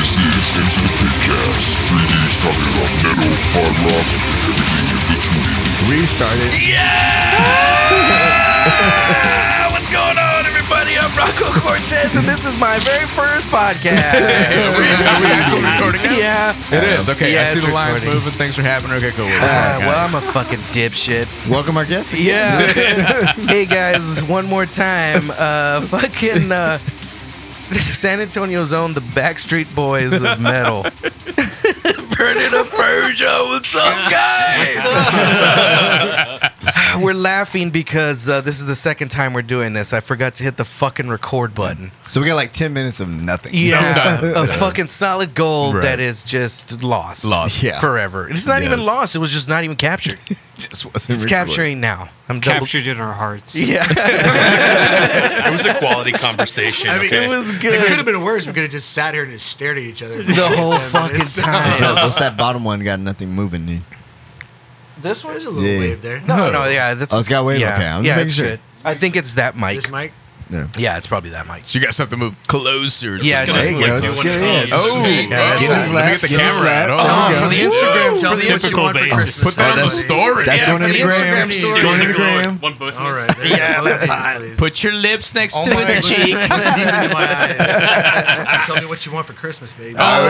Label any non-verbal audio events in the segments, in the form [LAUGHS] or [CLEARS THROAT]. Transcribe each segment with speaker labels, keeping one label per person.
Speaker 1: into the big cast. 3D's talking about metal, hard rock, and everything in between.
Speaker 2: Restarted.
Speaker 3: Yeah! What's going on, everybody? I'm Rocco Cortez, and this is my very first podcast.
Speaker 2: Are we actually recording now?
Speaker 3: [LAUGHS] yeah. Ah, Oh,
Speaker 2: It is. Okay,
Speaker 3: Yeah,
Speaker 2: I see
Speaker 3: it's
Speaker 2: the lines
Speaker 3: recording.
Speaker 2: moving. Things are happening. Okay, cool. We're
Speaker 3: Uh,
Speaker 2: recording,
Speaker 3: well,
Speaker 2: guys.
Speaker 3: I'm a fucking dipshit.
Speaker 2: Welcome our guest.
Speaker 3: Yeah. [LAUGHS] hey, guys, one more time. Uh, fucking uh, San Antonio's own the Backstreet Boys of metal. [LAUGHS] Burning a Persia. What's up, guys? we're laughing because uh, this is the second time we're doing this. I forgot to hit the fucking record button.
Speaker 2: So we got like 10 minutes of nothing.
Speaker 3: Yeah, [LAUGHS]
Speaker 2: [LAUGHS]
Speaker 3: a fucking solid gold
Speaker 4: Right.
Speaker 3: that is just lost,
Speaker 4: Lost.
Speaker 2: Yeah.
Speaker 3: forever. It's not even
Speaker 4: Yes.
Speaker 3: lost. It was just not even
Speaker 4: [LAUGHS]
Speaker 3: captured.
Speaker 2: Just wasn't
Speaker 3: It's
Speaker 2: recorded.
Speaker 3: capturing now. I'm double-
Speaker 5: captured in our hearts.
Speaker 3: Yeah,
Speaker 4: It was a quality conversation.
Speaker 6: I mean,
Speaker 4: okay?
Speaker 3: it was
Speaker 6: It could have
Speaker 3: good
Speaker 6: been worse. We could have just sat here and just stared at each other.
Speaker 3: the whole fucking
Speaker 6: [LAUGHS]
Speaker 2: What's
Speaker 3: time.
Speaker 2: that, what's that bottom one got nothing moving? dude?
Speaker 3: This one,
Speaker 6: There's a little
Speaker 2: Yeah.
Speaker 6: wave there.
Speaker 3: no, no, yeah, that's
Speaker 2: Oh, it's got wave?
Speaker 3: Yeah,
Speaker 2: Okay, I'm just
Speaker 3: yeah,
Speaker 2: making
Speaker 3: it's
Speaker 2: sure.
Speaker 3: good. I think it's that mic.
Speaker 6: This mic.
Speaker 3: Yeah, it's probably that mic.
Speaker 4: so you guys have to move closer.
Speaker 3: Yeah,
Speaker 4: Just
Speaker 3: just
Speaker 4: gonna,
Speaker 3: move
Speaker 4: like,
Speaker 2: go.
Speaker 4: do
Speaker 2: Just
Speaker 4: one of
Speaker 2: get in.
Speaker 4: these.
Speaker 3: Oh, yeah,
Speaker 4: oh,
Speaker 3: give us
Speaker 4: let
Speaker 2: that,
Speaker 4: me get the
Speaker 2: give us
Speaker 4: camera
Speaker 2: that.
Speaker 4: out. Oh,
Speaker 2: Tell 'em
Speaker 4: okay.
Speaker 2: for the
Speaker 3: Instagram,
Speaker 6: Tell me what you
Speaker 4: Typical
Speaker 6: want for
Speaker 4: base.
Speaker 6: Christmas.
Speaker 4: Put that on the
Speaker 2: that's-
Speaker 4: story.
Speaker 2: That's
Speaker 4: Yeah,
Speaker 2: going in the
Speaker 3: for the
Speaker 2: gram.
Speaker 3: Instagram
Speaker 2: It's
Speaker 3: story.
Speaker 2: going in the
Speaker 4: Instagram.
Speaker 2: gram.
Speaker 5: One both.
Speaker 6: All right. there you
Speaker 3: Yeah,
Speaker 6: go.
Speaker 3: let's
Speaker 6: Please,
Speaker 3: hide.
Speaker 6: please.
Speaker 4: Put your lips next
Speaker 3: Oh
Speaker 4: to
Speaker 3: my [LAUGHS]
Speaker 4: his
Speaker 3: goodness.
Speaker 4: cheek.
Speaker 6: Jesus in [LAUGHS] my eyes. Tell me what you want for Christmas, baby.
Speaker 2: Oh, we gotta,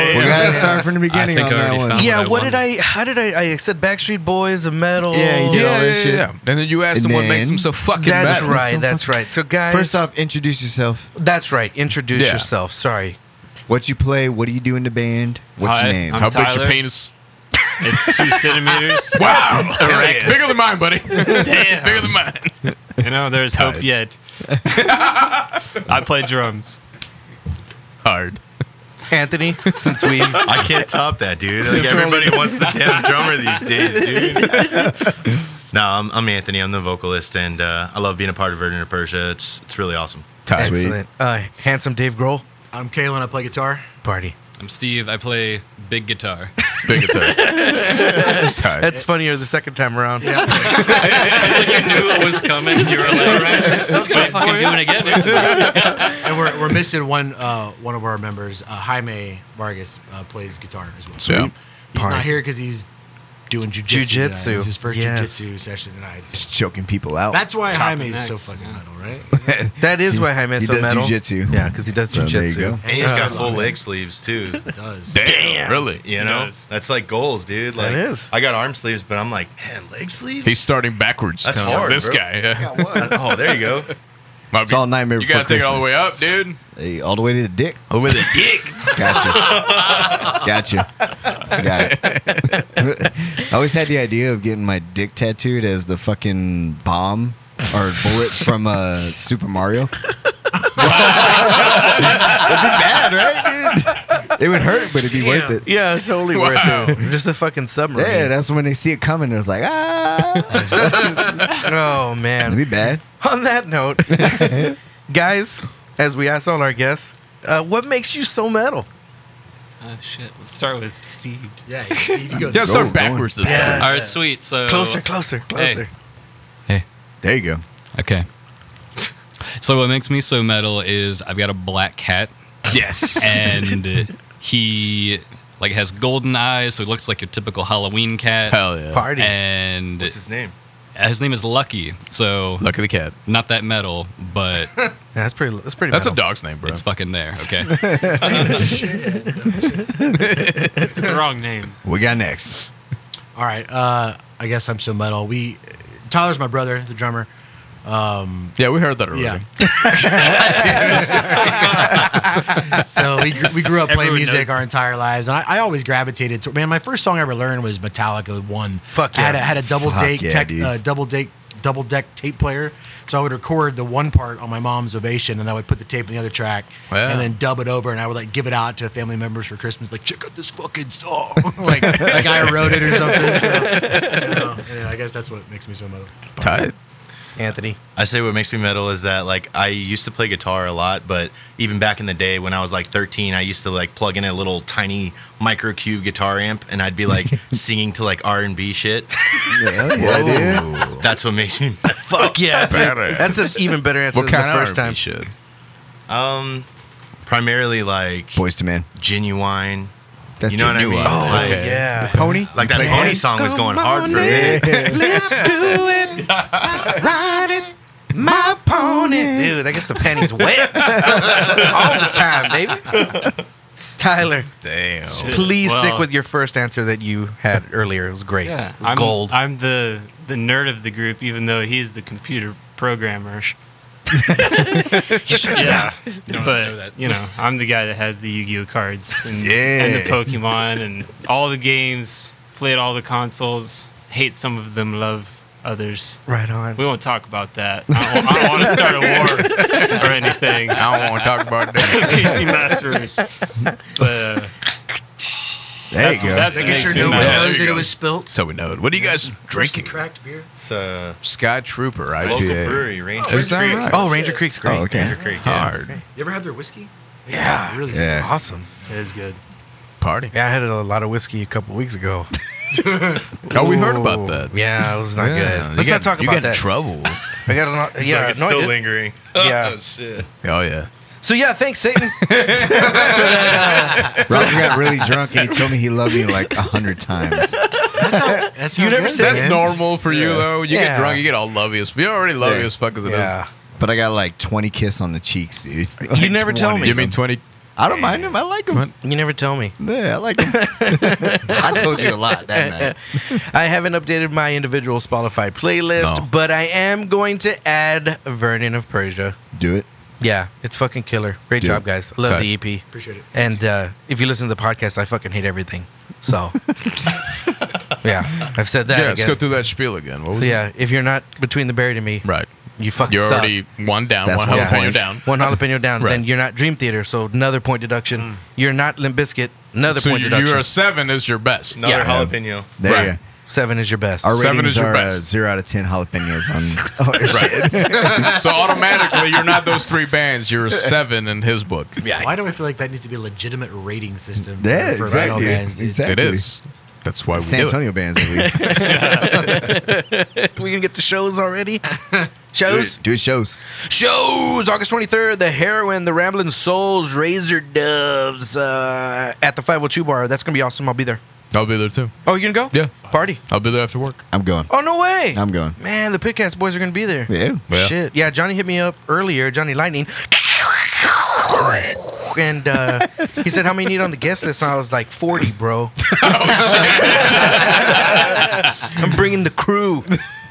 Speaker 2: we
Speaker 4: damn.
Speaker 2: gotta start from the beginning
Speaker 4: think
Speaker 2: on
Speaker 4: I
Speaker 2: that
Speaker 4: already
Speaker 2: one.
Speaker 4: found
Speaker 3: Yeah,
Speaker 4: what I
Speaker 3: what did I?
Speaker 4: wanted.
Speaker 3: How did I? I said Backstreet Boys, a metal.
Speaker 2: Yeah, you did all
Speaker 4: Yeah,
Speaker 2: that
Speaker 4: yeah,
Speaker 2: shit.
Speaker 4: yeah. And then you asked
Speaker 2: And
Speaker 4: him what makes
Speaker 2: then-
Speaker 4: him so fucking
Speaker 3: That's
Speaker 4: mad.
Speaker 3: right. That's right. So guys,
Speaker 2: First off, introduce yourself.
Speaker 3: that's right. Introduce
Speaker 4: Yeah.
Speaker 3: yourself. Sorry.
Speaker 2: What you play? What do you do in the band? What's
Speaker 5: Hi,
Speaker 2: your name?
Speaker 5: I'm
Speaker 4: How big's your
Speaker 5: Tyler.
Speaker 4: penis?
Speaker 5: It's two centimeters.
Speaker 4: Wow, bigger than mine, buddy.
Speaker 5: Damn.
Speaker 4: [LAUGHS] bigger than mine.
Speaker 5: You know, there's hope yet. I play drums.
Speaker 4: Hard.
Speaker 3: Anthony, since
Speaker 4: [LAUGHS]
Speaker 3: we
Speaker 7: I can't top that, dude. Like everybody wants the damn drummer these days, dude. no, I'm, I'm Anthony. I'm the vocalist, and uh, I love being a part of Virgin of Persia. It's it's really awesome.
Speaker 2: Sweet.
Speaker 3: excellent, uh, handsome Dave Grohl
Speaker 6: I'm Kalen. I play guitar.
Speaker 3: party.
Speaker 8: I'm Steve. I play big guitar.
Speaker 4: Big attack. Tight.
Speaker 3: That's funnier the second time around.
Speaker 8: I knew it was coming. You were like, "This is gonna fucking do it again." isn't it?"
Speaker 6: And we're, we're missing one uh, one of our members. Uh, Jaime Vargas uh, plays guitar as well.
Speaker 4: Yeah.
Speaker 6: He's
Speaker 3: Party.
Speaker 6: not here because he's doing jujitsu. tonight.
Speaker 3: Jujitsu.
Speaker 6: It's his first
Speaker 3: Yes.
Speaker 6: jujitsu session tonight. so-
Speaker 2: Just choking people out.
Speaker 6: That's why
Speaker 5: Chopping
Speaker 6: Jaime is so
Speaker 5: necks,
Speaker 6: fucking
Speaker 5: yeah.
Speaker 6: metal,
Speaker 5: [LAUGHS]
Speaker 6: right?
Speaker 3: [LAUGHS] That is why I
Speaker 2: He
Speaker 3: meant so
Speaker 2: does
Speaker 3: metal.
Speaker 2: jujitsu.
Speaker 3: Yeah, because he does
Speaker 2: So there you
Speaker 3: jujitsu.
Speaker 2: go.
Speaker 7: And he's got full leg sleeves too.
Speaker 6: It does.
Speaker 4: Damn, Really?
Speaker 7: You know,
Speaker 5: does.
Speaker 7: that's like goals, dude. Like
Speaker 3: is.
Speaker 7: I got arm sleeves, but I'm like, [LAUGHS] man, leg sleeves.
Speaker 4: He's starting backwards.
Speaker 7: That's
Speaker 4: kinda like
Speaker 7: hard,
Speaker 4: This
Speaker 7: bro.
Speaker 4: guy. Yeah.
Speaker 7: oh, there you go.
Speaker 4: Might
Speaker 2: It's
Speaker 4: be-
Speaker 2: all Nightmare
Speaker 4: You
Speaker 2: Before
Speaker 4: gotta take it all the way up, dude.
Speaker 2: Hey, all the way to the dick.
Speaker 4: Oh, with a dick.
Speaker 2: Gotcha. gotcha. Got it. [LAUGHS] I always had the idea of getting my dick tattooed as the fucking bomb or bullet from uh, Super Mario. It'd be bad, right, dude? It would hurt, but it'd be worth it.
Speaker 3: Yeah, it's totally
Speaker 4: Wow.
Speaker 3: worth it. [LAUGHS] Just a fucking submarine.
Speaker 2: Yeah, that's when they see it coming. It was like, ah,
Speaker 3: oh man.
Speaker 2: it'd be bad.
Speaker 3: [LAUGHS] On that
Speaker 2: [LAUGHS]
Speaker 3: note, guys, as we ask all our guests, uh, what makes you so metal?
Speaker 8: Oh shit.
Speaker 5: Let's start with Steve.
Speaker 6: Yeah, Steve, you go.
Speaker 4: Yeah,
Speaker 2: Go,
Speaker 4: start
Speaker 2: go.
Speaker 4: backwards this time.
Speaker 8: [LAUGHS] All right, sweet. So
Speaker 3: Closer, closer, closer.
Speaker 2: There you go.
Speaker 8: Okay. So what makes me so metal is I've got a black cat,
Speaker 4: Yes.
Speaker 8: and he like has golden eyes, so he looks like your typical Halloween cat.
Speaker 4: Hell yeah.
Speaker 3: Party.
Speaker 8: And
Speaker 7: What's his name?
Speaker 8: his name is Lucky. So
Speaker 4: Lucky the cat.
Speaker 8: not that metal, but
Speaker 3: Yeah, that's pretty. That's pretty.
Speaker 4: That's a
Speaker 3: metal.
Speaker 4: dog's name, bro.
Speaker 8: it's fucking there. Okay.
Speaker 5: It's the wrong name.
Speaker 2: We got next.
Speaker 6: All right. Uh, I guess I'm so metal. We, Tyler's my brother, the drummer.
Speaker 4: yeah, we heard that already.
Speaker 6: Yeah. so we, gr- we grew up playing
Speaker 5: Everyone knows
Speaker 6: music
Speaker 5: that.
Speaker 6: our entire lives, and I, I always gravitated to. Man, my first song I ever learned was Metallica One.
Speaker 3: Fuck
Speaker 6: I had
Speaker 3: yeah.
Speaker 6: a, had a double
Speaker 2: Fuck
Speaker 6: date
Speaker 2: yeah,
Speaker 6: tech,
Speaker 2: dude.
Speaker 6: uh, double date double deck tape player. So I would record the one part on my mom's Ovation, and I would put the tape on the other track,
Speaker 4: Wow.
Speaker 6: and then dub it over, and I would like give it out to family members for Christmas, like check out this fucking song, [LAUGHS] like like I wrote it or something. So, you know, anyway, I guess that's what makes me so metal.
Speaker 4: Tight.
Speaker 3: Anthony.
Speaker 7: I say what makes me metal is that like I used to play guitar a lot, but even back in the day when I was like 13, I used to like plug in a little tiny micro cube guitar amp, and I'd be like singing to like R and B shit.
Speaker 2: Yeah, yeah, dude.
Speaker 7: That's what makes me.
Speaker 3: Fuck yeah, dude.
Speaker 4: Badass.
Speaker 3: That's an even better answer
Speaker 4: What
Speaker 3: than
Speaker 4: kind
Speaker 3: the
Speaker 4: of
Speaker 3: first
Speaker 4: first
Speaker 3: time.
Speaker 4: shit?
Speaker 7: Um, primarily like
Speaker 2: Boys to Man.
Speaker 7: genuine.
Speaker 2: That's uh,
Speaker 7: you know
Speaker 2: genuine.
Speaker 7: what I mean?
Speaker 3: Oh,
Speaker 7: like,
Speaker 3: yeah.
Speaker 2: Pony?
Speaker 7: like that pony song was going hard for me.
Speaker 3: Let's do it. Ride [LAUGHS] it. My pony. Dude, that gets the panties wet [LAUGHS] all the time, baby. Tyler,
Speaker 7: Damn.
Speaker 3: please
Speaker 5: Well-
Speaker 3: stick with your first answer that you had earlier. It was great.
Speaker 8: Yeah.
Speaker 3: It was
Speaker 5: I'm,
Speaker 3: gold.
Speaker 5: I'm the the nerd of the group, even though he's the computer programmer. [LAUGHS] yeah, but you know, I'm the guy that has the Yu-Gi-Oh cards and, and the Pokemon and all the games. Played all the consoles. Hate some of them. Love others.
Speaker 3: right on.
Speaker 5: We won't talk about that. I don't, I don't want to start a war or anything.
Speaker 4: I don't want to talk about that.
Speaker 5: PC Master Race. But uh,
Speaker 2: There
Speaker 5: that's,
Speaker 2: you go.
Speaker 5: that's what makes me
Speaker 6: Who
Speaker 5: mad.
Speaker 6: knows that it was spilt?
Speaker 4: So we know it. What are you guys drinking?
Speaker 6: Cracked beer.
Speaker 7: It's a
Speaker 4: Sky Trooper
Speaker 7: local
Speaker 4: IPA.
Speaker 7: brewery, Ranger
Speaker 4: Is that
Speaker 7: Creek.
Speaker 4: right?
Speaker 3: oh, Ranger Creek's great.
Speaker 2: Oh, okay. [LAUGHS]
Speaker 7: Ranger Creek, yeah.
Speaker 4: Hard
Speaker 6: You ever had their whiskey?
Speaker 3: Yeah.
Speaker 6: Really good.
Speaker 2: Yeah.
Speaker 3: Awesome.
Speaker 5: It is good.
Speaker 4: party.
Speaker 3: Yeah, I had a lot of whiskey a couple weeks ago.
Speaker 4: Oh, we heard about that.
Speaker 3: Yeah, it was not
Speaker 4: Yeah.
Speaker 3: good.
Speaker 4: You
Speaker 3: Let's
Speaker 4: got-
Speaker 3: not talk
Speaker 4: you
Speaker 3: about
Speaker 4: got in
Speaker 3: that. [LAUGHS]
Speaker 4: trouble.
Speaker 3: I got a lot.
Speaker 7: It's
Speaker 3: yeah,
Speaker 7: like it's
Speaker 3: no, I
Speaker 7: still
Speaker 3: didn't.
Speaker 7: [LAUGHS] lingering.
Speaker 3: Yeah.
Speaker 7: oh, shit.
Speaker 4: Oh yeah.
Speaker 3: So yeah, thanks [LAUGHS] Satan.
Speaker 2: Roger got really drunk and he told me he loved me like a hundred times.
Speaker 6: That's
Speaker 3: You
Speaker 6: how it
Speaker 3: never
Speaker 6: is.
Speaker 3: said-
Speaker 4: That's
Speaker 3: Yeah.
Speaker 4: normy for you though. You
Speaker 3: Yeah.
Speaker 4: get drunk, you get all lovey as you already lovey
Speaker 2: Yeah.
Speaker 4: as fuck as it is.
Speaker 3: yeah.
Speaker 2: But I got like 20 kiss on the cheeks, dude.
Speaker 3: You never tell me.
Speaker 4: You mean twenty?
Speaker 2: I don't mind him. I like him.
Speaker 3: You never tell me.
Speaker 2: Yeah, I like him. [LAUGHS] I told you a lot that night.
Speaker 3: I haven't updated my individual Spotify playlist,
Speaker 4: No.
Speaker 3: but I am going to add Vernon of Persia.
Speaker 2: Do it.
Speaker 3: Yeah, it's fucking killer. Great
Speaker 4: Dude.
Speaker 3: job, guys. Love
Speaker 4: Tight.
Speaker 3: the EP.
Speaker 6: Appreciate it.
Speaker 3: And uh, if you listen to the podcast, I fucking hate everything.
Speaker 6: [LAUGHS]
Speaker 3: So, yeah, I've said that
Speaker 4: Yeah, let's
Speaker 3: again.
Speaker 4: go through that spiel again. What was it?
Speaker 3: yeah, if you're not between the buried and me,
Speaker 4: Right.
Speaker 3: you fucking
Speaker 4: You're
Speaker 3: suck.
Speaker 4: already one down,
Speaker 2: That's
Speaker 4: one
Speaker 2: what
Speaker 3: Yeah.
Speaker 2: I'm
Speaker 4: jalapeno
Speaker 2: saying.
Speaker 4: down. [LAUGHS]
Speaker 3: One jalapeno down.
Speaker 4: Right.
Speaker 3: Then you're not Dream Theater, so another point deduction.
Speaker 6: Mm.
Speaker 3: You're not Limp Bizkit, another
Speaker 4: So
Speaker 3: point
Speaker 4: you,
Speaker 3: deduction.
Speaker 4: you're a seven is your best.
Speaker 7: Another
Speaker 3: Yeah.
Speaker 7: jalapeno.
Speaker 2: There
Speaker 4: Right.
Speaker 2: you go.
Speaker 3: Seven is your best.
Speaker 2: Our
Speaker 4: Seven
Speaker 2: ratings
Speaker 4: is your
Speaker 2: are uh,
Speaker 4: best.
Speaker 2: zero out of 10 [LAUGHS] jalapenos on. Oh,
Speaker 3: [LAUGHS]
Speaker 4: so automatically, you're not those three bands. You're a seven in his book.
Speaker 3: Yeah.
Speaker 6: Why do I feel like that needs to be a legitimate rating system?
Speaker 2: Yeah,
Speaker 6: for metal
Speaker 2: exactly.
Speaker 6: bands, dude?
Speaker 2: exactly.
Speaker 4: It is. That's why we
Speaker 2: San
Speaker 4: do
Speaker 2: Antonio bands, at
Speaker 4: [LAUGHS]
Speaker 2: least.
Speaker 3: we gonna get the shows
Speaker 2: [LAUGHS]
Speaker 3: already. Shows,
Speaker 2: Do shows.
Speaker 3: shows. August twenty third, the heroin, the rambling souls, razor doves uh, at the five hundred two bar. That's gonna be awesome. I'll be there.
Speaker 4: it. I'll be there too.
Speaker 3: Oh, you gonna go?
Speaker 4: Yeah.
Speaker 3: party.
Speaker 4: I'll be there after work.
Speaker 2: I'm going.
Speaker 3: Oh no way!
Speaker 2: I'm going.
Speaker 3: Man, the Pitcast boys are gonna be there.
Speaker 2: Yeah.
Speaker 4: Yeah.
Speaker 3: Shit. Yeah, Johnny hit me up earlier, Johnny Lightning. And uh, he said, How many need on the guest list? And I was like, 40,
Speaker 2: [LAUGHS]
Speaker 3: bro.
Speaker 2: Oh,
Speaker 3: [LAUGHS] I'm bringing the crew.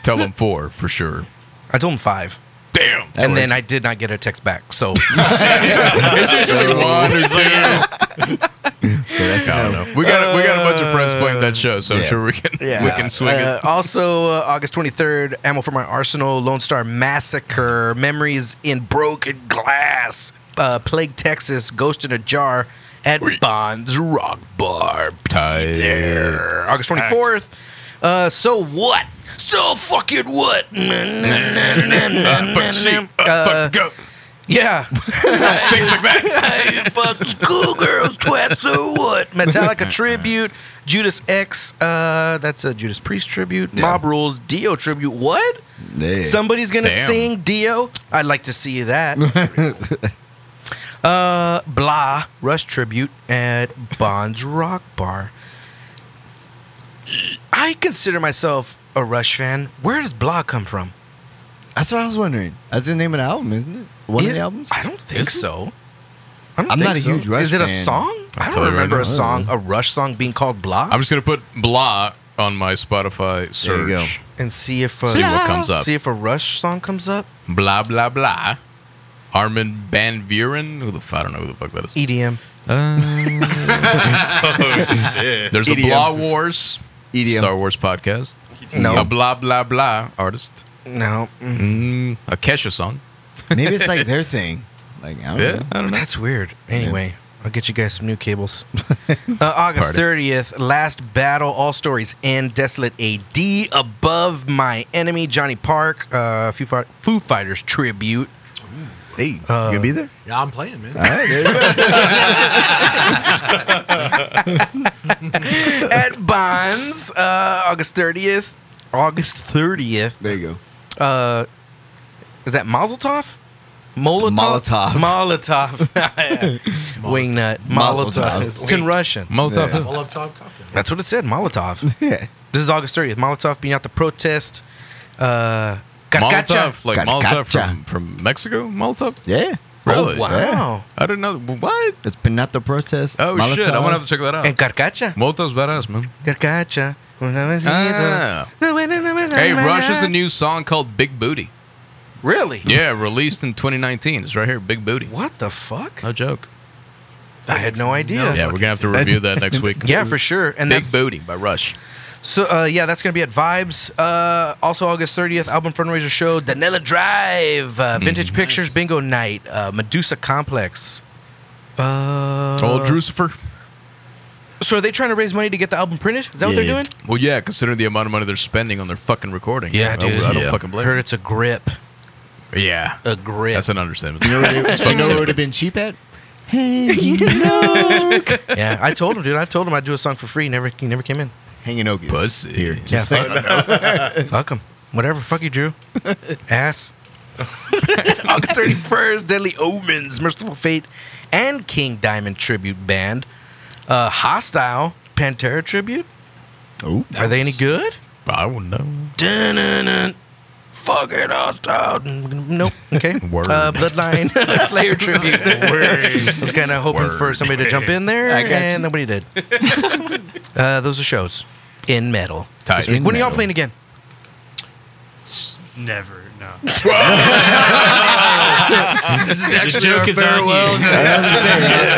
Speaker 4: Tell them four for sure.
Speaker 3: I told him five.
Speaker 4: Damn.
Speaker 3: And then I did not get a text back. [LAUGHS] So,
Speaker 4: One or two.
Speaker 2: So that's a
Speaker 4: I don't
Speaker 2: no.
Speaker 4: know. [LAUGHS] We got we got a bunch of friends playing that show, so I'm
Speaker 2: yeah.
Speaker 4: sure we can
Speaker 3: [LAUGHS]
Speaker 4: we can swing
Speaker 3: Uh,
Speaker 4: it.
Speaker 3: also, uh, August 23rd, Ammo for My Arsenal, Lone Star Massacre, Memories in Broken Glass, uh, Plague Texas, Ghost in a Jar, at Bonds Rock Bar.
Speaker 4: Tired.
Speaker 3: there. August 24th. Uh, so what? So fucking what? [LAUGHS]
Speaker 4: Fuck sheep. [LAUGHS] Uh, fuck the goat. [LAUGHS]
Speaker 3: yeah.
Speaker 4: Things like that.
Speaker 3: [LAUGHS] Fuck schoolgirls, twat, so what?
Speaker 4: [LAUGHS]
Speaker 3: Metallica tribute, Judas X, uh, that's a Judas Priest tribute, Mob Rules, Dio tribute. What?
Speaker 2: Yeah.
Speaker 3: Somebody's gonna
Speaker 4: Damn.
Speaker 3: sing Dio. I'd like to see that.
Speaker 4: [LAUGHS]
Speaker 3: uh, blah, Rush tribute at Bond's Rock Bar. I consider myself a Rush fan. Where does Blah come from?
Speaker 2: That's what I was wondering. That's the name of the album, isn't it? One of
Speaker 3: Is-
Speaker 2: the
Speaker 4: [LAUGHS]
Speaker 2: albums?
Speaker 3: I don't think
Speaker 4: Is it?
Speaker 3: so. I don't
Speaker 2: I'm
Speaker 3: think
Speaker 2: not a
Speaker 3: so.
Speaker 2: huge Rush
Speaker 3: Is it a
Speaker 2: fan.
Speaker 3: song? I
Speaker 4: I'll tell
Speaker 3: don't
Speaker 4: you right
Speaker 3: remember
Speaker 4: now.
Speaker 3: a song, a Rush song being called Blah.
Speaker 4: I'm just gonna put blah on my Spotify
Speaker 2: There you go.
Speaker 4: search.
Speaker 3: and see if a,
Speaker 4: See what comes up.
Speaker 3: See if a Rush song comes up.
Speaker 4: Blah blah blah. Armin Van Buren. Who the f- I don't know who the fuck that
Speaker 2: E-
Speaker 4: is. Uh,
Speaker 3: EDM.
Speaker 7: Oh, shit.
Speaker 4: There's a
Speaker 2: EDM.
Speaker 4: Blah Wars
Speaker 2: EDM.
Speaker 4: Star Wars podcast.
Speaker 3: No.
Speaker 4: A blah blah blah artist.
Speaker 3: No,
Speaker 4: Mm, a Kesha song.
Speaker 2: Maybe it's like their thing. Like, I don't
Speaker 4: Yeah,
Speaker 2: know.
Speaker 4: I don't know.
Speaker 3: That's weird. Anyway, I'll get you guys some new cables. uh, August 30th, Last Battle, All Stories End, Desolate AD, Above My Enemy, Johnny Park, uh, Foo, Fi- Foo Fighters tribute.
Speaker 2: Hey, you gonna be there?
Speaker 6: Yeah, I'm playing, man.
Speaker 2: All right, there [LAUGHS] you go.
Speaker 3: At Bonds, uh, August 30th. August 30th.
Speaker 2: there you go.
Speaker 3: Uh, is that Mazel Tov? Molotov.
Speaker 2: Molotov.
Speaker 3: Molotov. [LAUGHS] Yeah. Wingnut.
Speaker 2: Mazel
Speaker 3: Molotov.
Speaker 2: tov.
Speaker 3: It's in Russian.
Speaker 4: Molotov.
Speaker 2: Yeah.
Speaker 4: huh?
Speaker 6: Molotov cocktail.
Speaker 3: That's what it said. Molotov.
Speaker 2: Yeah.
Speaker 3: This is August 30th. Molotov being out to protest. Uh, Karkacha.
Speaker 4: Molotov, like
Speaker 2: Carcacha.
Speaker 4: Molotov from, from Mexico. Molotov.
Speaker 2: Yeah.
Speaker 4: Really?
Speaker 3: Oh, wow.
Speaker 4: I didn't know. What?
Speaker 2: It's been not the protest.
Speaker 4: Oh shit! I'm gonna have to check that out.
Speaker 3: And Karkacha.
Speaker 4: Molotov's badass, man.
Speaker 3: Karkacha.
Speaker 4: Ah. Hey, Rush is a new song called Big Booty.
Speaker 3: Really?
Speaker 4: Yeah, released in 2019. It's right here, Big Booty.
Speaker 3: What the fuck?
Speaker 4: No joke.
Speaker 3: I had no idea.
Speaker 4: Yeah, we're gonna have to review that next week.
Speaker 3: Yeah, for sure. And
Speaker 4: Big
Speaker 3: that's
Speaker 4: Booty by Rush.
Speaker 3: so. Uh, yeah, that's gonna be at Vibes. Uh, also August thirtieth, album fundraiser show, Danella Drive,
Speaker 4: Mm.
Speaker 3: uh, Vintage Pictures Bingo Night, uh, Medusa Complex. Uh,
Speaker 4: Old Drucifer.
Speaker 3: so are they trying to raise money to get the album printed? Is that what
Speaker 2: Yeah.
Speaker 3: they're doing?
Speaker 4: Well, yeah, considering the amount of money they're spending on their fucking recording. I, I don't fucking blame.
Speaker 3: Heard it's a grip,
Speaker 4: them. Yeah,
Speaker 3: a grip.
Speaker 4: that's an understatement.
Speaker 2: You know where it you know where it would have been cheap [LAUGHS] at? Hanging
Speaker 3: yeah, I told him, dude. I've told him I'd do a song for free. Never, he never came in.
Speaker 2: Hanging
Speaker 4: Pussy.
Speaker 2: Here.
Speaker 3: Yeah, [LAUGHS]
Speaker 2: Just
Speaker 3: fuck, [LAUGHS] fuck him. Whatever. Fuck you, [LAUGHS] Drew. Ass. [LAUGHS] August 31st, Deadly Omens, Merciful Fate, and King Diamond Tribute Band. Uh, Hostile, Pantera Tribute.
Speaker 2: Ooh.
Speaker 3: Are they any good?
Speaker 4: I wouldn't know.
Speaker 3: Dun-dun-dun. Fucking hostile. Uh, Nope.
Speaker 2: [LAUGHS]
Speaker 3: Okay.
Speaker 4: Word.
Speaker 3: Uh, Bloodline [LAUGHS] Slayer tribute. [LAUGHS] I was kind of hoping for somebody to jump in there,
Speaker 2: I got
Speaker 3: and
Speaker 2: you.
Speaker 3: nobody [LAUGHS] did. uh, those are shows in metal.
Speaker 4: Tight.
Speaker 3: This week.
Speaker 2: In
Speaker 3: When are y'all
Speaker 2: metal.
Speaker 3: playing again?
Speaker 5: Never. No. [LAUGHS]
Speaker 6: This is
Speaker 5: The joke is on you.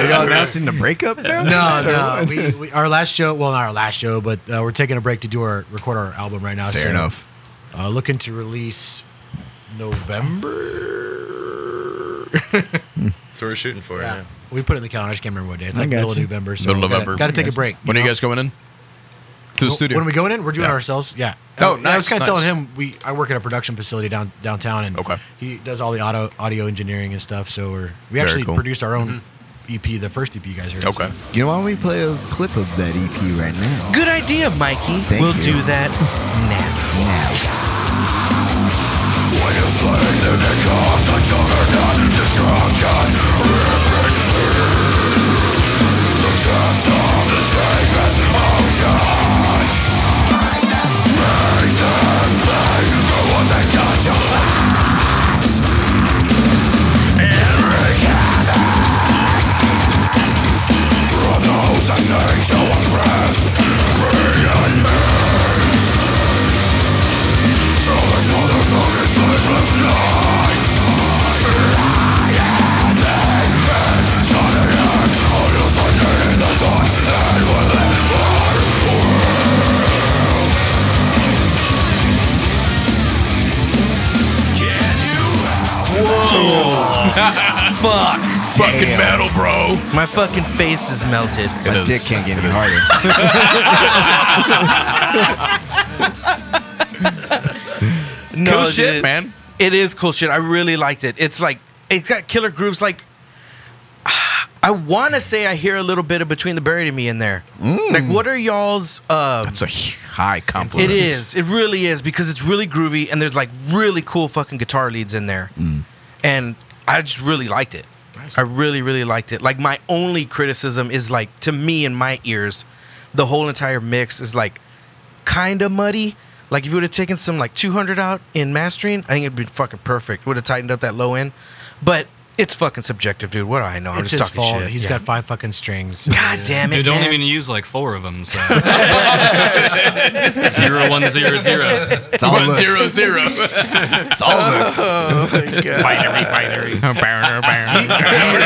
Speaker 2: Y'all announcing the breakup now?
Speaker 6: No, [LAUGHS] no. We, we, our last show, well, not our last show, but uh, we're taking a break to do our record our album right now.
Speaker 2: Fair
Speaker 6: so,
Speaker 2: enough.
Speaker 6: Uh, looking to release November.
Speaker 7: That's what we're shooting for.
Speaker 6: Yeah. We put it in the calendar. I just can't remember what day. It's
Speaker 2: I
Speaker 6: like
Speaker 2: got
Speaker 6: middle
Speaker 2: you.
Speaker 6: of November. So
Speaker 4: Middle of November.
Speaker 6: Got to take a break.
Speaker 4: When are you
Speaker 6: know?
Speaker 4: guys going in? To the
Speaker 6: Well,
Speaker 4: studio.
Speaker 6: When are we going in? We're doing
Speaker 4: Yeah.
Speaker 6: it ourselves. Yeah.
Speaker 4: Oh,
Speaker 6: Uh, I was
Speaker 4: nice,
Speaker 6: kind of telling
Speaker 4: nice.
Speaker 6: him we I work at a production facility down downtown, and
Speaker 4: Okay.
Speaker 6: he does all the auto audio engineering and stuff. So we're we
Speaker 4: Very
Speaker 6: actually
Speaker 4: cool.
Speaker 6: produced our own
Speaker 5: Mm-hmm.
Speaker 6: EP, the first EP you guys heard. so-
Speaker 4: Okay.
Speaker 2: You know, why don't we play a clip of that EP right now?
Speaker 3: Good idea, Mikey. we'll
Speaker 2: you.
Speaker 3: do that now.
Speaker 2: Now.
Speaker 4: Fucking metal, bro.
Speaker 3: My fucking face is melted.
Speaker 2: My
Speaker 4: is.
Speaker 2: dick can't get any harder.
Speaker 3: No,
Speaker 4: cool shit,
Speaker 3: dude.
Speaker 4: man.
Speaker 3: It is cool shit. I really liked it. It's like it's got killer grooves. Like [SIGHS] I want to say I hear a little bit of between the buried and me in there. Like what are y'all's? Uh,
Speaker 4: It's a high compliment.
Speaker 3: it is. It really is because it's really groovy and there's like really cool fucking guitar leads in there,
Speaker 4: Mm.
Speaker 3: and I just really liked it. I really really liked it. Like my only criticism is like to me in my ears, the whole entire mix is like kind of muddy. Like if you would have taken some like 200 out in mastering, I think it'd been fucking perfect. Would have tightened up that low end, but it's fucking subjective, dude. What do I know? I'm
Speaker 6: It's his
Speaker 3: just talking
Speaker 6: fault.
Speaker 3: shit.
Speaker 6: He's
Speaker 3: Yeah.
Speaker 6: got five fucking strings. [LAUGHS]
Speaker 3: God damn it!
Speaker 8: Dude, don't
Speaker 3: man.
Speaker 8: even use like four of them. So. zero one zero zero.
Speaker 2: It's all looks.
Speaker 4: Zero zero.
Speaker 2: It's all looks.
Speaker 5: Binary, binary.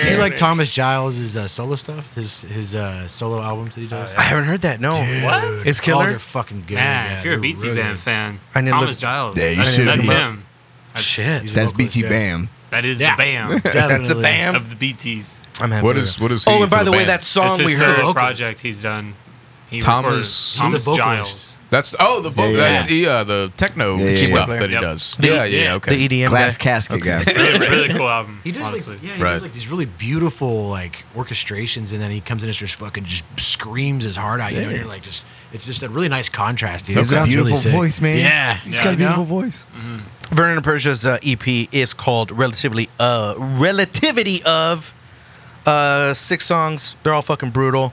Speaker 6: Do you like Thomas Giles' uh, solo stuff? His his uh, solo albums that he does.
Speaker 3: I haven't heard that. No.
Speaker 5: What?
Speaker 3: It's
Speaker 6: Oh,
Speaker 3: killer.
Speaker 6: they're fucking good.
Speaker 5: Oh, Man,
Speaker 6: [LAUGHS] yeah,
Speaker 5: Ah, if you're a
Speaker 6: they're
Speaker 5: BT
Speaker 6: really
Speaker 5: Band
Speaker 6: good.
Speaker 5: fan,
Speaker 3: I need to
Speaker 5: Thomas
Speaker 3: look-
Speaker 5: Giles.
Speaker 2: Yeah, you
Speaker 5: I mean,
Speaker 2: should
Speaker 5: That's
Speaker 2: be.
Speaker 5: him.
Speaker 3: Shit.
Speaker 6: He's a
Speaker 2: That's
Speaker 6: vocalist,
Speaker 2: BT
Speaker 6: yeah.
Speaker 2: Bam.
Speaker 5: That is
Speaker 6: Yeah.
Speaker 5: the [LAUGHS] BAM
Speaker 6: Definitely.
Speaker 3: the band. Bam.
Speaker 5: of the BTs.
Speaker 3: I'm happy.
Speaker 4: What
Speaker 3: with
Speaker 4: is
Speaker 3: it.
Speaker 4: what is he?
Speaker 3: Oh, and by
Speaker 4: to
Speaker 3: the, way,
Speaker 4: band?
Speaker 3: that song
Speaker 5: It's
Speaker 3: we
Speaker 5: his
Speaker 3: heard.
Speaker 5: third
Speaker 2: uh,
Speaker 6: vocalist.
Speaker 5: project he's done. He
Speaker 4: Thomas-
Speaker 5: recorded
Speaker 6: He's the
Speaker 5: Thomas
Speaker 6: vocalist.
Speaker 5: Giles.
Speaker 4: that's oh the bo-
Speaker 2: Yeah.
Speaker 4: that- yeah, the techno
Speaker 2: Yeah, yeah, yeah.
Speaker 4: stuff that he
Speaker 5: Yep.
Speaker 4: does.
Speaker 3: The-
Speaker 4: Yeah, yeah, yeah, E okay.
Speaker 3: The EDM
Speaker 2: Glass
Speaker 3: guy.
Speaker 2: casket [LAUGHS] guy.
Speaker 5: really, really cool album.
Speaker 6: He does
Speaker 5: honestly.
Speaker 6: like yeah, he
Speaker 4: Right.
Speaker 6: does like these really beautiful like orchestrations, and then he comes in and just fucking just screams his heart out. You know, and you're like just it's just a really nice contrast. Dude. It
Speaker 2: He's got a
Speaker 6: sounds
Speaker 2: beautiful
Speaker 6: sick.
Speaker 2: voice, man.
Speaker 6: Yeah,
Speaker 2: He's got a
Speaker 6: You know?
Speaker 2: beautiful voice.
Speaker 3: Vernon and Persia's uh, EP is called Relatively uh Relativity of uh six songs. They're all fucking brutal.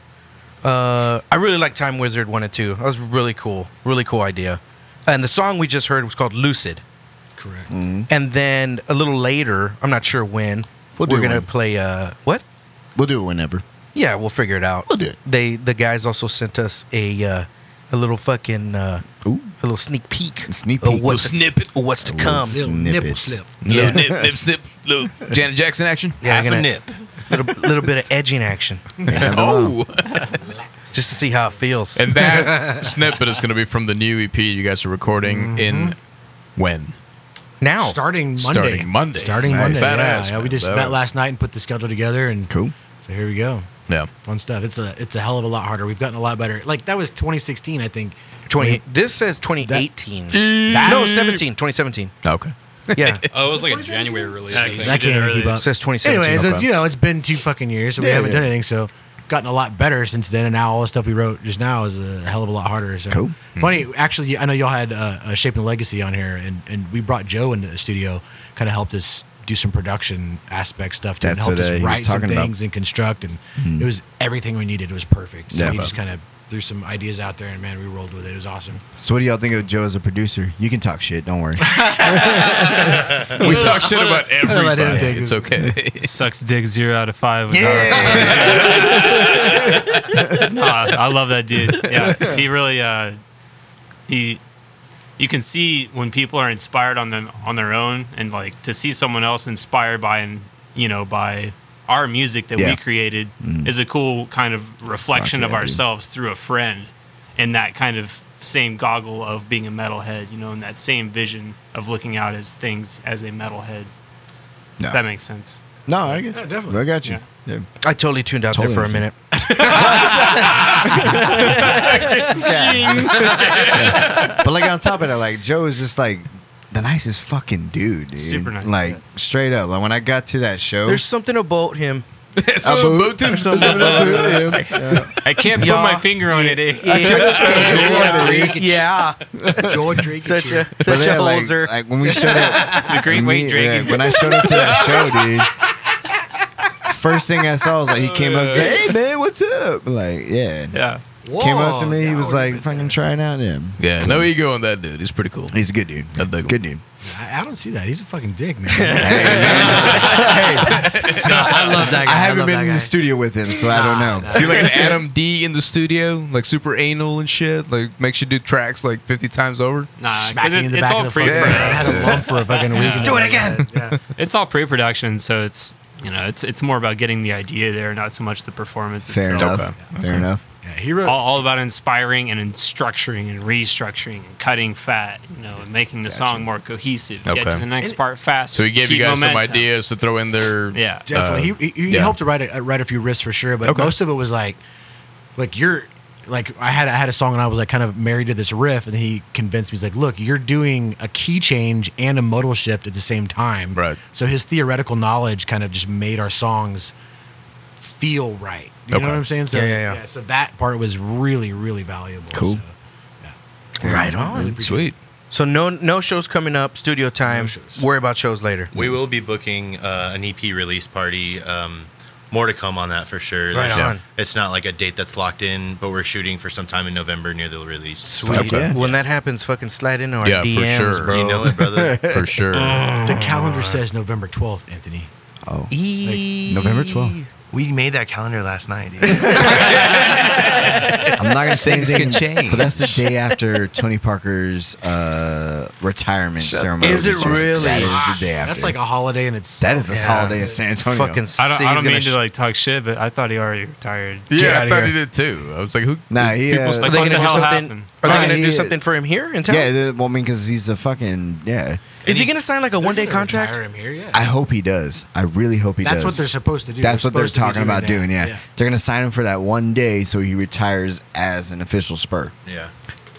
Speaker 3: Uh I really like Time Wizard 1 and 2. That was really cool. Really cool idea. And the song we just heard was called Lucid.
Speaker 6: Correct.
Speaker 2: Hmm? Mm,
Speaker 3: And then a little later, I'm not sure when,
Speaker 2: We'll do
Speaker 3: we're going
Speaker 2: one.
Speaker 3: to play uh what?
Speaker 2: We'll do it whenever.
Speaker 3: Yeah, we'll figure it out.
Speaker 2: We'll do it.
Speaker 3: They the guys also sent us a uh, a little fucking uh,
Speaker 2: Ooh.
Speaker 3: a little sneak peek.
Speaker 2: Sneak
Speaker 3: of
Speaker 2: peek.
Speaker 3: What's
Speaker 2: Little
Speaker 3: snippet? What's to come?
Speaker 2: s-
Speaker 6: Little
Speaker 2: Snippet.
Speaker 6: nipple slip.
Speaker 4: Little
Speaker 3: Yeah.
Speaker 4: nip, nip, snip, little Janet Jackson action.
Speaker 3: Yeah,
Speaker 7: Half
Speaker 3: gonna-
Speaker 7: a nip.
Speaker 3: little, little bit of edging action, [LAUGHS]
Speaker 4: Oh,
Speaker 3: just to see how it feels.
Speaker 4: [LAUGHS] and that snippet is going to be from the new EP you guys are recording in when?
Speaker 3: now,
Speaker 6: Starting Monday.
Speaker 4: Starting Monday.
Speaker 6: Starting
Speaker 2: Oh. Nice.
Speaker 6: Monday.
Speaker 4: Badass,
Speaker 6: yeah, yeah,
Speaker 4: man.
Speaker 6: we just
Speaker 4: Badass.
Speaker 6: met last night and put the schedule together, and
Speaker 2: Cool.
Speaker 6: So here we go.
Speaker 4: Yeah,
Speaker 6: Fun stuff. It's a it's a hell of a lot harder. We've gotten a lot better. Like that was 2016, I think.
Speaker 3: twenty. This says 2018. no, 17. 2017.
Speaker 4: okay.
Speaker 3: Yeah,
Speaker 8: Oh, it was like a January release. I think.
Speaker 6: I can't keep
Speaker 3: it
Speaker 6: up.
Speaker 3: says 2017.
Speaker 6: Anyways,
Speaker 3: Okay.
Speaker 6: it's, you know, it's been two fucking years, so we
Speaker 2: Yeah,
Speaker 6: haven't
Speaker 2: yeah.
Speaker 6: done anything. So gotten a lot better since then, and now all the stuff we wrote just now is a hell of a lot harder. So
Speaker 2: Cool.
Speaker 6: funny, actually, I know y'all had uh, a shaping legacy on here, and and we brought Joe into the studio, kind of helped us do some production aspect stuff to
Speaker 2: That's
Speaker 6: help
Speaker 2: what, uh, he
Speaker 6: us
Speaker 2: was
Speaker 6: write some
Speaker 2: talking about. Hmm.
Speaker 6: things and construct, and it was everything we needed. It was perfect. So
Speaker 2: Yeah,
Speaker 6: he
Speaker 2: but-
Speaker 6: just kind of threw some ideas out there, and man, we rolled with it. It was awesome.
Speaker 2: So what do y'all think of Joe as a producer? You can talk shit. Don't worry.
Speaker 4: We talk shit about
Speaker 6: I let him
Speaker 4: everybody.
Speaker 6: take
Speaker 4: It's
Speaker 6: it.
Speaker 4: okay.
Speaker 9: [LAUGHS] Sucks dick zero out of five. [LAUGHS] Nah, I love that dude. Yeah, he really uh, he. You can see when people are inspired on them on their own, and like to see someone else inspired by and you know by our music that
Speaker 2: Yeah. Mm.
Speaker 9: we created is a cool kind of reflection
Speaker 2: Fuck
Speaker 9: of
Speaker 2: yeah, dude.
Speaker 9: ourselves through a friend, and that kind of same goggle of being a metalhead, you know, and that same vision of looking out as things as a metalhead.
Speaker 2: No.
Speaker 9: If that makes sense.
Speaker 2: no, I get yeah,
Speaker 6: definitely.
Speaker 2: I got you. Yeah.
Speaker 3: I totally tuned out
Speaker 2: Totally
Speaker 3: there for a minute.
Speaker 2: understand. But like on top of that, like Joe is just like the nicest fucking dude, dude.
Speaker 9: Super nice,
Speaker 2: Like
Speaker 9: yeah.
Speaker 2: straight up. Like when I got to that show,
Speaker 3: There's something about him.
Speaker 2: I boot- something [LAUGHS] about him.
Speaker 9: I can't put
Speaker 3: Y'all-
Speaker 9: my finger on it. eh?
Speaker 3: yeah,
Speaker 6: Joe Drake,
Speaker 3: such a
Speaker 2: But
Speaker 3: such a
Speaker 2: yeah, like,
Speaker 3: hoser.
Speaker 2: like when we showed up,
Speaker 9: The Great White
Speaker 2: me-
Speaker 9: Dragon.
Speaker 2: yeah, when I showed up to that show, dude. First thing I saw was like he came up, and said, "Hey man, what's up?" Like, yeah,
Speaker 9: Yeah.
Speaker 2: came up to me. He was like, "Fucking trying out him."
Speaker 4: Yeah, no ego on that dude. He's pretty cool.
Speaker 2: He's a good dude.
Speaker 4: I dig him.
Speaker 2: Good dude.
Speaker 6: I, I don't see that. He's a fucking dick, [LAUGHS] man.
Speaker 2: Hey, man.
Speaker 6: I love that guy.
Speaker 2: I haven't
Speaker 6: love
Speaker 2: been
Speaker 6: that
Speaker 2: in
Speaker 6: guy.
Speaker 2: the studio with him, so I don't know.
Speaker 4: See, [LAUGHS] like an Adam D in the studio, like super anal and shit, like makes you do tracks like 50 times over.
Speaker 9: Nah, 'cause
Speaker 6: smacking
Speaker 9: it-
Speaker 6: in the
Speaker 9: it's
Speaker 6: back
Speaker 9: all
Speaker 6: of the
Speaker 9: pre
Speaker 6: fucking head. I had a lump for a
Speaker 3: [LAUGHS]
Speaker 6: fucking week. and
Speaker 2: Do it
Speaker 6: I got
Speaker 2: again.
Speaker 6: Yeah.
Speaker 9: it's all pre production, so it's you know, it's it's more about getting the idea there, not so much the performance
Speaker 2: Fair
Speaker 9: itself.
Speaker 2: enough. Fair enough.
Speaker 6: Yeah, he wrote.
Speaker 9: All, all about inspiring and in- structuring and restructuring and cutting fat, you know, and making the song more cohesive. Get
Speaker 4: Okay.
Speaker 9: to the next part faster.
Speaker 4: So he gave you
Speaker 9: keep
Speaker 4: guys some
Speaker 9: momentum.
Speaker 4: ideas to throw in there.
Speaker 9: Yeah.
Speaker 6: definitely.
Speaker 4: Uh,
Speaker 6: he he, he
Speaker 4: yeah.
Speaker 6: helped to write a, uh, write a few riffs for sure, but
Speaker 4: Okay.
Speaker 6: most of it was like, like you're like I had I had a song and I was like kind of married to this riff, and he convinced me he's like, look, you're doing a key change and a modal shift at the same time.
Speaker 4: Right.
Speaker 6: So his theoretical knowledge kind of just made our songs feel right. You
Speaker 4: Okay.
Speaker 6: know what I'm saying? So,
Speaker 3: Yeah, yeah, yeah.
Speaker 6: So that part was really really valuable.
Speaker 2: Cool.
Speaker 6: So,
Speaker 3: Right on.
Speaker 4: Sweet.
Speaker 3: So no no shows coming up. Studio time. Worry about shows later.
Speaker 7: [LAUGHS] We will be booking uh, an EP release party. Um, more to come on that for sure.
Speaker 3: Right
Speaker 7: There's-
Speaker 3: on.
Speaker 7: It's not like a date that's locked in, but we're shooting for sometime in November near the release.
Speaker 3: Sweet.
Speaker 2: Okay.
Speaker 3: When that happens, fucking slide into our
Speaker 4: Yeah, for
Speaker 3: DMs,
Speaker 4: sure.
Speaker 3: bro.
Speaker 7: You know it, brother.
Speaker 4: For [LAUGHS] sure.
Speaker 6: the calendar says November 12th, Anthony.
Speaker 2: Oh,
Speaker 3: E-
Speaker 2: November 12th.
Speaker 7: we made that calendar last night. dude.
Speaker 2: I'm not gonna [LAUGHS] say anything. But that's the day after Tony Parker's uh, retirement ceremony.
Speaker 3: Is it
Speaker 2: which
Speaker 3: really?
Speaker 2: That is the day after.
Speaker 6: That's like a holiday, and it's
Speaker 2: that is this
Speaker 3: Yeah.
Speaker 2: holiday in San Antonio.
Speaker 3: Fucking.
Speaker 9: I don't,
Speaker 3: see
Speaker 9: I
Speaker 3: he's
Speaker 9: don't
Speaker 3: gonna
Speaker 9: mean
Speaker 3: sh-
Speaker 9: to like talk shit, but I thought he already retired.
Speaker 4: yeah, I
Speaker 6: outta
Speaker 4: thought
Speaker 6: here.
Speaker 4: he did too. I was like, who?
Speaker 2: Nah, he,
Speaker 4: people
Speaker 2: uh,
Speaker 4: still-
Speaker 3: Are
Speaker 9: Like,
Speaker 3: they
Speaker 9: what
Speaker 3: gonna do
Speaker 9: the hell
Speaker 3: something?
Speaker 9: happened?
Speaker 3: Are
Speaker 2: Nah,
Speaker 3: they gonna
Speaker 2: he-
Speaker 3: do something for him here in town?
Speaker 2: yeah, the- well, I mean, because he's a fucking yeah.
Speaker 3: Is he gonna sign like a one day
Speaker 6: This is a
Speaker 3: contract?
Speaker 6: retire him here, yeah.
Speaker 2: I hope he does. I really hope he
Speaker 6: That's
Speaker 2: does.
Speaker 6: what they're supposed to do.
Speaker 2: That's what they're
Speaker 6: supposed
Speaker 2: talking
Speaker 6: to be
Speaker 2: about
Speaker 6: that.
Speaker 2: doing. Yeah. they're gonna sign him for that one day, so he retires as an official Spur.
Speaker 7: yeah.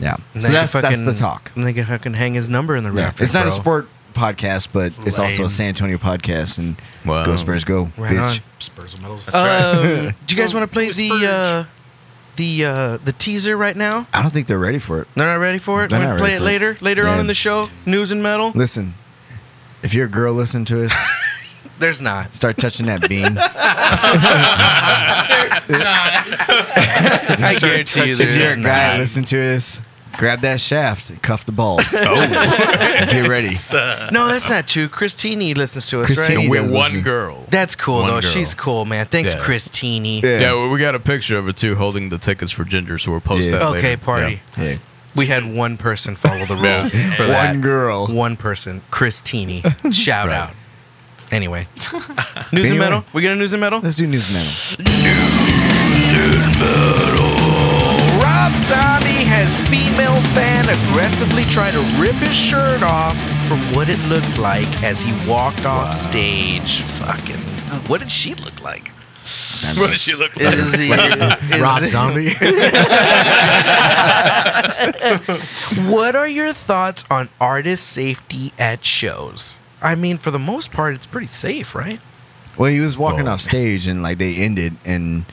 Speaker 2: Yeah,
Speaker 3: And
Speaker 2: so
Speaker 3: they can
Speaker 2: that's that's the
Speaker 3: fucking-
Speaker 2: talk.
Speaker 3: And they can fucking hang his number in the
Speaker 2: Yeah.
Speaker 3: rafters.
Speaker 2: It's not a
Speaker 3: bro.
Speaker 2: sport podcast, but it's also
Speaker 9: Lame.
Speaker 2: a San Antonio podcast. And
Speaker 4: Wow.
Speaker 2: go Spurs, go,
Speaker 3: Right
Speaker 2: bitch.
Speaker 6: Spurs and medals.
Speaker 3: Um, do you guys want to play the
Speaker 9: Spurge.
Speaker 3: uh, the uh, the teaser right now?
Speaker 2: I don't think they're ready for it.
Speaker 3: They're not ready for it.
Speaker 2: They're
Speaker 3: We're
Speaker 2: not
Speaker 3: gonna play
Speaker 2: ready
Speaker 3: it
Speaker 2: for it.
Speaker 3: later. Later on
Speaker 2: Yeah.
Speaker 3: in the show, news and metal.
Speaker 2: Listen, If you're a girl, listen to us.
Speaker 3: There's not.
Speaker 2: Start touching that
Speaker 3: [LAUGHS]
Speaker 2: bean.
Speaker 3: I guarantee you.
Speaker 2: if
Speaker 3: there's
Speaker 2: you're a guy,
Speaker 3: not.
Speaker 2: listen to us. Grab that shaft and cuff the balls.
Speaker 3: [LAUGHS]
Speaker 2: Oh. Get ready.
Speaker 3: no, that's not true. Christini listens to us,
Speaker 2: Christini
Speaker 3: right?
Speaker 2: does
Speaker 4: with one
Speaker 2: listen.
Speaker 4: girl.
Speaker 3: That's cool
Speaker 7: One
Speaker 3: though.
Speaker 7: girl.
Speaker 3: She's cool, man. Thanks,
Speaker 4: Yeah.
Speaker 3: Christini.
Speaker 2: Yeah.
Speaker 4: Yeah, well, we got a picture of her too, holding the tickets for Ginger, so we'll post
Speaker 2: Yeah.
Speaker 4: that. later.
Speaker 3: Okay, party.
Speaker 2: Yeah.
Speaker 3: We had one person follow the rules for that.
Speaker 2: One girl.
Speaker 3: One person, Christini. Shout
Speaker 2: Right.
Speaker 3: out. Anyway, news and
Speaker 2: Anyway.
Speaker 3: metal. We got a news and metal.
Speaker 2: Let's do news now.
Speaker 3: Rob Zombie has female fan aggressively try to rip his shirt off from what it looked like as he walked off stage. Fucking, what did she look like?
Speaker 7: What does she look like?
Speaker 3: Is he, [LAUGHS]
Speaker 2: [LAUGHS]
Speaker 3: is
Speaker 6: Rob
Speaker 3: he-
Speaker 6: Zombie.
Speaker 3: [LAUGHS] What are your thoughts on artist safety at shows? I mean, for the most part, it's pretty safe, right?
Speaker 2: Well, he was walking off stage and like they ended and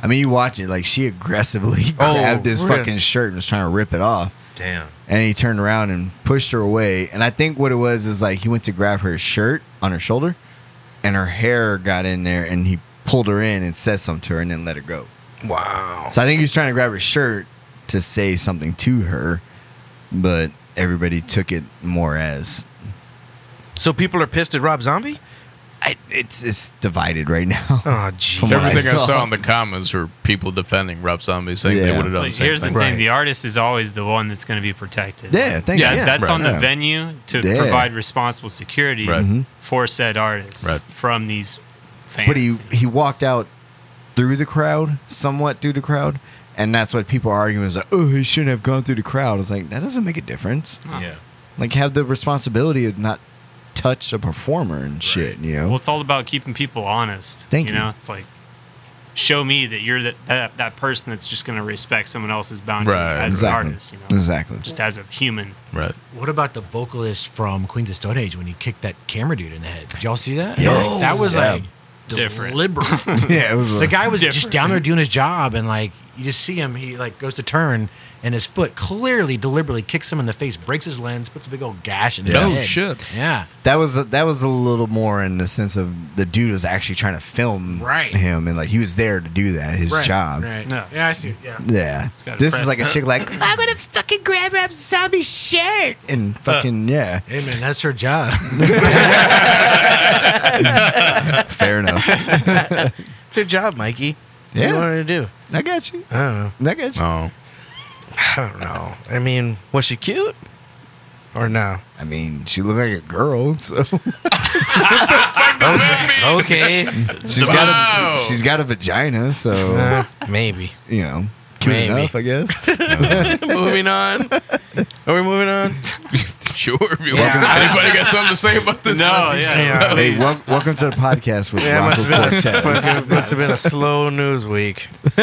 Speaker 2: I mean you watch it like she aggressively [LAUGHS]
Speaker 3: Oh,
Speaker 2: grabbed his
Speaker 3: really?
Speaker 2: fucking shirt and was trying to rip it off.
Speaker 7: Damn.
Speaker 2: and he turned around and pushed her away. And I think what it was is like he went to grab her shirt on her shoulder, and her hair got in there, and he pulled her in and said something to her, and then let her go.
Speaker 3: Wow.
Speaker 2: So I think he was trying to grab her shirt to say something to her, but everybody took it more as
Speaker 3: So people are pissed at Rob Zombie?
Speaker 2: I, it's it's divided right now. [LAUGHS]
Speaker 3: Oh, gee.
Speaker 2: Come on.
Speaker 4: Everything
Speaker 2: I
Speaker 4: I saw.
Speaker 2: saw.
Speaker 4: in the comments were people defending Rob Zombie, saying they
Speaker 2: Yeah.
Speaker 4: would have done
Speaker 5: Like,
Speaker 4: the same
Speaker 5: here's
Speaker 4: thing.
Speaker 5: the thing:
Speaker 3: Right.
Speaker 5: the artist is always the one that's going to be protected.
Speaker 2: Yeah, thank
Speaker 5: yeah,
Speaker 2: you.
Speaker 5: that's on the
Speaker 2: Yeah.
Speaker 5: venue to
Speaker 2: Yeah.
Speaker 5: provide responsible security
Speaker 4: Right. Mhm.
Speaker 2: Mm-hmm.
Speaker 5: for said artists
Speaker 4: Right.
Speaker 5: from these fans.
Speaker 2: But he he walked out through the crowd, somewhat through the crowd, and that's what people are arguing is like, oh, he shouldn't have gone through the crowd. It's like that doesn't make a difference.
Speaker 7: Yeah.
Speaker 2: like have the responsibility of not touch a performer and shit. You know,
Speaker 5: Well, it's all about keeping people honest.
Speaker 2: Thank
Speaker 5: you.
Speaker 2: you.
Speaker 5: know, it's like show me that you're that that, that person that's just going to respect someone else's boundary
Speaker 4: Right.
Speaker 5: as
Speaker 2: exactly,
Speaker 5: an artist. You know,
Speaker 2: exactly.
Speaker 5: just as a human.
Speaker 4: Right. [LAUGHS]
Speaker 6: What about the vocalist from Queens of Stone Age when he kicked that camera dude in the head? Did y'all see that?
Speaker 2: Yes.
Speaker 6: That was
Speaker 2: Yeah.
Speaker 6: like
Speaker 5: Different. [LAUGHS]
Speaker 6: deliberate.
Speaker 2: [LAUGHS] yeah, it was.
Speaker 6: the guy was just
Speaker 5: Different.
Speaker 6: down there doing his job, and like you just see him, he like goes to turn, and his foot clearly, deliberately kicks him in the face, breaks his lens, puts a big old gash in his
Speaker 4: Oh,
Speaker 6: head.
Speaker 4: shit.
Speaker 6: Yeah.
Speaker 2: that was that was a little more in the sense of the dude was actually trying to film
Speaker 6: Right.
Speaker 2: him and like he was there to do that his
Speaker 6: Right,
Speaker 2: job.
Speaker 6: Right.
Speaker 5: No.
Speaker 6: Yeah, I see. it, Yeah.
Speaker 2: Yeah,
Speaker 5: gotta
Speaker 2: this
Speaker 5: press.
Speaker 2: is like a chick like [LAUGHS] I'm gonna fucking grab Rob Zombie's shirt and fucking yeah.
Speaker 6: Hey man, that's her job.
Speaker 2: Fair
Speaker 5: [LAUGHS]
Speaker 2: enough.
Speaker 3: [LAUGHS] It's your job, Mikey. What do
Speaker 2: Yeah.
Speaker 3: you want her to do?
Speaker 2: I got you.
Speaker 3: I don't know.
Speaker 2: I got you.
Speaker 4: Oh.
Speaker 3: I don't know. I mean, was she cute? Or no?
Speaker 2: I mean, she looked like a girl, so [LAUGHS]
Speaker 3: Okay. [LAUGHS]
Speaker 2: she's got a, she's got a vagina, so
Speaker 3: Uh, maybe.
Speaker 2: you know, cute
Speaker 3: Maybe.
Speaker 2: enough, I guess.
Speaker 3: moving on. [LAUGHS] Are we moving on?
Speaker 4: Sure. If you want. Anybody got something to say
Speaker 5: No,
Speaker 4: about this?
Speaker 5: yeah.
Speaker 2: Hey, wel- welcome to the podcast with
Speaker 3: Yeah, it
Speaker 2: Rock
Speaker 3: must have, been a,
Speaker 2: Quartet.
Speaker 3: fucking- [LAUGHS] must have been a slow news
Speaker 4: [LAUGHS]
Speaker 3: week. [LAUGHS]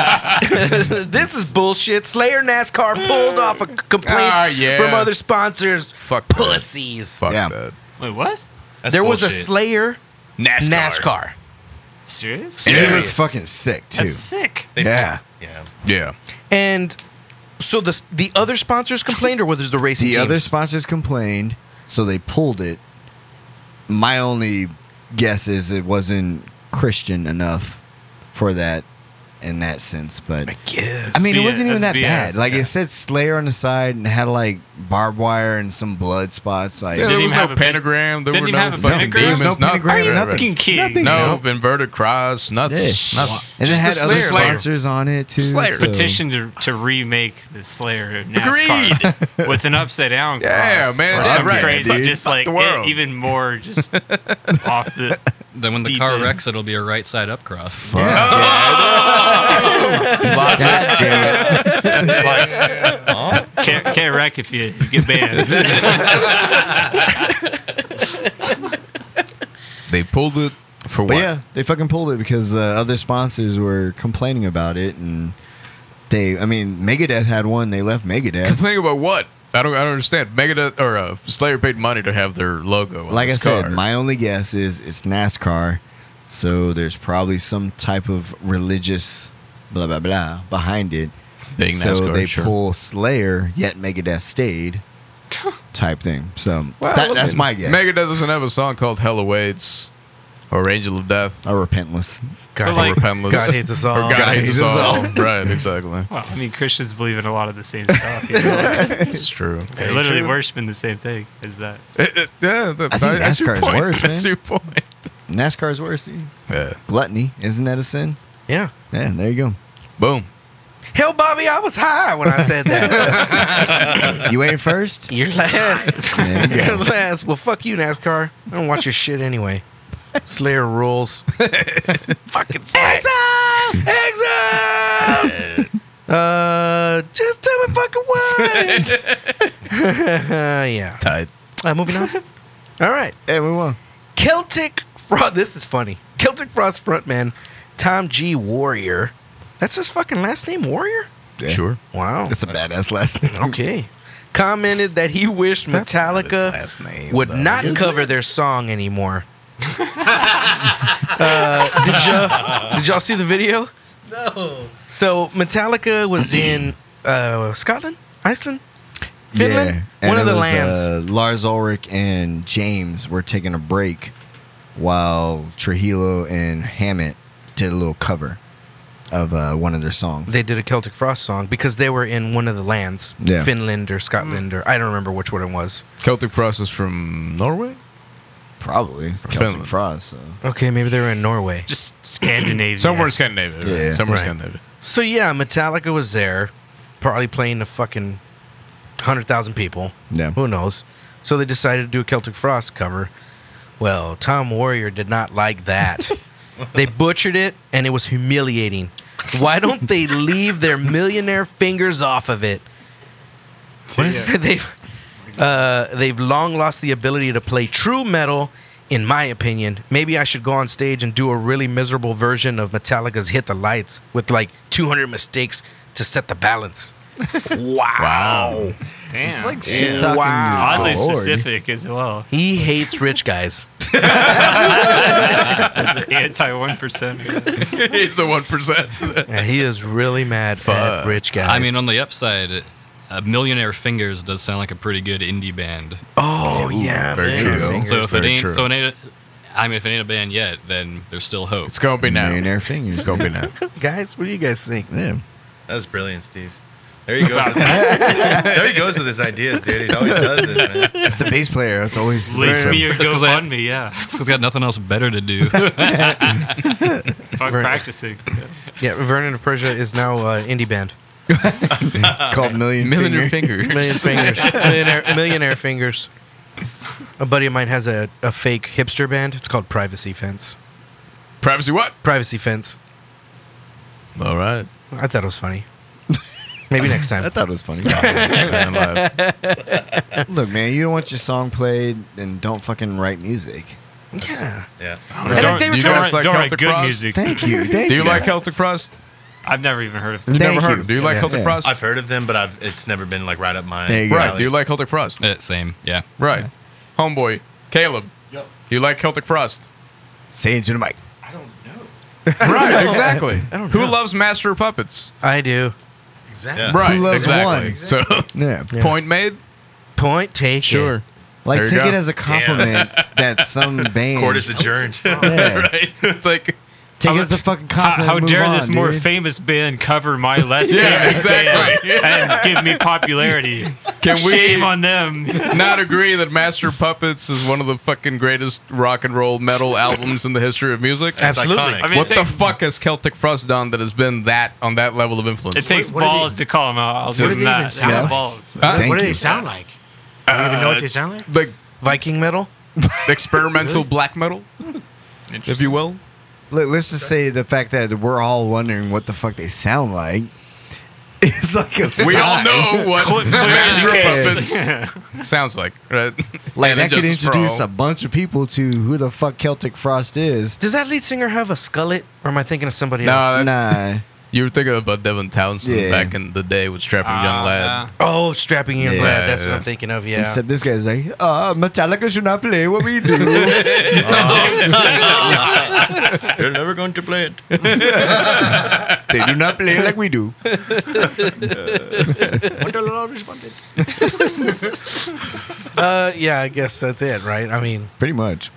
Speaker 3: this is bullshit. Slayer NASCAR pulled off a c- complaints
Speaker 4: Ah, yeah.
Speaker 3: from other sponsors.
Speaker 4: Fuck that.
Speaker 3: Pussies.
Speaker 4: Fuck
Speaker 2: Yeah.
Speaker 4: that.
Speaker 5: Wait, what?
Speaker 7: That's
Speaker 3: There was a
Speaker 7: bullshit.
Speaker 3: Slayer
Speaker 4: NASCAR.
Speaker 3: NASCAR.
Speaker 5: Serious?
Speaker 2: And She
Speaker 4: Yeah.
Speaker 2: looked fucking sick too.
Speaker 5: That's sick.
Speaker 7: They-
Speaker 2: Yeah.
Speaker 7: Yeah.
Speaker 4: Yeah.
Speaker 3: And so the the other sponsors complained, or was the racing
Speaker 2: The
Speaker 3: teams?
Speaker 2: other sponsors complained, so they pulled it. My only guess is it wasn't Christian enough for that in that sense, but
Speaker 3: Yes.
Speaker 2: I mean,
Speaker 5: See,
Speaker 2: it wasn't even
Speaker 5: that's
Speaker 2: that
Speaker 5: BS,
Speaker 2: bad. Like
Speaker 5: yeah.
Speaker 2: it said Slayer on the side and had like barbed wire and some blood spots. Like
Speaker 4: Yeah, there
Speaker 5: Didn't
Speaker 4: was
Speaker 5: even
Speaker 4: no
Speaker 5: have a pic-
Speaker 4: pentagram. There
Speaker 5: didn't
Speaker 4: were
Speaker 5: even
Speaker 4: no
Speaker 5: have a
Speaker 4: fucking
Speaker 5: pentagram?
Speaker 4: demons.
Speaker 2: There was no
Speaker 4: nothing.
Speaker 2: pentagram,
Speaker 4: Right, right,
Speaker 2: nothing.
Speaker 5: Fucking kid.
Speaker 2: Nothing.
Speaker 4: No inverted cross. Nothing.
Speaker 2: Yeah.
Speaker 4: nothing.
Speaker 2: eh. And it
Speaker 4: Just
Speaker 2: had
Speaker 4: the
Speaker 2: other
Speaker 4: Slayer logo.
Speaker 2: sponsors on it too.
Speaker 4: Slayer.
Speaker 2: so-
Speaker 5: Petition to, to remake the Slayer NASCAR with an upside down
Speaker 4: Yeah,
Speaker 5: cross
Speaker 4: man,
Speaker 5: or
Speaker 4: yeah,
Speaker 5: something
Speaker 4: right,
Speaker 5: crazy,
Speaker 2: dude.
Speaker 5: just like
Speaker 4: the
Speaker 5: it-
Speaker 4: world.
Speaker 5: even more just off the.
Speaker 8: Then when the
Speaker 5: Deep
Speaker 8: car
Speaker 5: in.
Speaker 8: wrecks, it'll be a right side up cross.
Speaker 4: Oh! [LAUGHS]
Speaker 2: [LAUGHS] God damn it.
Speaker 5: Can't, can't wreck if you, you get banned.
Speaker 4: They pulled it for
Speaker 2: But
Speaker 4: what?
Speaker 2: yeah, they fucking pulled it because uh, other sponsors were complaining about it, and they, I mean, Megadeth had one. They left
Speaker 4: [LAUGHS]
Speaker 2: Megadeth.
Speaker 4: Complaining about what? I don't. I don't understand. Megadeth or uh, Slayer paid money to have their logo. On
Speaker 2: Like I
Speaker 4: this
Speaker 2: said,
Speaker 4: car.
Speaker 2: my only guess is it's NASCAR, so there's probably some type of religious blah blah blah behind it.
Speaker 4: Being
Speaker 2: so
Speaker 4: NASCAR,
Speaker 2: they
Speaker 4: sure. [LAUGHS]
Speaker 2: pull Slayer, yet Megadeth stayed type thing. So
Speaker 4: Well,
Speaker 2: that,
Speaker 4: I
Speaker 2: that's
Speaker 4: mean,
Speaker 2: my guess.
Speaker 4: Megadeth doesn't have a song called Hell Awaits or Angel of Death
Speaker 2: or repentless.
Speaker 3: God,
Speaker 4: or
Speaker 5: like-
Speaker 4: Repentless.
Speaker 3: God hates us all.
Speaker 4: Or God,
Speaker 2: God
Speaker 4: hates,
Speaker 2: hates
Speaker 4: us
Speaker 2: us
Speaker 4: all. [LAUGHS] right, exactly.
Speaker 5: Well, I mean, Christians believe in a lot of the same stuff. You know?
Speaker 4: It's true.
Speaker 5: They're literally
Speaker 4: true.
Speaker 5: worshiping the same thing as that.
Speaker 4: It- it- yeah, that-
Speaker 2: I think
Speaker 4: that's your
Speaker 2: NASCAR is
Speaker 4: point.
Speaker 2: worse,
Speaker 4: [LAUGHS] That's
Speaker 2: man.
Speaker 4: your point.
Speaker 2: NASCAR's worse. Dude.
Speaker 4: Yeah.
Speaker 2: Gluttony isn't that a sin?
Speaker 3: Yeah.
Speaker 2: Yeah, there you go.
Speaker 4: Boom.
Speaker 3: Hell, Bobby, I was high when I said
Speaker 4: [LAUGHS]
Speaker 3: that.
Speaker 2: You ain't first.
Speaker 3: You're last.
Speaker 2: There you
Speaker 3: [LAUGHS] You're
Speaker 2: go.
Speaker 3: last. Well, fuck you, NASCAR. I don't watch your shit anyway. Slayer [LAUGHS] rules. Fucking exile, exile. [LAUGHS] uh, just tell me fucking what. [LAUGHS] uh, yeah.
Speaker 4: Tight.
Speaker 3: Uh, moving [LAUGHS] on. All right.
Speaker 2: Hey, we won.
Speaker 3: Celtic Frost. This is funny. Celtic Frost frontman Tom G. Warrior. That's his fucking last name, Warrior.
Speaker 2: Yeah.
Speaker 4: Sure.
Speaker 3: Wow.
Speaker 2: That's a badass last [LAUGHS] name.
Speaker 3: Okay. Commented that he wished Metallica
Speaker 4: Last name.
Speaker 3: would not cover their
Speaker 2: [LAUGHS]
Speaker 3: song anymore. uh, did y'all did y'all see the video? No. So Metallica was in uh, Scotland, Iceland, Finland,
Speaker 2: And
Speaker 3: one of
Speaker 2: it
Speaker 3: the
Speaker 2: was,
Speaker 3: lands.
Speaker 2: Uh, Lars Ulrich and James were taking a break while Trujillo and Hammett did a little cover of uh, one of their songs.
Speaker 3: they did a Celtic Frost song because they were in one of the lands,
Speaker 2: Yeah.
Speaker 3: Finland or Scotland or I don't remember which one it was.
Speaker 4: Celtic Frost is from Norway?
Speaker 2: Probably. It's Celtic
Speaker 4: Finland.
Speaker 2: Frost. So.
Speaker 3: Okay, maybe they were in Norway.
Speaker 5: Just Scandinavia.
Speaker 4: Somewhere in Scandinavia. Right?
Speaker 2: Yeah.
Speaker 4: Somewhere
Speaker 3: Right.
Speaker 4: in Scandinavia.
Speaker 3: So yeah, Metallica was there, probably playing to fucking hundred thousand people.
Speaker 2: Yeah.
Speaker 3: Who knows? So they decided to do a Celtic Frost cover. Well, Tom Warrior did not like that. they butchered it and it was humiliating. Why don't they leave their millionaire fingers off of it? What is that? They've, uh, they've long lost the ability to play true metal, in my opinion. Maybe I should go on stage and do a really miserable version of Metallica's Hit the Lights with like 200 mistakes to set the balance. wow.
Speaker 5: Damn.
Speaker 2: It's like shit talking
Speaker 3: Wow.
Speaker 2: to
Speaker 5: Oddly
Speaker 2: the Lord.
Speaker 5: specific as well.
Speaker 3: He hates rich guys.
Speaker 5: Anti one percent.
Speaker 4: It's the 1%.
Speaker 3: Yeah, he is really mad at
Speaker 4: Fuck.
Speaker 3: rich guys.
Speaker 8: I mean, on the upside, uh, Millionaire Fingers does sound like a pretty good indie band.
Speaker 3: oh yeah, man.
Speaker 8: so if it
Speaker 4: Very
Speaker 8: ain't,
Speaker 4: true.
Speaker 8: so it ain't, I mean, if it ain't a band yet, then there's still hope. [LAUGHS]
Speaker 4: It's going to be now.
Speaker 2: Millionaire fingers.
Speaker 4: It's going to be now.
Speaker 3: guys, what do you guys think?
Speaker 2: Yeah.
Speaker 7: That was brilliant, Steve. There he goes. With, there he goes with his ideas, dude. He always does it, man.
Speaker 2: It's the bass player. It's always.
Speaker 5: Link me or
Speaker 8: That's 'cause I-
Speaker 5: GoFundMe. Yeah.
Speaker 8: it's got nothing else better to do.
Speaker 5: Fuck
Speaker 3: Very-
Speaker 5: practicing.
Speaker 3: Yeah, Vernon of Persia is now uh, indie band.
Speaker 2: It's called Million,
Speaker 4: Millionaire
Speaker 2: Finger.
Speaker 4: [LAUGHS] fingers.
Speaker 3: Million fingers,
Speaker 5: [LAUGHS]
Speaker 3: millionaire, millionaire fingers. A buddy of mine has a, a fake hipster band. It's called Privacy Fence.
Speaker 4: Privacy what?
Speaker 3: Privacy Fence.
Speaker 4: All right.
Speaker 3: I thought it was funny. Maybe next
Speaker 2: [LAUGHS] I
Speaker 3: time.
Speaker 2: thought it was funny. [LAUGHS] Look, man, you don't want your song played, then don't fucking write music.
Speaker 3: Yeah.
Speaker 7: Yeah.
Speaker 3: And
Speaker 5: Don't-
Speaker 3: like they were
Speaker 4: you
Speaker 3: trying-
Speaker 4: guys like
Speaker 5: don't write
Speaker 4: Celtic
Speaker 5: good
Speaker 4: Frost?
Speaker 5: music.
Speaker 2: Thank you. Thank
Speaker 4: Do you
Speaker 2: you
Speaker 4: like Celtic Frost?
Speaker 5: I've never even heard of
Speaker 4: You
Speaker 5: them.
Speaker 4: never
Speaker 2: Thank
Speaker 4: heard
Speaker 2: you.
Speaker 4: of it. Do you like
Speaker 2: Yeah.
Speaker 4: Celtic
Speaker 2: Yeah.
Speaker 4: Frost?
Speaker 7: I've heard of them, but I've it's never been like right up my
Speaker 2: There you go.
Speaker 4: right.
Speaker 7: alley.
Speaker 4: Do you like Celtic Frost?
Speaker 8: [LAUGHS] Eh, Same, yeah.
Speaker 4: Right. Homeboy. Caleb. Do you like Celtic Frost?
Speaker 2: Say it to the mic.
Speaker 4: [LAUGHS] Right, exactly. Who loves Master of Puppets?
Speaker 3: I do.
Speaker 7: Yeah.
Speaker 4: Right,
Speaker 2: Who loves
Speaker 4: exactly.
Speaker 2: one?
Speaker 4: So,
Speaker 2: Yeah.
Speaker 4: point made.
Speaker 3: Point taken.
Speaker 2: Like,
Speaker 4: There you
Speaker 2: take
Speaker 4: go.
Speaker 2: it as a compliment [LAUGHS] that some band.
Speaker 7: Court is adjourned.
Speaker 2: [LAUGHS]
Speaker 7: [LAUGHS]
Speaker 2: Yeah.
Speaker 4: Right. It's like
Speaker 2: Take it as a fucking
Speaker 5: How,
Speaker 2: compliment.
Speaker 5: Uh, how
Speaker 2: and move
Speaker 5: dare
Speaker 2: on,
Speaker 5: this more
Speaker 2: dude.
Speaker 5: famous band cover my less
Speaker 4: Yeah,
Speaker 5: famous
Speaker 4: [LAUGHS] exactly.
Speaker 5: band and give me popularity?
Speaker 4: can
Speaker 5: Shame
Speaker 4: we
Speaker 5: on them.
Speaker 4: not agree that Master of Puppets is one of the fucking greatest rock and roll metal albums in the history of music?
Speaker 7: It's
Speaker 3: Absolutely.
Speaker 7: iconic.
Speaker 5: I mean,
Speaker 4: what
Speaker 5: it
Speaker 4: the
Speaker 5: takes,
Speaker 4: fuck has Celtic Frost done that has been that on that level of influence?
Speaker 5: it takes
Speaker 6: what are
Speaker 5: balls to call them out. I'll give them
Speaker 6: do they even
Speaker 5: that.
Speaker 6: sound
Speaker 5: Yeah,
Speaker 6: like?
Speaker 5: balls.
Speaker 4: Huh?
Speaker 6: what
Speaker 2: Thank
Speaker 6: do
Speaker 2: you.
Speaker 6: they sound like? Do you even know what they sound like?
Speaker 4: like
Speaker 3: Viking metal.
Speaker 4: experimental black metal, if you will.
Speaker 2: Look, let's just say the fact that we're all wondering what the fuck they sound like. [LAUGHS] It's like a [LAUGHS]
Speaker 4: We all
Speaker 2: sign.
Speaker 4: know what
Speaker 5: Clear- clear
Speaker 4: Master of
Speaker 5: indication.
Speaker 4: Puppets
Speaker 5: Yeah.
Speaker 4: sounds like, right?
Speaker 2: Like
Speaker 4: And
Speaker 2: that could
Speaker 4: Injustice for
Speaker 2: introduce
Speaker 4: All.
Speaker 2: a bunch of people to who the fuck Celtic Frost is.
Speaker 3: Does that lead singer have a skullet, or am I thinking of somebody
Speaker 4: No,
Speaker 3: else?
Speaker 4: that's-
Speaker 2: Nah.
Speaker 4: You were thinking about Devin Townsend
Speaker 2: Yeah.
Speaker 4: back in the day with Strapping Young
Speaker 5: Ah,
Speaker 4: Lad.
Speaker 3: Oh, strapping your
Speaker 2: Yeah.
Speaker 3: lad. That's what
Speaker 4: Yeah.
Speaker 3: I'm thinking of. Yeah.
Speaker 2: Except this [LAUGHS] guy's like, uh, Metallica should not play what we do.
Speaker 7: You're never going to play it.
Speaker 2: [LAUGHS] They do not play like we do.
Speaker 6: What the Lord is wanted.
Speaker 3: Uh, yeah, I guess that's it, right? I mean,
Speaker 2: Pretty much.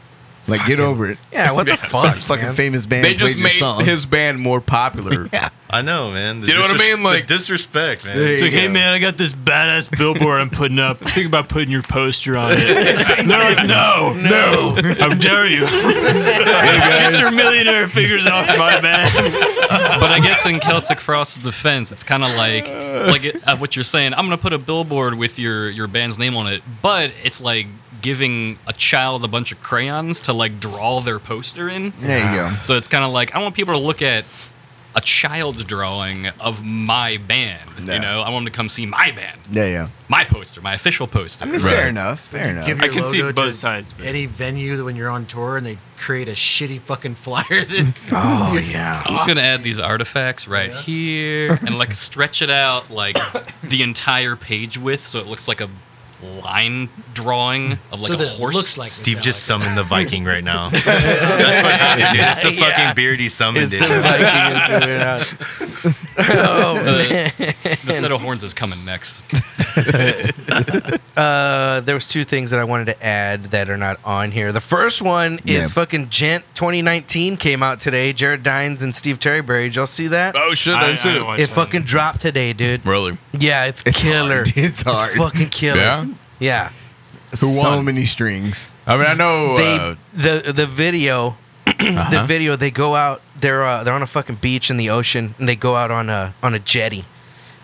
Speaker 2: Like, get over it.
Speaker 3: [LAUGHS] yeah, what the fuck,
Speaker 2: Some fucking
Speaker 3: man?
Speaker 2: famous band
Speaker 4: They just
Speaker 2: played your song.
Speaker 4: made his band more
Speaker 3: [LAUGHS]
Speaker 4: popular.
Speaker 7: I know, man. The
Speaker 4: You know what I mean?
Speaker 7: the
Speaker 4: Like-
Speaker 7: disrespect, man.
Speaker 4: There
Speaker 5: It's
Speaker 4: you
Speaker 5: like, hey
Speaker 4: go.
Speaker 5: man, I got this badass billboard I'm putting up. Think about putting your poster on it. [LAUGHS] And They're like, no, no, how dare you? Get your millionaire figures off my man.
Speaker 8: But I guess in Celtic Frost's defense, it's kind of like like it, uh, what you're saying. I'm gonna put a billboard with your your band's name on it, but it's like giving a child a bunch of crayons to like draw their poster in.
Speaker 2: There you go.
Speaker 8: So it's kind of like I want people to look at a child's drawing of my band.
Speaker 2: Yeah.
Speaker 8: You know, I want them to come see my band,
Speaker 2: Yeah, yeah.
Speaker 8: my poster, my official poster.
Speaker 2: I mean, fair enough. Fair enough.
Speaker 6: Give
Speaker 5: I
Speaker 6: your
Speaker 5: can see
Speaker 6: logo
Speaker 5: both
Speaker 6: to
Speaker 5: sides, but-
Speaker 6: Any venue that when you're on tour and they create a shitty fucking flyer.
Speaker 2: [LAUGHS]
Speaker 6: that- [LAUGHS]
Speaker 3: Oh yeah.
Speaker 6: Ah.
Speaker 8: I'm just gonna add these artifacts right here and
Speaker 6: [LAUGHS]
Speaker 8: like stretch it out like the entire page width, so it looks like a line drawing of like
Speaker 6: So
Speaker 8: a
Speaker 6: that it
Speaker 8: horse.
Speaker 6: looks like
Speaker 7: Steve
Speaker 6: Metallica.
Speaker 7: just summoned the Viking right now. [LAUGHS] That's what happened, dude. It's the fucking beard he summoned.
Speaker 3: It's the
Speaker 7: It.
Speaker 3: Viking is doing us.
Speaker 8: the, the set of horns is
Speaker 3: [LAUGHS]
Speaker 8: coming next.
Speaker 3: [LAUGHS] Uh, there was two things that I wanted to add that are not on here. The first one is
Speaker 2: Yeah.
Speaker 3: fucking Gent 2019 came out today. Jared Dines and Steve Terryberry. Did y'all see that?
Speaker 4: oh shit!
Speaker 5: I- I
Speaker 4: That's it.
Speaker 5: don't watch
Speaker 3: it
Speaker 5: that.
Speaker 3: fucking dropped today, dude.
Speaker 4: Really?
Speaker 3: Yeah, it's, killer.
Speaker 2: hard. [LAUGHS] It's hard.
Speaker 3: It's fucking killer.
Speaker 4: Yeah?
Speaker 3: Yeah.
Speaker 2: so
Speaker 4: won?
Speaker 2: many strings.
Speaker 4: I mean, I know.
Speaker 3: they
Speaker 4: uh,
Speaker 3: the the video [CLEARS THROAT]
Speaker 2: Uh-huh.
Speaker 3: the video they go out they're uh, they're on a fucking beach in the ocean and they go out on a on a jetty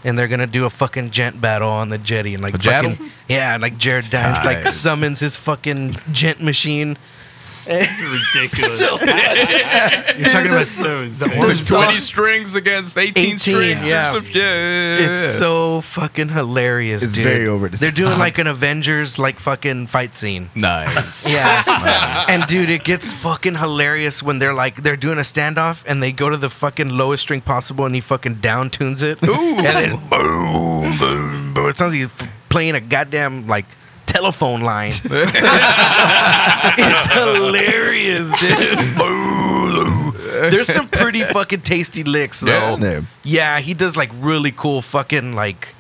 Speaker 3: and they're gonna do a fucking gent battle on the jetty and like
Speaker 4: A jaddle?
Speaker 3: fucking yeah and, like Jared Dines like summons his fucking gent machine
Speaker 5: ridiculous.
Speaker 3: you're talking about
Speaker 5: so insane.
Speaker 4: it's like 20 strings against 18,
Speaker 3: 18,
Speaker 4: strings
Speaker 3: yeah.
Speaker 4: or some shit. Yeah, yeah,
Speaker 3: it's
Speaker 4: yeah.
Speaker 3: so fucking hilarious
Speaker 2: It's
Speaker 3: dude.
Speaker 2: very over the
Speaker 3: they're doing
Speaker 2: top.
Speaker 3: like an Avengers like fucking fight scene
Speaker 4: [LAUGHS] nice.
Speaker 3: Yeah. and dude, it gets fucking hilarious when they're like they're doing a standoff and they go to the fucking lowest string possible and he fucking down tunes it. Ooh. And then boom, boom, boom. It sounds like he's f- playing a goddamn like telephone
Speaker 4: [LAUGHS]
Speaker 3: line. it's hilarious, dude. There's some pretty fucking tasty licks though.
Speaker 4: Yeah.
Speaker 2: Yeah.
Speaker 3: Yeah, he does like really cool fucking like.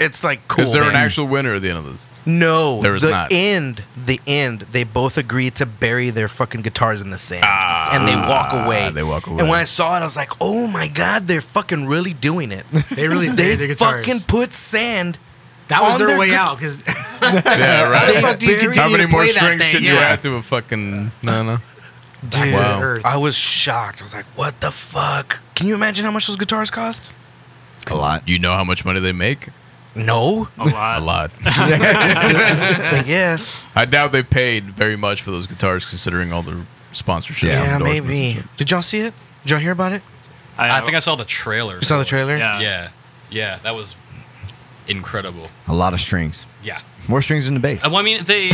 Speaker 3: It's like cool.
Speaker 4: Is there an
Speaker 3: man.
Speaker 4: actual winner at the end of
Speaker 3: [LAUGHS]
Speaker 4: this?
Speaker 3: No,
Speaker 4: There is
Speaker 3: the
Speaker 4: not.
Speaker 3: end. The end. They both agree to bury their fucking guitars in the sand, and they walk away.
Speaker 4: Ah, they walk away.
Speaker 3: And when I saw it, I was like, "Oh my god, they're fucking really doing it.
Speaker 6: [LAUGHS] They really
Speaker 3: they
Speaker 6: buried their guitars.
Speaker 3: fucking put sand.
Speaker 6: that was
Speaker 3: on
Speaker 6: their,
Speaker 3: their
Speaker 6: way
Speaker 3: gu-
Speaker 6: out [LAUGHS] because
Speaker 4: Yeah,
Speaker 6: They
Speaker 4: right.
Speaker 6: fuck do you
Speaker 4: How
Speaker 6: continue
Speaker 4: many
Speaker 6: to
Speaker 4: more
Speaker 6: play that
Speaker 4: strings
Speaker 6: thing?
Speaker 4: can you
Speaker 6: Yeah.
Speaker 4: add to a fucking? No, no.
Speaker 3: Dude,
Speaker 4: Wow.
Speaker 6: earth.
Speaker 3: I was shocked. I was like, "What the fuck? Can you imagine how much those guitars cost?
Speaker 4: A lot. You know how much money they make?
Speaker 3: No,
Speaker 5: A lot.
Speaker 6: [LAUGHS]
Speaker 4: A lot.
Speaker 3: Like, yes,
Speaker 4: I doubt they paid very much for those guitars, considering all the sponsorship.
Speaker 3: yeah,
Speaker 4: and endorsements and
Speaker 3: maybe.
Speaker 4: shit.
Speaker 3: Did y'all see it? Did y'all hear about it?
Speaker 8: I think I saw the trailer.
Speaker 3: You saw the trailer?
Speaker 5: Yeah.
Speaker 8: Yeah, yeah, that was incredible.
Speaker 2: A lot of strings.
Speaker 8: Yeah.
Speaker 2: More strings than the bass.
Speaker 8: Uh, Well, I mean,
Speaker 2: [LAUGHS]
Speaker 8: they.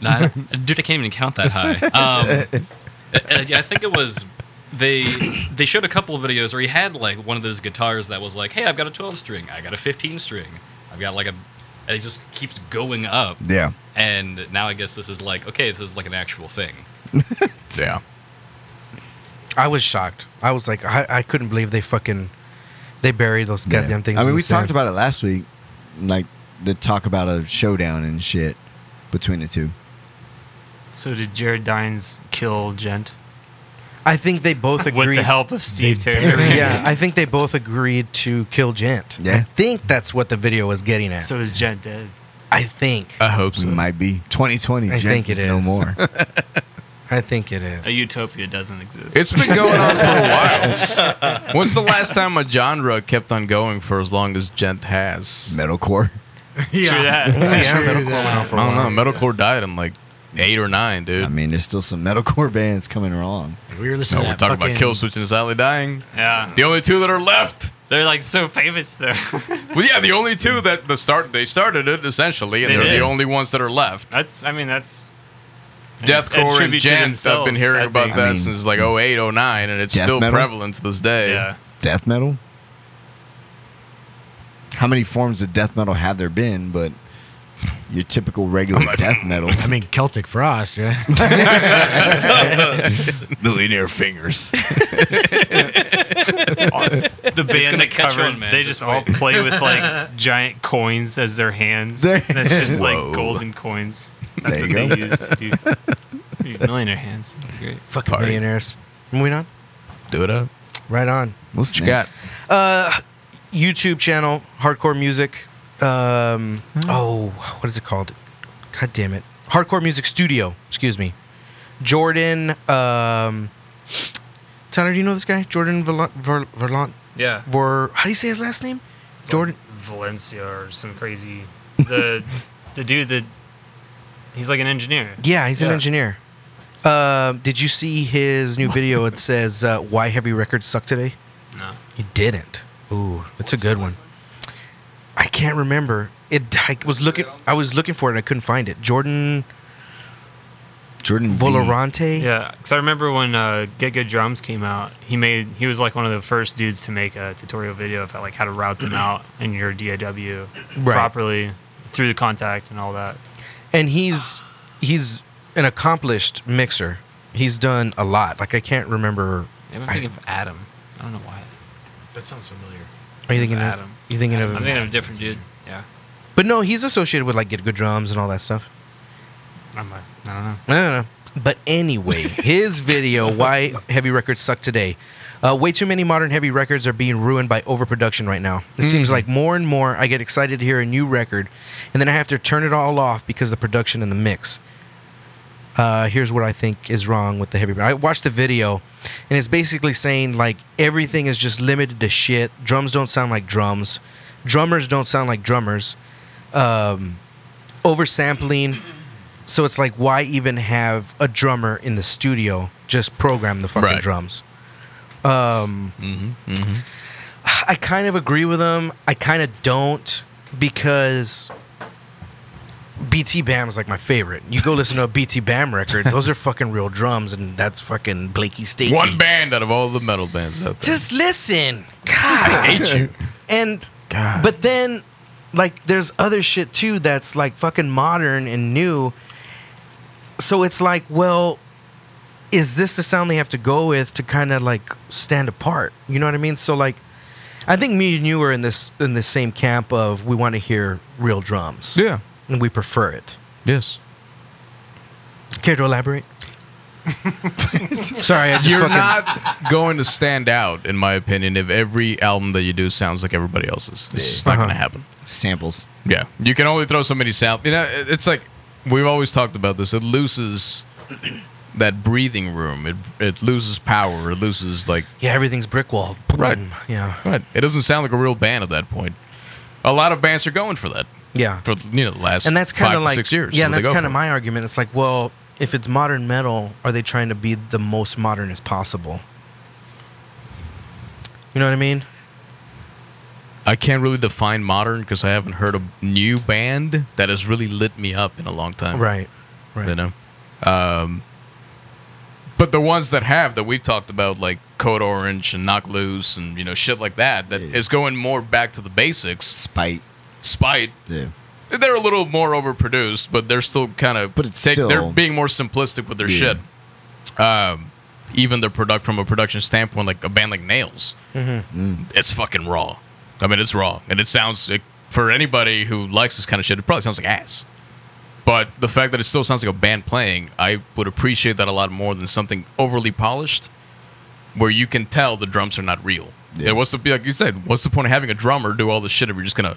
Speaker 8: nah, dude, I can't even count that high. Um, uh, uh, yeah, I think it was they. They showed a couple of videos where he had like one of those guitars that was like, "Hey, I've got a 12 string. I got a 15 string. I've got like a." And it just keeps going up.
Speaker 2: Yeah.
Speaker 8: And now I guess this is like, okay, this is like an actual thing.
Speaker 4: Yeah.
Speaker 3: I was shocked. I was like, I, I couldn't believe they fucking they buried those
Speaker 2: Yeah.
Speaker 3: goddamn things.
Speaker 2: I
Speaker 3: in
Speaker 2: mean,
Speaker 3: the
Speaker 2: we
Speaker 3: sand.
Speaker 2: talked about it last week, like the talk about a showdown and shit between the two.
Speaker 5: So did Jared Dines kill Gent
Speaker 3: I think they both agreed.
Speaker 5: with the help of Steve Terry?
Speaker 3: [LAUGHS] Yeah, I think they both agreed to kill Gent.
Speaker 2: Yeah.
Speaker 3: I think that's what the video was getting
Speaker 5: [LAUGHS]
Speaker 3: at.
Speaker 5: So is Gent dead?
Speaker 3: I think.
Speaker 4: I hope
Speaker 2: We
Speaker 4: so.
Speaker 2: might be 2020.
Speaker 3: I
Speaker 2: Jack
Speaker 3: think it
Speaker 2: is no
Speaker 3: is.
Speaker 2: more.
Speaker 3: [LAUGHS] I think it
Speaker 5: A
Speaker 3: is.
Speaker 5: utopia doesn't exist.
Speaker 4: It's been going on for a [LAUGHS] while. When's the last time a genre kept on going for as long as Gent has?
Speaker 2: Metalcore.
Speaker 6: yeah,
Speaker 5: True that.
Speaker 6: True
Speaker 3: Yeah, metalcore
Speaker 6: that.
Speaker 3: went on for
Speaker 4: I
Speaker 3: a while.
Speaker 4: don't know. Metalcore died in like eight or nine, dude.
Speaker 2: I mean, there's still some metalcore bands coming along.
Speaker 6: We were listening.
Speaker 4: no,
Speaker 6: to
Speaker 4: we're
Speaker 6: that
Speaker 4: talking
Speaker 6: fucking,
Speaker 4: about Killswitch and Slightly Dying.
Speaker 5: [LAUGHS] yeah.
Speaker 4: The only two that are left.
Speaker 5: They're like so famous though.
Speaker 4: Well, yeah, the only two that the start they started it essentially, and
Speaker 5: They
Speaker 4: they are
Speaker 5: did.
Speaker 4: the only ones that are left.
Speaker 5: that's I mean that's
Speaker 4: Deathcore and
Speaker 5: attribute to
Speaker 4: Gent. I've been
Speaker 5: themselves,
Speaker 4: hearing
Speaker 5: I
Speaker 4: about
Speaker 5: think.
Speaker 4: that
Speaker 2: I mean-
Speaker 4: since like 08, 09, and it's
Speaker 2: Death
Speaker 4: still
Speaker 2: metal?
Speaker 4: prevalent to this day.
Speaker 5: yeah.
Speaker 2: Death metal. How many forms of death metal have there been? But your typical regular death metal.
Speaker 6: I mean, Celtic Frost, yeah.
Speaker 4: Millionaire fingers.
Speaker 5: the band
Speaker 8: gonna
Speaker 5: that
Speaker 8: catch
Speaker 5: covered,
Speaker 8: on, man.
Speaker 5: they just all play with like giant coins as their hands. That's just
Speaker 4: Whoa.
Speaker 5: like golden coins. That's what
Speaker 2: There you
Speaker 5: they used to do. Dude, Millionaire hands. That's Great.
Speaker 3: Fucking
Speaker 4: Party.
Speaker 3: millionaires. Moving on.
Speaker 4: Do it up.
Speaker 3: Right on.
Speaker 2: What's
Speaker 4: What you got?
Speaker 3: Uh, YouTube channel, hardcore music. Um, oh, what is it called? God damn it! Hardcore Music Studio. Excuse me. Jordan. Um, Tyler, do you know this guy? Jordan Verlant. Ver, Verlant
Speaker 9: Yeah.
Speaker 3: Ver, how do you say his last name? Jordan.
Speaker 9: Valencia or some crazy the the dude that he's like an engineer.
Speaker 3: Yeah, he's an
Speaker 9: Yeah.
Speaker 3: engineer. Um, did you see his new video? It says, uh, "Why heavy records suck today."
Speaker 9: No.
Speaker 3: You didn't. Ooh, that's a good one. I can't remember. It. I was looking. I was looking for it. I couldn't find it. Jordan
Speaker 2: Jordan V.
Speaker 3: Volarante.
Speaker 9: Yeah, because I remember when uh, Get Good Drums came out, he made he was like one of the first dudes to make a tutorial video about like how to route them out in your DAW
Speaker 3: Right.
Speaker 9: properly through the contact and all that.
Speaker 3: And he's he's an accomplished mixer. He's done a lot. Like I can't remember.
Speaker 8: I'm thinking of Adam. I don't know why.
Speaker 6: That sounds familiar.
Speaker 3: Are you thinking
Speaker 8: Adam.
Speaker 3: of? You thinking
Speaker 8: I'm
Speaker 3: of?
Speaker 8: thinking of a different dude. Yeah.
Speaker 3: But no, he's associated with like Get Good Drums and all that stuff.
Speaker 9: I'm like, I don't know.
Speaker 3: I don't know. But anyway, his video, Why Heavy Records Suck Today. Uh, way too many modern heavy records are being ruined by overproduction right now. It seems like more and more I get excited to hear a new record, and then I have to turn it all off because of the production and the mix. Uh, here's what I think is wrong with the heavy. I watched the video, and it's basically saying like everything is just limited to shit. Drums don't sound like drums. Drummers don't sound like drummers. Um, oversampling. So it's like, why even have a drummer in the studio? Just program the fucking
Speaker 4: Right.
Speaker 3: drums. Um, I kind of agree with them. I kind of don't because BT Bam is like my favorite. You go listen to a BT Bam record; those are fucking real drums, and that's fucking Blakey State.
Speaker 4: One band out of all the metal bands out there.
Speaker 3: Just listen, God, I hate you. And but then, like, there's other shit too that's like fucking modern and new. So it's like, well, is this the sound they have to go with to kind of like stand apart? You know what I mean? So like, I think me and you are in this in the same camp of we want to hear real drums
Speaker 4: Yeah.
Speaker 3: and we prefer it.
Speaker 4: Yes.
Speaker 3: Care to elaborate? Sorry, I just
Speaker 4: You're
Speaker 3: fucking.
Speaker 4: not [LAUGHS] going to stand out, in my opinion, if every album that you do sounds like everybody else's. It's just not
Speaker 3: Uh-huh.
Speaker 4: going to happen.
Speaker 2: samples.
Speaker 4: Yeah, you can only throw so many sound. You know, it- it's like we've always talked about this. It loses [CLEARS THROAT] that breathing room. It it loses power. It loses like
Speaker 3: yeah, everything's brick walled.
Speaker 4: Right.
Speaker 3: Yeah.
Speaker 4: what? It doesn't sound like a real band at that point. A lot of bands are going for that
Speaker 3: Yeah.
Speaker 4: for you know the last
Speaker 3: And that's
Speaker 4: five
Speaker 3: kind
Speaker 4: to
Speaker 3: of like
Speaker 4: six years.
Speaker 3: Yeah,
Speaker 4: what
Speaker 3: and
Speaker 4: they
Speaker 3: that's
Speaker 4: go
Speaker 3: kind of
Speaker 4: for.
Speaker 3: my argument. It's like, well, if it's modern metal, are they trying to be the most modern as possible? You know what I mean?
Speaker 4: I can't really define modern because I haven't heard a new band that has really lit me up in a long time.
Speaker 3: Right. Right.
Speaker 4: you
Speaker 6: uh,
Speaker 4: know. Um, but the ones that have that we've talked about, like Code Orange and Knock Loose, and you know shit like that, that is
Speaker 2: Yeah.
Speaker 4: going more back to the basics.
Speaker 2: Spite.
Speaker 4: Spite,
Speaker 2: Yeah.
Speaker 4: they're a little more overproduced, but they're still kind of.
Speaker 2: But it's
Speaker 4: they're
Speaker 2: still-
Speaker 4: being more simplistic with their
Speaker 2: Yeah.
Speaker 4: shit. Um, even their product from a production standpoint, like a band like Nails,
Speaker 2: Mm-hmm.
Speaker 4: it's fucking raw. I mean, it's raw, and it sounds it, for anybody who likes this kind of shit, it probably sounds like ass. But the fact that it still sounds like a band playing, I would appreciate that a lot more than something overly polished, where you can tell the drums are not real.
Speaker 2: Yeah.
Speaker 4: And what's the like you said? What's the point of having a drummer do all this shit if you're just gonna,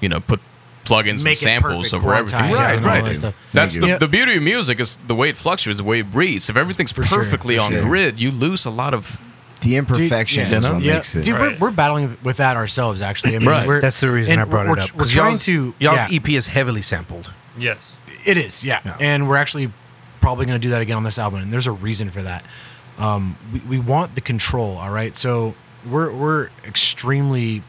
Speaker 4: you know, put plugins and
Speaker 6: Make it
Speaker 4: samples
Speaker 6: perfect,
Speaker 4: over everything?
Speaker 6: quantized and all that stuff.
Speaker 4: That's the,
Speaker 2: Yeah.
Speaker 4: the beauty of music is the way it fluctuates, the way it breathes. If everything's perfectly on
Speaker 2: sure.
Speaker 4: grid, you lose a lot of
Speaker 2: The imperfection
Speaker 6: Dude,
Speaker 2: is what
Speaker 6: yeah.
Speaker 2: makes it.
Speaker 6: Dude,
Speaker 9: Right.
Speaker 6: we're, we're battling with that ourselves, actually. I mean,
Speaker 4: Right.
Speaker 6: we're-
Speaker 3: That's the reason
Speaker 6: and
Speaker 3: I brought
Speaker 6: we're,
Speaker 3: it up.
Speaker 6: We're
Speaker 3: 'Cause
Speaker 6: trying
Speaker 3: y'all's-
Speaker 6: to.
Speaker 3: y'all's
Speaker 6: yeah,
Speaker 3: EP is heavily sampled.
Speaker 9: Yes.
Speaker 6: it is, yeah. And we're actually probably going to do that again on this album. And there's a reason for that. Um, we, we want the control, all right? So we're, we're extremely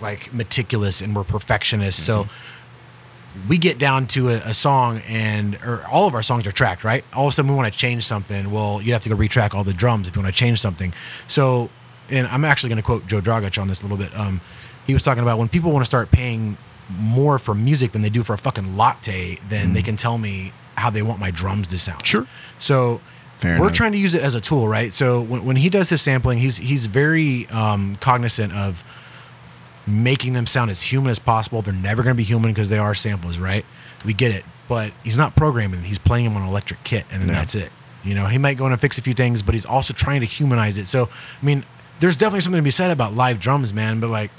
Speaker 6: like meticulous and we're perfectionists. So
Speaker 2: Mm-hmm.
Speaker 6: we get down to a, a song and or all of our songs are tracked, right? All of a sudden we want to change something. Well, you'd have to go retrack all the drums if you want to change something. So, and I'm actually going to quote Joe Dragic on this a little bit. Um, he was talking about when people want to start paying more for music than they do for a fucking latte, then
Speaker 2: Mm-hmm.
Speaker 6: they can tell me how they want my drums to sound.
Speaker 4: Sure.
Speaker 6: So
Speaker 2: Fair
Speaker 6: we're
Speaker 2: enough.
Speaker 6: trying to use it as a tool, right? So when, when he does his sampling, he's he's very um, cognizant of making them sound as human as possible. They're never going to be human because they are samples, right? We get it. But he's not programming. them. He's playing them on an electric kit, and then that's it. You know, he might go in and fix a few things, but he's also trying to humanize it. So, I mean, there's definitely something to be said about live drums, man. But like,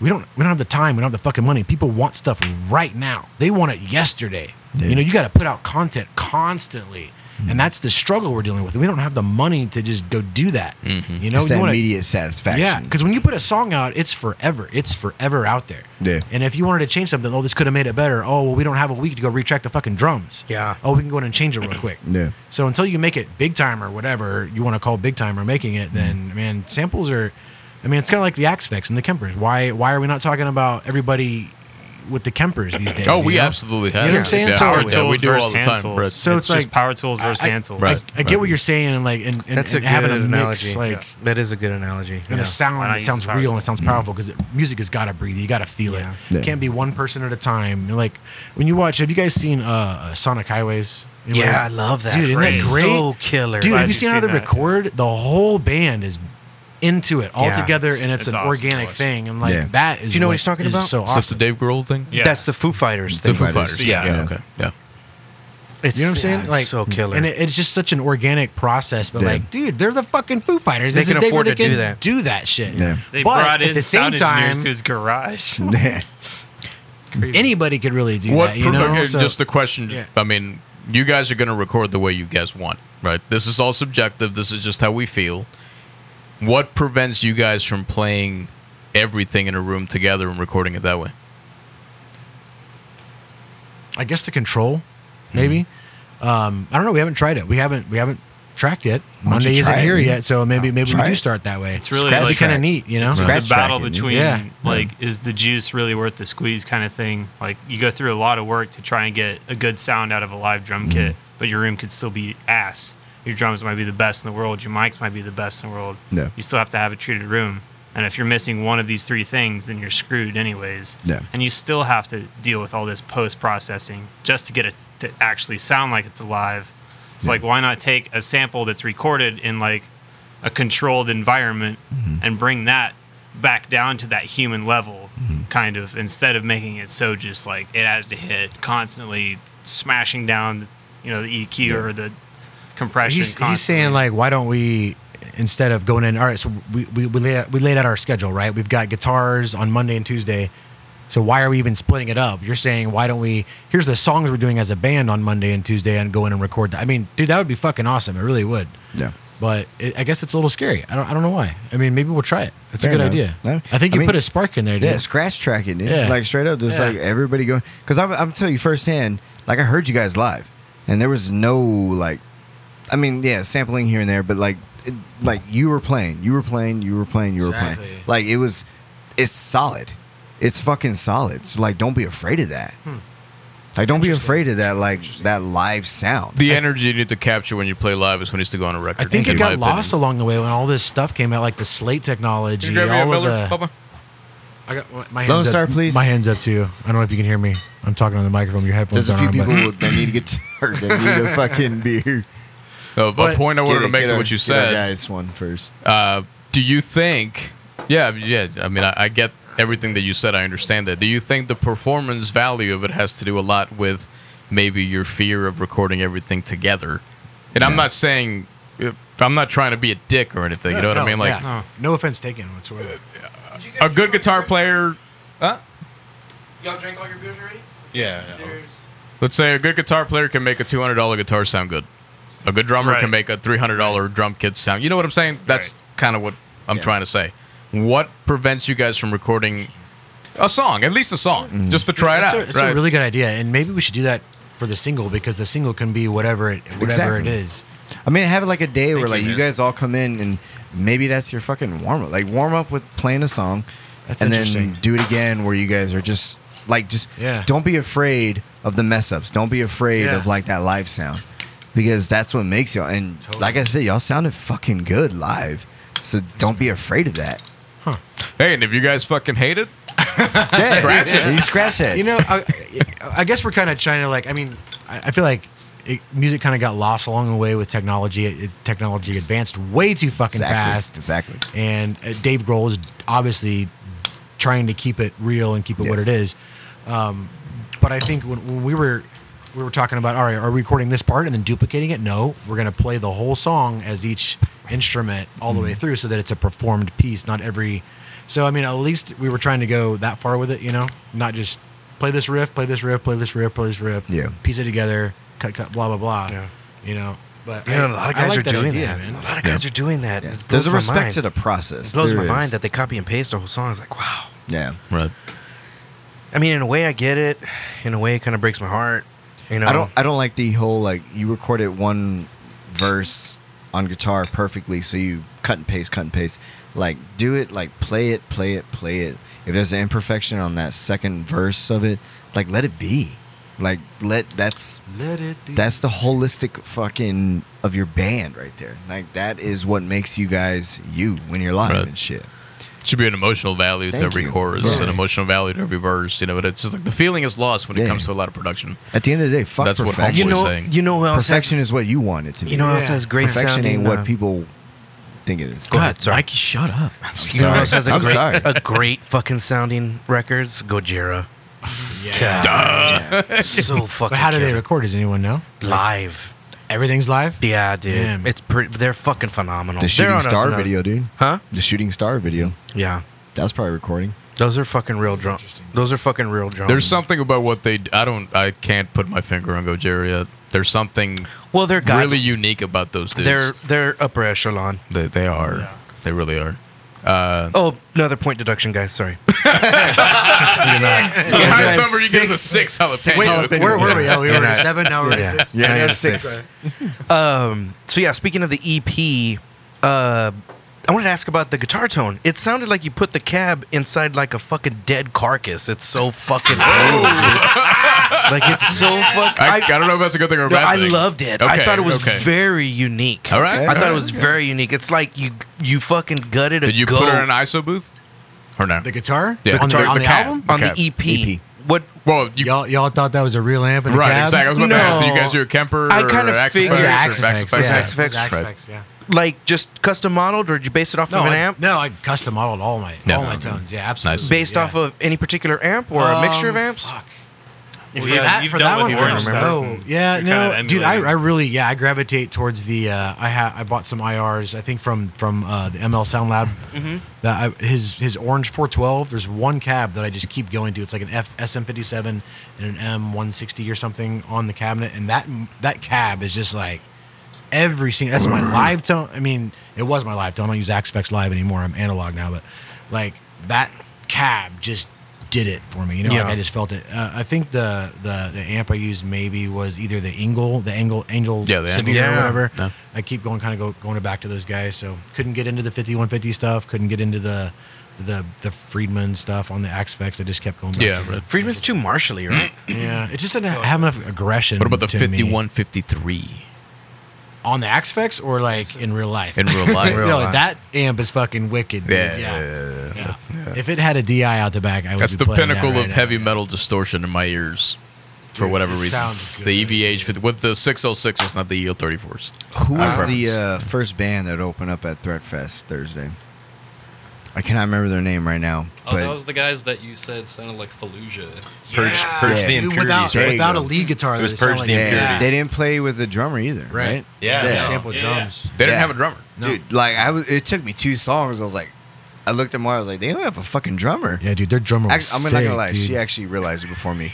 Speaker 6: we don't we don't have the time. We don't have the fucking money. People want stuff right now. They want it yesterday. You know, you got to put out content constantly.
Speaker 2: Mm-hmm.
Speaker 6: And that's the struggle we're dealing with. We don't have the money to just go do that. You know,
Speaker 2: Mm-hmm. It's
Speaker 6: you
Speaker 2: that
Speaker 6: wanna-
Speaker 2: immediate satisfaction.
Speaker 6: yeah, because when you put a song out, it's forever. It's forever out there.
Speaker 2: Yeah.
Speaker 6: And if you wanted to change something, oh, this could have made it better. Oh, well, we don't have a week to go retrack the fucking drums.
Speaker 3: Yeah.
Speaker 6: Oh, we can go in and change it real quick.
Speaker 2: Yeah.
Speaker 6: So until you make it big time or whatever you want to call big time or making it, then man, samples are. I mean, it's kind of like the Axe Vex and the Kempers. Why? Why are we not talking about everybody with the Kempers these days?
Speaker 4: Oh,
Speaker 6: you
Speaker 4: we
Speaker 6: know?
Speaker 4: absolutely have.
Speaker 6: You know what I'm
Speaker 4: it.
Speaker 6: saying?
Speaker 4: Yeah,
Speaker 6: So-
Speaker 4: our-
Speaker 6: Power
Speaker 4: yeah, we do all the time.
Speaker 9: Tools.
Speaker 6: So it's
Speaker 9: it's, just
Speaker 6: like-
Speaker 9: power tools versus
Speaker 6: I-
Speaker 9: hand tools.
Speaker 4: Right.
Speaker 6: I get what you're saying, and like, and, and,
Speaker 3: That's a
Speaker 6: and
Speaker 3: good
Speaker 6: having a
Speaker 3: analogy.
Speaker 6: mix, like.
Speaker 3: That is a good analogy.
Speaker 6: and
Speaker 3: yeah.
Speaker 6: a sound
Speaker 9: Why not
Speaker 6: that
Speaker 9: use
Speaker 6: sounds
Speaker 9: the power Mm-hmm.
Speaker 6: real
Speaker 9: system?
Speaker 6: and it sounds powerful because music has got to breathe. You got to feel
Speaker 3: Yeah.
Speaker 6: it.
Speaker 2: Yeah.
Speaker 6: It can't be one person at a time. And, Like when you watch, have you guys seen uh, uh, Sonic Highways? Anyway,
Speaker 3: Yeah, I love that.
Speaker 6: Dude, isn't that
Speaker 3: It's
Speaker 6: great?
Speaker 3: So killer.
Speaker 6: Dude,
Speaker 9: Glad
Speaker 6: have you
Speaker 9: you've
Speaker 6: seen how they
Speaker 9: seen that.
Speaker 6: record? The whole band is into it all
Speaker 3: Yeah,
Speaker 6: together,
Speaker 9: it's-
Speaker 6: and it's,
Speaker 9: it's
Speaker 6: an
Speaker 9: awesome to
Speaker 6: organic
Speaker 9: watch.
Speaker 6: thing. And like
Speaker 2: Yeah.
Speaker 6: that is
Speaker 3: Do you know what
Speaker 6: what
Speaker 3: he's talking
Speaker 6: is
Speaker 3: about?
Speaker 6: So
Speaker 4: Is this the
Speaker 6: awesome.
Speaker 4: Dave Grohl thing?
Speaker 9: Yeah.
Speaker 3: That's the Foo Fighters thing.
Speaker 4: The Foo
Speaker 2: Fighters.
Speaker 4: Fighters.
Speaker 3: Yeah.
Speaker 4: yeah. Okay. Yeah.
Speaker 3: It's,
Speaker 6: You know what I'm
Speaker 3: yeah,
Speaker 6: saying?
Speaker 3: it's
Speaker 6: like mm,
Speaker 3: so killer.
Speaker 6: and it, it's just such an organic process. But
Speaker 2: Yeah.
Speaker 6: like, dude, they're the fucking Foo Fighters.
Speaker 3: They
Speaker 6: This
Speaker 3: can
Speaker 6: is a day where
Speaker 3: afford
Speaker 6: they
Speaker 3: to do
Speaker 6: can
Speaker 3: that.
Speaker 6: Do that shit.
Speaker 2: Yeah.
Speaker 9: They
Speaker 6: But
Speaker 9: brought in
Speaker 6: at the same
Speaker 9: sound
Speaker 6: time,
Speaker 9: engineers to his garage.
Speaker 2: [LAUGHS]
Speaker 6: anybody could really do
Speaker 4: What?
Speaker 6: that. You
Speaker 4: pro-
Speaker 6: know,
Speaker 4: okay,
Speaker 6: So-
Speaker 4: just a question.
Speaker 6: Yeah.
Speaker 4: I mean, you guys are going to record the way you guys want, right? This is all subjective. This is just how we feel. What prevents you guys from playing everything in a room together and recording it that way?
Speaker 6: I guess the control, maybe. Um, I don't know. We haven't tried it. We haven't. We haven't tracked yet.
Speaker 2: Why don't you
Speaker 6: Monday isn't
Speaker 2: try it,
Speaker 6: here
Speaker 2: man?
Speaker 6: yet, so maybe maybe we
Speaker 2: Try
Speaker 6: do
Speaker 2: it.
Speaker 6: start that way.
Speaker 9: It's really
Speaker 6: That'd be
Speaker 9: like
Speaker 6: kind
Speaker 2: track.
Speaker 6: of neat, you know.
Speaker 2: Scratch
Speaker 9: it's a battle
Speaker 2: tracking,
Speaker 9: between
Speaker 6: yeah.
Speaker 9: like is the juice really worth the squeeze kind of thing like you go through a lot of work to try and get a good sound out of a live drum
Speaker 6: Mm-hmm.
Speaker 9: kit but your room could still be ass your drums might be the best in the world your mics might be the best in the world
Speaker 2: Yeah.
Speaker 9: you still have to have a treated room and if you're missing one of these three things then you're screwed anyways
Speaker 2: Yeah.
Speaker 9: and you still have to deal with all this post processing just to get it to actually sound like it's alive it's like why not take a sample that's recorded in like a controlled environment
Speaker 6: Mm-hmm.
Speaker 9: and bring that back down to that human level
Speaker 6: Mm-hmm.
Speaker 9: kind of instead of making it so just like it has to hit constantly smashing down you know the EQ or the compression
Speaker 6: He's, he's
Speaker 9: constantly.
Speaker 6: saying like, why don't we instead of going in? All right, so we we we laid, out, we laid out our schedule, right? We've got guitars on Monday and Tuesday. So why are we even splitting it up? You're saying why don't we? Here's the songs we're doing as a band on Monday and Tuesday, and go in and record. That. I mean, dude, that would be fucking awesome. It really would.
Speaker 2: Yeah.
Speaker 6: But it, I guess it's a little scary. I don't, I don't know why. I mean, maybe we'll try it. It's
Speaker 2: Fair
Speaker 6: a good
Speaker 2: enough.
Speaker 6: idea.
Speaker 2: No,
Speaker 6: I
Speaker 2: I
Speaker 6: think you
Speaker 2: mean-
Speaker 6: put a spark in there, dude.
Speaker 2: Yeah, scratch tracking, dude.
Speaker 6: Yeah.
Speaker 2: Like straight up, just
Speaker 6: Yeah.
Speaker 2: like everybody going. Because I'm, I'm telling you firsthand. Like I heard you guys live, and there was no like, I mean, yeah, sampling here and there, but like, it, like you were playing, you were playing, you were playing, you were
Speaker 6: Exactly.
Speaker 2: playing. Like it was, it's solid. It's fucking solid. So like, don't be afraid of that.
Speaker 6: Hmm.
Speaker 2: Like, don't be afraid of that. Like that live sound.
Speaker 4: The energy you need to capture when you play live is what needs to go on a
Speaker 6: I
Speaker 4: record.
Speaker 6: think
Speaker 4: in
Speaker 6: it
Speaker 4: my
Speaker 6: got
Speaker 4: opinion.
Speaker 6: lost along the way when all this stuff came out, like the slate technology, all of the. I got my hands
Speaker 2: Lone
Speaker 6: up,
Speaker 2: Star, please.
Speaker 6: My hands up to you. I don't know if you can hear me. I'm talking on the microphone. Your headphones
Speaker 2: There's a
Speaker 6: are
Speaker 2: few
Speaker 6: on.
Speaker 2: people
Speaker 6: But
Speaker 2: that need to get [LAUGHS] to or they need a fucking beer.
Speaker 4: Uh, a
Speaker 6: But-
Speaker 4: point I wanted
Speaker 2: Get
Speaker 4: to
Speaker 2: it,
Speaker 4: make
Speaker 2: get
Speaker 4: to
Speaker 2: our-
Speaker 4: what you
Speaker 2: get our
Speaker 4: said.
Speaker 2: guys, one first.
Speaker 4: Uh, do you think? Yeah, yeah. I mean, I, I get everything that you said. I understand that. Do you think the performance value of it has to do a lot with maybe your fear of recording everything together? And I'm not saying I'm not trying to be a dick or anything. You know what
Speaker 6: no,
Speaker 4: I mean? Like
Speaker 6: yeah. no offense taken whatsoever.
Speaker 4: a good guitar player.
Speaker 3: Y'all drank all your beers already?
Speaker 7: Yeah.
Speaker 4: Let's say a good guitar player can make a two hundred dollar guitar sound good. A good drummer
Speaker 9: Right.
Speaker 4: can make a three hundred dollar drum kit sound. You know what I'm saying? That's kind of what I'm trying to say. What prevents you guys from recording a song, at least a song, just to try
Speaker 6: That's
Speaker 4: it
Speaker 6: a,
Speaker 4: out?
Speaker 6: that's
Speaker 4: right?
Speaker 6: a really good idea, and maybe we should do that for the single because the single can be whatever it whatever
Speaker 2: Exactly.
Speaker 6: it is.
Speaker 2: I mean, have it like a day where
Speaker 7: Thank
Speaker 2: like
Speaker 7: you,
Speaker 2: you
Speaker 7: man.
Speaker 2: guys all come in and maybe that's your fucking warm up. Like warm up with playing a song,
Speaker 6: That's
Speaker 2: and
Speaker 6: interesting.
Speaker 2: then do it again where you guys are just like just
Speaker 6: Yeah.
Speaker 2: don't be afraid of the mess ups. Don't be afraid
Speaker 6: Yeah.
Speaker 2: of like that live sound because that's what makes y'all. And like I said, y'all sounded fucking good live, so don't be afraid of that.
Speaker 4: Hey, and if you guys fucking hate it,
Speaker 2: scratch it. You scratch it.
Speaker 6: You know, I, I guess we're kind of trying to like. I mean, I, I feel like it, music kind of got lost along the way with technology. It, it- technology advanced way too fucking
Speaker 2: exactly.
Speaker 6: fast,
Speaker 2: Exactly.
Speaker 6: and uh, Dave Grohl is obviously trying to keep it real and keep it what
Speaker 2: Yes.
Speaker 6: it is. Um, but I think when, when we were we were talking about all right, are we recording this part and then duplicating it? No, we're gonna play the whole song as each instrument all the way
Speaker 3: Mm-hmm.
Speaker 6: through, so that it's a performed piece, not every. So I mean, at least we were trying to go that far with it, you know, not just play this riff, play this riff, play this riff, play this riff,
Speaker 2: Yeah.
Speaker 6: piece it together, cut, cut, blah, blah, blah, you know. But
Speaker 3: You know, a lot of
Speaker 6: I
Speaker 3: guys
Speaker 6: like
Speaker 3: are doing
Speaker 6: idea,
Speaker 3: that.
Speaker 6: man.
Speaker 3: A lot of guys are doing that.
Speaker 2: Yeah.
Speaker 3: It
Speaker 2: There's a
Speaker 3: blows my
Speaker 2: respect
Speaker 3: mind.
Speaker 2: to the process.
Speaker 3: It blows
Speaker 2: There
Speaker 3: my
Speaker 2: is.
Speaker 3: mind that they copy and paste the whole song. It's like, wow.
Speaker 2: Yeah.
Speaker 4: right?
Speaker 3: I mean, in a way, I get it. In a way, it kind of breaks my heart. You know,
Speaker 2: I don't. I don't like the whole like you recorded one verse on guitar perfectly, so you cut and paste, cut and paste. Like do it, like play it, play it, play it. If there's an imperfection on that second verse of it, like let it be. Like let that's
Speaker 6: Let it be.
Speaker 2: that's the holistic fucking of your band right there. Like that is what makes you guys you when you're live
Speaker 4: Right.
Speaker 2: and shit.
Speaker 4: should be an emotional value
Speaker 2: Thank
Speaker 4: to every
Speaker 2: you.
Speaker 4: chorus,
Speaker 2: Yeah.
Speaker 4: an emotional value to every verse. You know, but it's just like the feeling is lost when it
Speaker 2: Yeah.
Speaker 4: comes to a lot of production.
Speaker 2: At the end of the day, fuck
Speaker 4: That's what
Speaker 2: perfection.
Speaker 3: You
Speaker 4: Homeboy's
Speaker 3: know,
Speaker 4: saying.
Speaker 3: you know who else?
Speaker 2: perfection
Speaker 3: Has,
Speaker 2: is what you want it to be.
Speaker 3: you know who else has great
Speaker 2: perfection
Speaker 3: sounding,
Speaker 2: ain't what
Speaker 3: uh,
Speaker 2: people think it is.
Speaker 3: God, sorry.
Speaker 6: Mikey, shut up.
Speaker 3: You know who else has a
Speaker 2: I'm
Speaker 3: great,
Speaker 2: sorry.
Speaker 3: a great fucking sounding records? Gojira.
Speaker 6: Yeah.
Speaker 3: God, so fucking.
Speaker 6: But how do they
Speaker 3: killer.
Speaker 6: record? Does anyone know?
Speaker 3: live?
Speaker 6: Everything's live.
Speaker 3: Yeah, dude.
Speaker 6: Damn.
Speaker 3: It's pretty. They're fucking phenomenal.
Speaker 2: The
Speaker 3: They're
Speaker 2: shooting
Speaker 3: on a-
Speaker 2: star
Speaker 3: on a-
Speaker 2: video, dude.
Speaker 3: huh?
Speaker 2: The shooting star video.
Speaker 3: Yeah,
Speaker 2: That was probably recording.
Speaker 3: those are fucking real drums. Those are fucking real drums.
Speaker 4: There's something about what they. I don't. I can't put my finger on Gojira. yet. There's something
Speaker 3: Well, they're God-
Speaker 4: really unique about those dudes.
Speaker 3: They're they're upper echelon.
Speaker 4: they, they are. They really are. Um,
Speaker 3: Oh, another point deduction, guys.
Speaker 4: [LAUGHS]
Speaker 3: Sorry.
Speaker 4: So the
Speaker 2: guys
Speaker 4: highest
Speaker 2: have
Speaker 4: number you get is a six jalapeno.
Speaker 2: jalapeno.
Speaker 6: Where were we? Oh, we were
Speaker 3: Yeah.
Speaker 6: at seven. Now we're at six.
Speaker 2: Yeah, yeah,
Speaker 3: [LAUGHS] Um, so yeah, speaking of the EP, uh, I wanted to ask about the guitar tone. It sounded like you put the cab inside like a fucking dead carcass. It's so fucking old. dude. like it's so fucking.
Speaker 4: [LAUGHS] I, I don't know if that's a good thing or a
Speaker 3: No,
Speaker 4: bad
Speaker 3: I
Speaker 4: thing.
Speaker 3: loved it. I
Speaker 4: Okay,
Speaker 3: thought it was
Speaker 4: okay.
Speaker 3: very unique.
Speaker 4: All right,
Speaker 3: I
Speaker 4: all
Speaker 3: thought
Speaker 4: right,
Speaker 3: it was very unique. It's like you you fucking gutted a
Speaker 4: Did you
Speaker 3: goat
Speaker 4: put her in an ISO booth? Or no?
Speaker 6: The guitar?
Speaker 4: Yeah.
Speaker 6: On the,
Speaker 4: Guitar-
Speaker 6: on
Speaker 4: the
Speaker 6: the
Speaker 4: cab.
Speaker 6: album?
Speaker 3: on
Speaker 4: Okay.
Speaker 3: the EP.
Speaker 2: EP.
Speaker 3: What
Speaker 4: well, you,
Speaker 6: Y'all, y'all thought that was a real amp and a
Speaker 4: right,
Speaker 6: cab?
Speaker 4: exactly. I was about to ask, do you guys do a Kemper
Speaker 3: I
Speaker 4: or
Speaker 3: kinda
Speaker 4: Axe
Speaker 3: figured-
Speaker 6: It was
Speaker 4: Spice
Speaker 6: Axe
Speaker 4: or Axe
Speaker 6: Effects,
Speaker 4: Spice?
Speaker 6: yeah.
Speaker 3: Axe Effects.
Speaker 6: It was Axe
Speaker 4: Right.
Speaker 6: Effects, yeah.
Speaker 3: like just custom modeled or did you base it off
Speaker 6: No,
Speaker 3: of an
Speaker 6: I,
Speaker 3: amp?
Speaker 6: no, I custom modeled all my
Speaker 4: Yeah.
Speaker 6: all my tones. Yeah, absolutely.
Speaker 3: Based
Speaker 6: yeah.
Speaker 3: off of any particular amp or a mixture of
Speaker 6: Um,
Speaker 3: amps?
Speaker 6: Fuck.
Speaker 9: If
Speaker 6: For
Speaker 9: you-
Speaker 6: that,
Speaker 9: you've
Speaker 6: for
Speaker 9: dealt
Speaker 6: that one,
Speaker 9: with
Speaker 3: orange
Speaker 6: orange
Speaker 3: stuff
Speaker 6: no.
Speaker 9: and
Speaker 6: Oh, Yeah,
Speaker 9: you're
Speaker 6: no,
Speaker 9: kinda
Speaker 6: dude, I, I
Speaker 9: emulating.
Speaker 6: really, yeah, I gravitate towards the. Uh, I ha- I bought some IRs. I think from from uh, the ML Sound Lab. That I, his his orange 412. There's one cab that I just keep going to. It's like an F SM57 and an M160 or something on the cabinet, and that that cab is just like every single. That's
Speaker 4: Mm-hmm.
Speaker 6: my live tone. I mean, it was my live tone. I don't use Axfex live anymore. I'm analog now, but like that cab just did it for me. You know,
Speaker 3: Yeah.
Speaker 6: like I just felt it. Uh, I think the, the the amp I used maybe was either the Engel, the Engel Angel,
Speaker 4: Yeah, the
Speaker 3: Engel.
Speaker 6: Severe
Speaker 3: Yeah.
Speaker 6: or whatever. I keep going, kind of go, going back to those guys. So couldn't get into the 5150 stuff. Couldn't get into the the the Friedman stuff on the Axfex. I just kept going. Back
Speaker 4: Yeah,
Speaker 6: to
Speaker 4: right.
Speaker 3: Friedman's too martially, right?
Speaker 6: yeah. It just didn't have enough aggression.
Speaker 4: What about the
Speaker 6: to me.
Speaker 4: 5153
Speaker 6: on the Axfex or like in real life?
Speaker 4: in real life?
Speaker 6: Yo, that amp is fucking wicked. Dude.
Speaker 4: Yeah,
Speaker 6: Yeah, yeah. If it had a DI out the back, I would.
Speaker 4: That's
Speaker 6: be
Speaker 4: the
Speaker 6: playing that
Speaker 4: pinnacle
Speaker 6: right
Speaker 4: of
Speaker 6: now.
Speaker 4: heavy metal distortion in my ears. For whatever reason,
Speaker 6: sounds good.
Speaker 4: the EVH 50 with the 606 is not the E EL 34s.
Speaker 2: Who was the uh, first band that opened up at Threatfest Thursday? I cannot remember their name right now,
Speaker 8: Oh,
Speaker 2: but
Speaker 8: that was the guys that you said sounded like Fallujah.
Speaker 7: Purge, purge
Speaker 2: Yeah.
Speaker 7: the
Speaker 6: Dude,
Speaker 7: impurities.
Speaker 6: without,
Speaker 2: There you
Speaker 7: right?
Speaker 6: without a
Speaker 2: go.
Speaker 6: lead guitar,
Speaker 7: It was
Speaker 6: they sound
Speaker 7: purge
Speaker 6: like
Speaker 7: the
Speaker 6: that.
Speaker 2: yeah,
Speaker 7: impurities.
Speaker 2: they didn't play with the drummer either, right?
Speaker 6: Right.
Speaker 7: Yeah.
Speaker 6: They
Speaker 7: Yeah.
Speaker 6: sample drums.
Speaker 4: They didn't
Speaker 2: Yeah.
Speaker 4: have a drummer.
Speaker 2: Dude, like I was, it took me two songs. I was like, I looked at Mara. I was like, they don't have a fucking drummer.
Speaker 6: Yeah, dude, their drummer. Was
Speaker 2: Actually, I'm not gonna
Speaker 6: sick,
Speaker 2: lie.
Speaker 6: dude.
Speaker 2: She actually realized it before me.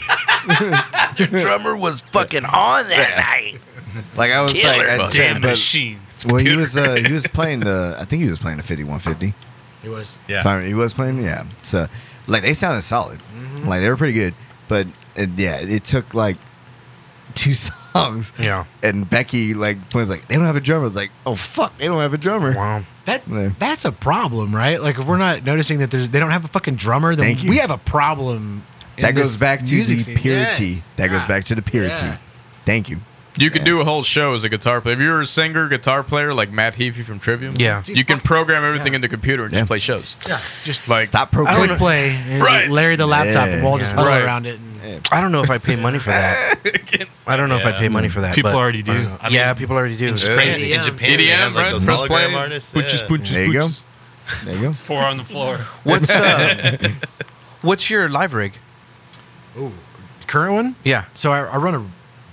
Speaker 3: drummer was fucking on that night.
Speaker 2: Like I was
Speaker 3: Killer.
Speaker 2: like, I-
Speaker 9: Damn
Speaker 2: but-
Speaker 9: machine.
Speaker 2: Well, he was uh,
Speaker 3: [LAUGHS]
Speaker 2: he was playing the. I think he was playing the 5150.
Speaker 6: It was.
Speaker 7: Yeah.
Speaker 2: If I- he was playing. Yeah. So, like, they sounded solid.
Speaker 3: Mm-hmm.
Speaker 2: Like, they were pretty good. But, it, yeah, it took, like, two [LAUGHS] songs.
Speaker 3: Yeah.
Speaker 2: And Becky, like, was like, they don't have a drummer. I was like, oh, fuck, they don't have a drummer.
Speaker 3: Wow.
Speaker 6: That
Speaker 2: Yeah.
Speaker 6: that's a problem, right? Like if we're not noticing that there's they don't have a fucking drummer, then
Speaker 2: Thank you.
Speaker 6: we have a problem. in
Speaker 2: That
Speaker 6: this
Speaker 2: goes back to
Speaker 6: music
Speaker 2: the
Speaker 6: scene.
Speaker 2: purity.
Speaker 6: Yes.
Speaker 2: That goes
Speaker 6: Yeah.
Speaker 2: back to the purity.
Speaker 6: Yeah.
Speaker 2: Thank you.
Speaker 4: You could do a whole show as a guitar player. If you're a singer, guitar player like Matt Heafy from Trivium,
Speaker 3: Yeah.
Speaker 4: you can program everything in the computer and
Speaker 2: Yeah.
Speaker 4: just play shows.
Speaker 6: Yeah, just
Speaker 4: Like-
Speaker 2: Stop pro
Speaker 6: click
Speaker 2: click.
Speaker 6: play, and
Speaker 4: Right.
Speaker 6: Larry the laptop, and wall just
Speaker 3: Yeah.
Speaker 6: huddle
Speaker 4: Right.
Speaker 6: around it. And,
Speaker 3: I don't know if I pay money for [LAUGHS] that. I don't know if I pay money for that.
Speaker 5: People
Speaker 3: but-
Speaker 5: already do.
Speaker 3: I don't know. yeah, people already do.
Speaker 7: It's crazy. In
Speaker 6: EDM.
Speaker 7: Japan, they
Speaker 4: EDM,
Speaker 7: have, like,
Speaker 4: right?
Speaker 7: those
Speaker 4: Press play.
Speaker 7: hologram artists.
Speaker 4: Punches,
Speaker 7: yeah.
Speaker 4: punches,
Speaker 2: There you go.
Speaker 4: punches.
Speaker 2: There you go.
Speaker 5: Four
Speaker 7: [LAUGHS]
Speaker 5: on the floor.
Speaker 3: What's uh, what's your live rig?
Speaker 6: ooh, current one.
Speaker 3: Yeah.
Speaker 6: So I, I run a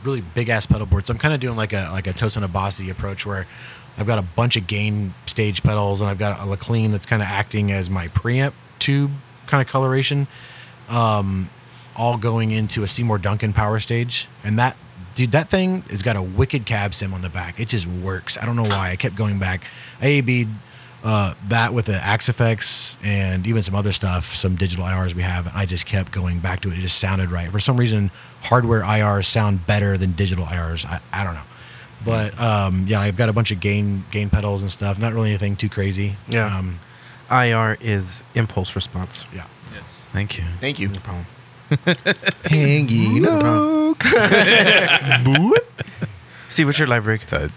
Speaker 6: really big ass pedal board. So I'm kind of doing like a like a Tosin Abasi approach where I've got a bunch of gain stage pedals and I've got a Laclean that's kind of acting as my preamp tube kind of coloration, um, all going into a Seymour Duncan power stage. And that dude, that thing has got a wicked cab sim on the back. It just works. I don't know why. I kept going back. I AB'd uh, that with the Axe effects and even some other stuff, some digital IRs we have. I just kept going back to it. It just sounded right. For some reason, hardware IRs sound better than digital IRs. I, I don't know. But um, yeah, I've got a bunch of gain gain pedals and stuff. Not really anything too crazy.
Speaker 3: Yeah.
Speaker 6: Um,
Speaker 3: IR is impulse response.
Speaker 6: yeah.
Speaker 4: Thank you.
Speaker 2: Thank you.
Speaker 3: No problem.
Speaker 2: Hanging oak.
Speaker 3: Steve, what's your live rig?
Speaker 8: All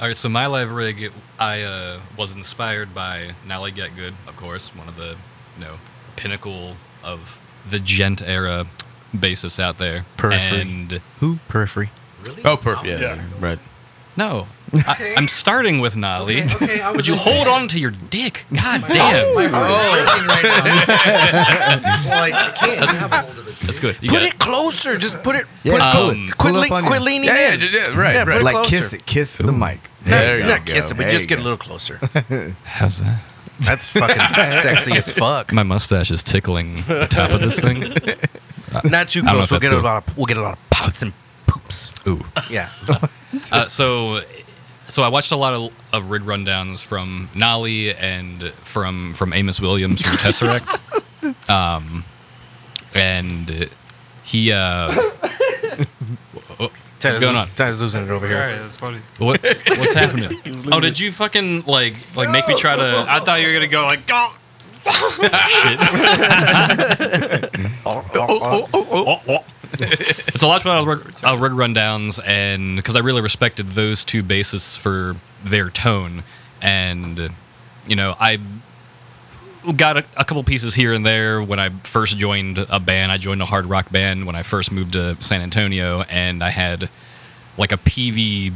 Speaker 8: right, so my live rig, it- I uh, was inspired by Nally Get Good, of course, one of the you know pinnacle of the gent era bassists out there.
Speaker 3: Periphery.
Speaker 8: And
Speaker 3: Who? Periphery.
Speaker 4: Oh, perfect. Yeah. Right.
Speaker 8: no, I, I'm starting with Nally.
Speaker 6: okay, I
Speaker 8: Would you hold on to your
Speaker 6: [LAUGHS]
Speaker 8: dick? God damn,
Speaker 6: My heart
Speaker 7: Oh,
Speaker 6: is breaking right now. like, I can't have a hold of it.
Speaker 8: that's good. You
Speaker 3: Put
Speaker 8: got
Speaker 3: it closer. Just put it.
Speaker 2: Yeah,
Speaker 3: put it
Speaker 2: pull
Speaker 3: clo-
Speaker 8: Um,
Speaker 2: it.
Speaker 3: quit,
Speaker 2: Pull
Speaker 3: le-
Speaker 2: up on
Speaker 3: quit
Speaker 2: you.
Speaker 3: leaning
Speaker 4: Yeah, yeah,
Speaker 3: in.
Speaker 4: yeah, yeah, right,
Speaker 3: Yeah, put
Speaker 4: right.
Speaker 3: it
Speaker 2: Like
Speaker 3: closer.
Speaker 2: kiss it. Kiss the mic.
Speaker 4: There you
Speaker 3: Not
Speaker 4: go.
Speaker 3: kiss it, but
Speaker 2: There
Speaker 3: just
Speaker 2: you
Speaker 3: get
Speaker 2: go.
Speaker 3: a little closer.
Speaker 8: How's that?
Speaker 3: That's fucking
Speaker 2: [LAUGHS]
Speaker 3: sexy as fuck.
Speaker 8: My mustache is tickling the top of this [LAUGHS] thing.
Speaker 3: Not too close.
Speaker 8: I don't know if
Speaker 3: We'll
Speaker 8: that's
Speaker 3: get a
Speaker 8: cool.
Speaker 3: lot of we'll get a lot of pops and poops.
Speaker 8: Ooh. [LAUGHS]
Speaker 3: Yeah.
Speaker 8: Uh, so, so I watched a lot of, of rig rundowns from Nolly and from from Amos Williams from Tesseract, um, and he. Uh, wha- what's going on?
Speaker 3: Tyler's losing it over here.
Speaker 5: Sorry, that's funny.
Speaker 8: What, what's happening? Oh, did you fucking like like make me try to?
Speaker 5: I thought you were gonna go like, oh,
Speaker 8: shit. Oh, so I watched a lot of rig, uh, rig rundowns, and because I really respected those two bassists for their tone, and you know I got a, a couple pieces here and there when I first joined a band. I joined a hard rock band when I first moved to San Antonio, and I had like a PV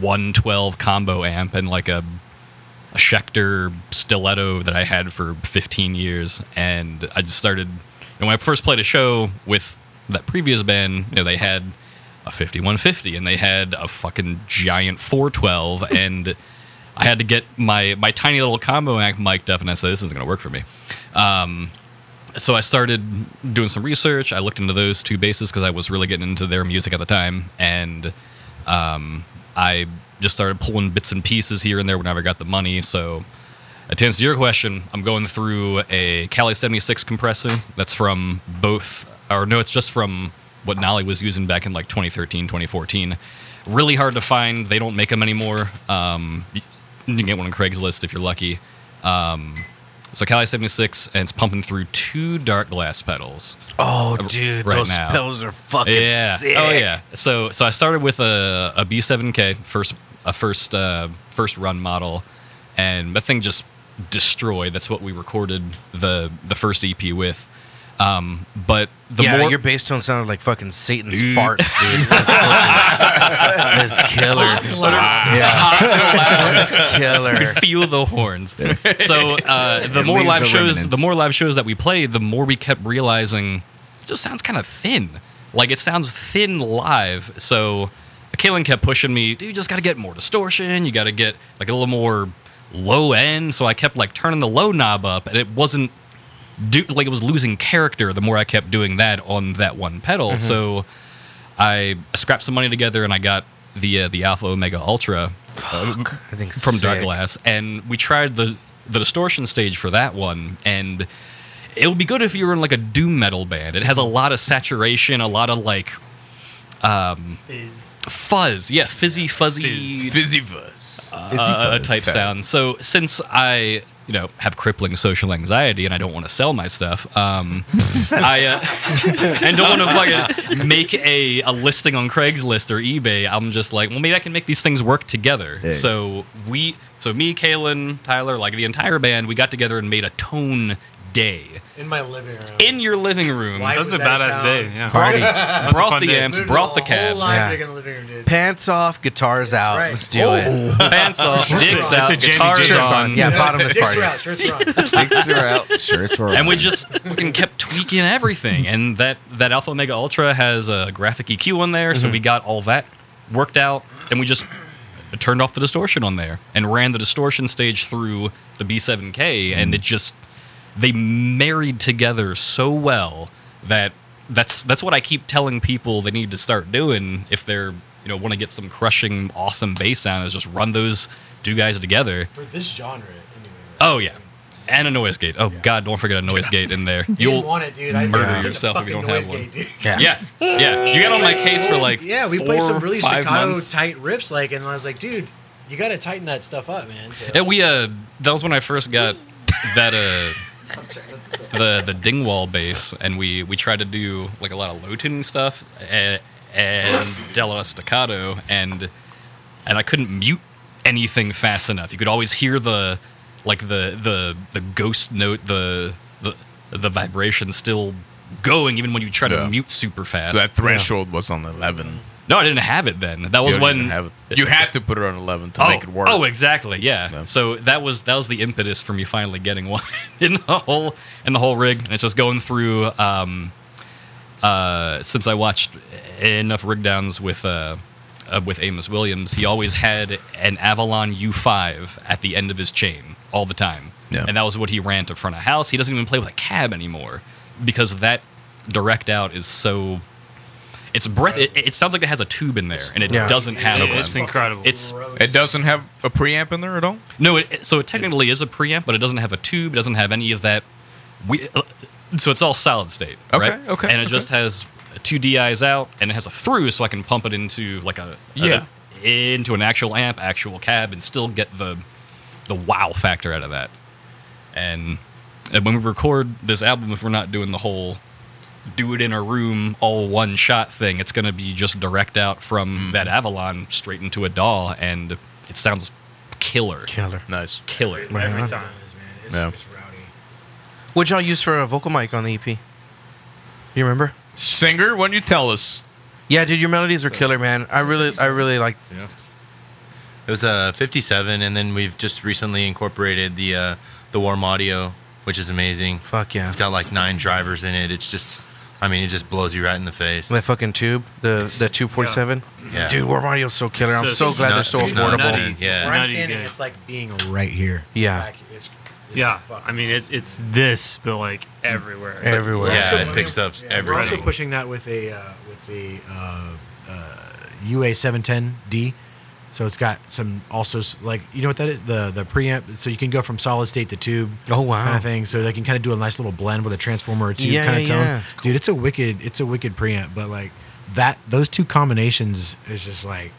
Speaker 8: 112 combo amp and like a a Schecter stiletto that I had for 15 years, and I just started. And when I first played a show with that previous band, you know, they had a 5150 and they had a fucking giant 412, and I had to get my my tiny little combo amp mic'd up, and I said, "This isn't gonna work for me." Um, so I started doing some research. I looked into those two basses because I was really getting into their music at the time, and um, I just started pulling bits and pieces here and there whenever I got the money. So, uh, to answer your question, I'm going through a Cali 76 compressor that's from both, or no, it's just from what Nolly was using back in like 2013, 2014. Really hard to find. They don't make them anymore. Um, you you can get one on Craigslist if you're lucky. Um, so Cali 76, and it's pumping through two dark glass pedals.
Speaker 3: Oh, dude,
Speaker 8: right
Speaker 3: those
Speaker 8: now.
Speaker 3: pills are fucking
Speaker 8: yeah.
Speaker 3: sick.
Speaker 8: Oh yeah. So so I started with a a B7K first a first uh, first run model, and that thing just destroyed. That's what we recorded the the first EP with. Um, but the
Speaker 3: yeah,
Speaker 8: more
Speaker 3: your bass tone sounded like fucking Satan's farts,
Speaker 8: [LAUGHS]
Speaker 3: dude. That's, that's
Speaker 2: [LAUGHS]
Speaker 3: killer. Yeah, that's killer.
Speaker 8: [LAUGHS] feel the horns. So uh, the
Speaker 2: [LAUGHS] It
Speaker 8: more
Speaker 2: leaves
Speaker 8: live
Speaker 2: the
Speaker 8: shows,
Speaker 2: remnants.
Speaker 8: the more live shows that we played, the more we kept realizing it just sounds kind of thin. Like it sounds thin live. So Kalen kept pushing me, dude. You just got to get more distortion. You got to get like a little more low end. So I kept like turning the low knob up, and it wasn't do like it was losing character the more I kept doing that on that one pedal.
Speaker 2: Mm-hmm.
Speaker 8: So I scrapped some money together and I got the uh, the Alpha Omega Ultra
Speaker 3: I think
Speaker 8: from Dark
Speaker 3: sick.
Speaker 8: Glass, and we tried the the distortion stage for that one, and it would be good if you were in like a doom metal band. It has a lot of saturation, a lot of like
Speaker 5: fizz.
Speaker 8: fuzz, yeah, fizzy, fuzzy
Speaker 4: Fizzy fuzz.
Speaker 8: uh, type sound. So since I you know have crippling social anxiety and I don't want to sell my stuff. Um, I uh, [LAUGHS] and don't want to fucking make a, a listing on Craigslist or eBay. I'm just like, well, maybe I can make these things work together.
Speaker 2: Yeah.
Speaker 8: So we, so me, Kalen, Tyler, like the entire band, we got together and made a tone day
Speaker 6: in my living room.
Speaker 8: in your living room.
Speaker 6: Why
Speaker 9: That was a
Speaker 6: was out of
Speaker 9: badass
Speaker 6: town.
Speaker 9: day. Yeah.
Speaker 3: Party.
Speaker 9: That was a
Speaker 8: brought
Speaker 9: fun
Speaker 8: the
Speaker 9: day.
Speaker 8: amps, brought the cabs,
Speaker 3: Yeah.
Speaker 6: in the living room, dude.
Speaker 3: Pants off, guitars out.
Speaker 6: right. Oh.
Speaker 3: Let's do it.
Speaker 8: pants off, dicks
Speaker 9: It's a
Speaker 8: out,
Speaker 9: Jamie
Speaker 8: guitars
Speaker 9: G.
Speaker 8: on.
Speaker 9: Shirts
Speaker 3: Yeah, bottomless
Speaker 6: Dicks
Speaker 3: party.
Speaker 6: are out, shirts are on.
Speaker 2: [LAUGHS] Dicks are out, shirts are
Speaker 8: and we
Speaker 2: on.
Speaker 8: just fucking kept tweaking everything. And that that Alpha Omega Ultra has a graphic EQ on there, so we
Speaker 6: Mm-hmm.
Speaker 8: got all that worked out, and we just turned off the distortion on there and ran the distortion stage through the B7K,
Speaker 6: Mm-hmm.
Speaker 8: and it just they married together so well that that's that's what I keep telling people they need to start doing if they're you know want to get some crushing awesome bass sound is just run those two guys together
Speaker 6: For this genre, anyway.
Speaker 8: Oh yeah, and a noise gate. Oh god, don't forget
Speaker 6: [LAUGHS]
Speaker 8: a noise gate in there. You'll
Speaker 6: didn't want it, dude. I
Speaker 8: murder
Speaker 6: said, "Get the
Speaker 8: yourself if you
Speaker 6: fucking
Speaker 8: don't
Speaker 6: noise
Speaker 8: have one."
Speaker 6: gate, dude.
Speaker 8: Yeah, yeah. You got on my case for like
Speaker 6: yeah, we
Speaker 8: four,
Speaker 6: played some really
Speaker 8: five
Speaker 6: staccato
Speaker 8: months.
Speaker 6: tight riffs, like, and I was like, dude, you gotta tighten that stuff up, man. So,
Speaker 8: yeah, we uh, that was when I first got that uh. The the Dingwall bass, and we we tried to do like a lot of low tuning stuff and, and Della staccato, and and I couldn't mute anything fast enough. You could always hear the like the the the ghost note, the the the vibration still going, even when you try
Speaker 4: Yeah.
Speaker 8: to mute super fast.
Speaker 4: So that threshold was on 11.
Speaker 8: no, I didn't have it then. That was
Speaker 4: you
Speaker 8: when
Speaker 4: didn't have it. you had to put it on 11 to make it work.
Speaker 8: Oh, exactly. Yeah.
Speaker 4: Yeah.
Speaker 8: So that was that was the impetus for me finally getting [LAUGHS] one in the whole in the whole rig, and it's just going through. Um, uh, since I watched enough rig downs with uh, uh, with Amos Williams, he always had an Avalon U5 at the end of his chain all the time,
Speaker 4: Yeah.
Speaker 8: and that was what he ran to front of house. He doesn't even play with a cab anymore because that direct out is so. It's breath. It, it sounds like it has a tube in there, and it
Speaker 3: Yeah.
Speaker 8: doesn't have.
Speaker 4: Yeah,
Speaker 8: one.
Speaker 9: It's incredible.
Speaker 8: It's
Speaker 4: It doesn't have a preamp in there at all?
Speaker 8: no, it- it, so it technically is a preamp, but it doesn't have a tube. It doesn't have any of that. We, uh, so it's all solid state,
Speaker 4: Okay,
Speaker 8: right?
Speaker 4: okay,
Speaker 8: And it
Speaker 4: okay.
Speaker 8: just has two DI's out, and it has a through, so I can pump it into like a, a-
Speaker 4: Yeah.
Speaker 8: into an actual amp, actual cab, and still get the the wow factor out of that. And, and when we record this album, if we're not doing the whole do it in a room all one shot thing, it's going to be just direct out from
Speaker 4: Mm-hmm.
Speaker 8: that Avalon straight into a doll, and it sounds killer
Speaker 3: Killer.
Speaker 4: Nice.
Speaker 8: killer.
Speaker 9: every time.
Speaker 6: It's,
Speaker 4: Yeah.
Speaker 6: it's rowdy.
Speaker 3: What y'all use for a vocal mic on the EP? You remember?
Speaker 4: Singer, why don't you tell us?
Speaker 3: Yeah, dude, your melodies are killer, man. I really, I really like.
Speaker 7: It was uh, 57, and then we've just recently incorporated the uh, the warm audio, which is amazing.
Speaker 3: Fuck yeah.
Speaker 7: It's got like nine drivers in it. It's just, I mean, it just blows you right in the face.
Speaker 3: That fucking tube, the the tube forty seven.
Speaker 7: Yeah.
Speaker 3: Dude, Warm Audio's so killer. I'm
Speaker 9: It's
Speaker 3: so
Speaker 9: so-
Speaker 3: glad they're
Speaker 7: it's
Speaker 3: so
Speaker 7: nuts. It's nuts.
Speaker 3: affordable.
Speaker 7: Nutty. Yeah.
Speaker 6: Where I'm
Speaker 9: Nutty
Speaker 6: standing,
Speaker 9: good.
Speaker 6: it's like being right here.
Speaker 3: Yeah.
Speaker 6: Back- it's, it's
Speaker 9: Yeah.
Speaker 6: fucking
Speaker 9: I mean, it's, it's this, but like everywhere.
Speaker 3: Everywhere.
Speaker 7: Yeah, it
Speaker 6: we're-
Speaker 7: picks up
Speaker 6: yeah, We're also
Speaker 7: everything.
Speaker 6: pushing that with a uh, with the uh, uh, UA seven ten D. So it's got some also s- like you know what that is the the preamp. So you can go from solid state to tube.
Speaker 3: Oh, wow.
Speaker 6: kind of thing. So they can kind of do a nice little blend with a transformer or two
Speaker 3: Yeah,
Speaker 6: kind of
Speaker 3: yeah,
Speaker 6: tone.
Speaker 3: yeah. It's
Speaker 6: Dude, it's a wicked it's a wicked preamp. But like that those two combinations is just like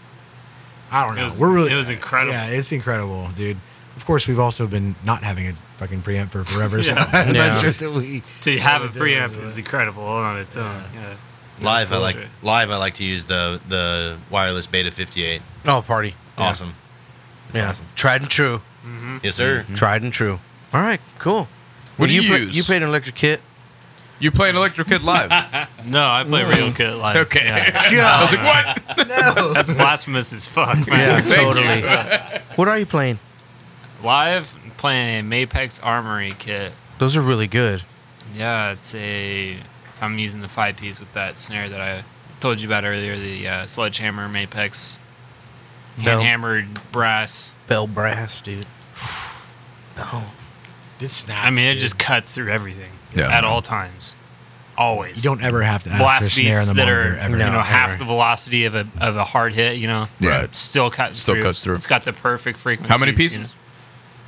Speaker 6: I don't know.
Speaker 9: was-
Speaker 6: We're really
Speaker 9: it was incredible.
Speaker 6: Yeah, it's incredible, dude. Of course, we've also been not having a fucking preamp for forever. So
Speaker 9: [LAUGHS] Yeah.
Speaker 6: [LAUGHS] I'm
Speaker 3: Yeah.
Speaker 6: not sure that we
Speaker 9: To have a
Speaker 6: that we did
Speaker 9: preamp
Speaker 6: it,
Speaker 9: is
Speaker 6: but-
Speaker 9: incredible all on its own. Yeah.
Speaker 7: Live, I
Speaker 9: cool
Speaker 7: like
Speaker 9: shit.
Speaker 7: live. I like to use the the wireless Beta 58.
Speaker 3: Oh, party.
Speaker 7: Awesome. It's
Speaker 3: Yeah.
Speaker 7: awesome. Mm-hmm.
Speaker 3: Tried and true.
Speaker 7: Yes, sir.
Speaker 3: Tried and true. All right, cool.
Speaker 4: What do
Speaker 3: you
Speaker 4: you
Speaker 3: pla-
Speaker 4: use?
Speaker 3: You played an electric kit.
Speaker 4: You play an Electric Kid live.
Speaker 9: No, I play real good. Like,
Speaker 4: Okay.
Speaker 9: yeah. [LAUGHS]
Speaker 4: I was like, what?
Speaker 9: That's blasphemous as fuck,
Speaker 3: Yeah,
Speaker 9: man.
Speaker 3: totally. What are you playing?
Speaker 9: Live playing a Mapex Armory kit.
Speaker 3: Those are really good.
Speaker 9: Yeah, it's a. so I'm using the five piece with that snare that I told you about earlier, the uh, sledgehammer Mapex
Speaker 3: Bell.
Speaker 9: hand hammered brass.
Speaker 3: Bell brass, dude. No.
Speaker 6: It snaps,
Speaker 9: I mean, it
Speaker 6: dude.
Speaker 9: just cuts through everything
Speaker 4: Yeah.
Speaker 9: at all times, always.
Speaker 6: You don't ever have to ask for a
Speaker 9: blast
Speaker 6: snare in
Speaker 9: beats
Speaker 6: the
Speaker 9: that
Speaker 6: monitor
Speaker 9: are
Speaker 6: ever.
Speaker 9: you know
Speaker 6: ever.
Speaker 9: half the velocity of a of a hard hit. You know,
Speaker 4: Yeah. Right.
Speaker 9: Still cuts.
Speaker 4: Still
Speaker 9: through.
Speaker 4: cuts through.
Speaker 9: It's got the perfect frequency.
Speaker 4: How many pieces?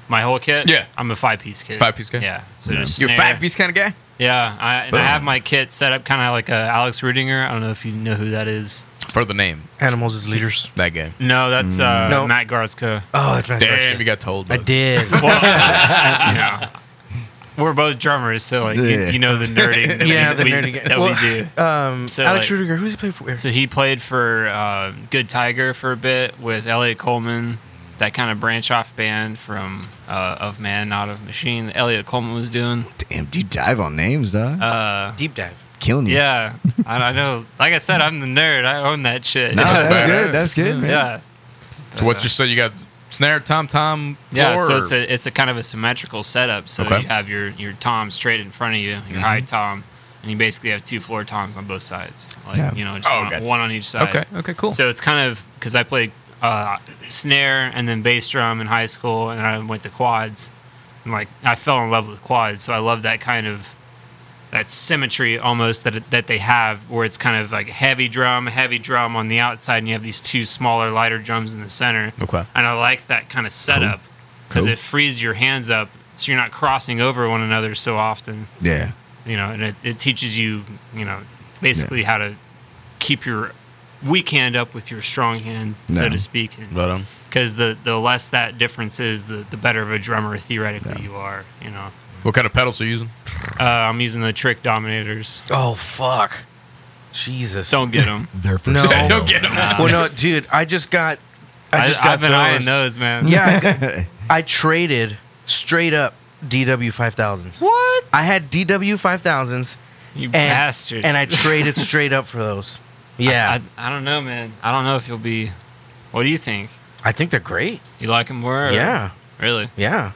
Speaker 9: My whole kit.
Speaker 4: Yeah.
Speaker 9: I'm a five piece kit.
Speaker 4: Five-piece kit?
Speaker 9: Yeah. So just
Speaker 4: You're a
Speaker 9: snare.
Speaker 4: fat piece kind of guy?
Speaker 9: Yeah, I, and
Speaker 4: Boom.
Speaker 9: I have my kit set up kind of like a Alex Rudinger. I don't know if you know who that is.
Speaker 4: for the name.
Speaker 3: Animals as leaders.
Speaker 4: That game.
Speaker 9: No, that's uh,
Speaker 3: No.
Speaker 9: Matt [LAUGHS] Garska.
Speaker 3: Oh, that's my
Speaker 4: Damn, you got told.
Speaker 3: I
Speaker 4: bud.
Speaker 3: did.
Speaker 9: yeah. We're both drummers, so like you,
Speaker 2: Yeah.
Speaker 9: you know the nerding. [LAUGHS] that we-
Speaker 3: yeah, the
Speaker 9: we-
Speaker 3: nerdy game.
Speaker 9: that
Speaker 3: Well,
Speaker 9: we do.
Speaker 3: Um,
Speaker 9: So,
Speaker 3: Alex
Speaker 9: like-
Speaker 3: Rudiger, who's he playing for?
Speaker 9: So he played for uh, Good Tiger for a bit with Elliot Coleman, that kind of branch off band from uh, Of Man Not of Machine that Elliot Coleman was doing.
Speaker 2: Damn, do you dive on names, dog?
Speaker 9: Uh,
Speaker 3: Deep dive.
Speaker 2: Killing you.
Speaker 9: yeah, I, I know. Like I said, I'm the nerd. I own that shit.
Speaker 2: No,
Speaker 9: [LAUGHS]
Speaker 2: that's
Speaker 4: badass.
Speaker 2: good. That's good, man.
Speaker 9: yeah,
Speaker 4: So what you said? You got snare, tom, tom,
Speaker 9: yeah.
Speaker 4: floor,
Speaker 9: So
Speaker 4: or-
Speaker 9: it's a it's a kind of a symmetrical setup. So
Speaker 4: Okay. Mm-hmm.
Speaker 9: you have your your tom straight in front of you, your high tom, and you basically have two floor toms on both sides. Like
Speaker 2: Yeah.
Speaker 9: you know, just
Speaker 4: Oh,
Speaker 9: one
Speaker 4: gotcha.
Speaker 9: one on each side.
Speaker 4: okay. Okay. Cool.
Speaker 9: So it's kind of because I played uh, snare and then bass drum in high school, and I went to quads, and like I fell in love with quads. So I love that kind of that symmetry almost that it- that they have, where it's kind of like heavy drum, heavy drum on the outside, and you have these two smaller, lighter drums in the center.
Speaker 4: Okay.
Speaker 9: And I like that kind of setup because
Speaker 4: Cool.
Speaker 9: it frees your hands up, so you're not crossing over one another so often
Speaker 2: Yeah.
Speaker 9: you know, and it, it teaches you, you know, basically how to keep your weak hand up with your strong hand, so
Speaker 2: No.
Speaker 9: to speak.
Speaker 4: But um,
Speaker 9: Because the, the less that difference is, the, the better of a drummer theoretically you are, you know.
Speaker 4: what kind of pedals are you using?
Speaker 9: Uh, I'm using the trick dominators.
Speaker 3: Oh fuck. Jesus.
Speaker 9: Don't get them.
Speaker 6: There for
Speaker 3: No.
Speaker 9: [LAUGHS]
Speaker 6: sale.
Speaker 4: Don't get 'em.
Speaker 3: Well, no, dude. I just got. [LAUGHS] I
Speaker 9: I
Speaker 3: just
Speaker 9: I,
Speaker 3: got
Speaker 9: have been
Speaker 3: those.
Speaker 9: eyeing those, man.
Speaker 3: Yeah,
Speaker 9: [LAUGHS]
Speaker 3: I, got- I traded straight up DW five thousands. What? I had DW five thousands,
Speaker 9: You
Speaker 3: and
Speaker 9: bastard.
Speaker 3: and I
Speaker 9: [LAUGHS]
Speaker 3: traded straight up for those. Yeah,
Speaker 9: I, I don't know, man. I don't know if you'll be. What do you think?
Speaker 3: I, think they're great.
Speaker 9: You like them more? or-
Speaker 3: Yeah,
Speaker 9: Really?
Speaker 3: yeah.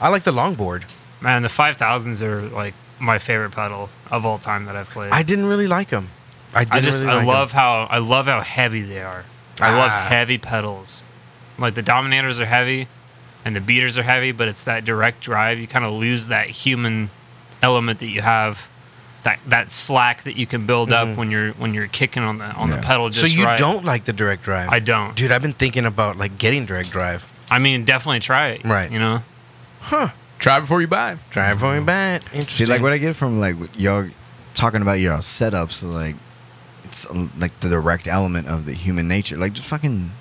Speaker 3: I like the longboard.
Speaker 9: Man, the 5000s are like my favorite pedal of all time that I've played.
Speaker 3: I didn't really like them. I didn't
Speaker 9: I just
Speaker 3: really
Speaker 9: I
Speaker 3: like 'em.
Speaker 9: love how I love how heavy they are. I love
Speaker 3: Ah.
Speaker 9: heavy pedals. Like the dominators are heavy and the beaters are heavy, but it's that direct drive. You kind of lose that human element that you have. That, that slack that you can build up when you're when you're kicking on the on the pedal just
Speaker 3: Mm-hmm. So you
Speaker 9: right.
Speaker 3: don't like the direct drive?
Speaker 9: I don't.
Speaker 3: Dude, I've been thinking about like getting direct drive.
Speaker 9: I mean, definitely try it.
Speaker 3: Right.
Speaker 9: You know.
Speaker 4: Try before you buy.
Speaker 3: Drive going back.
Speaker 2: See,
Speaker 3: Interesting.
Speaker 2: like what I get from like what y'all talking about y'all setups, like it's uh, like the direct element of the human nature. Like just fucking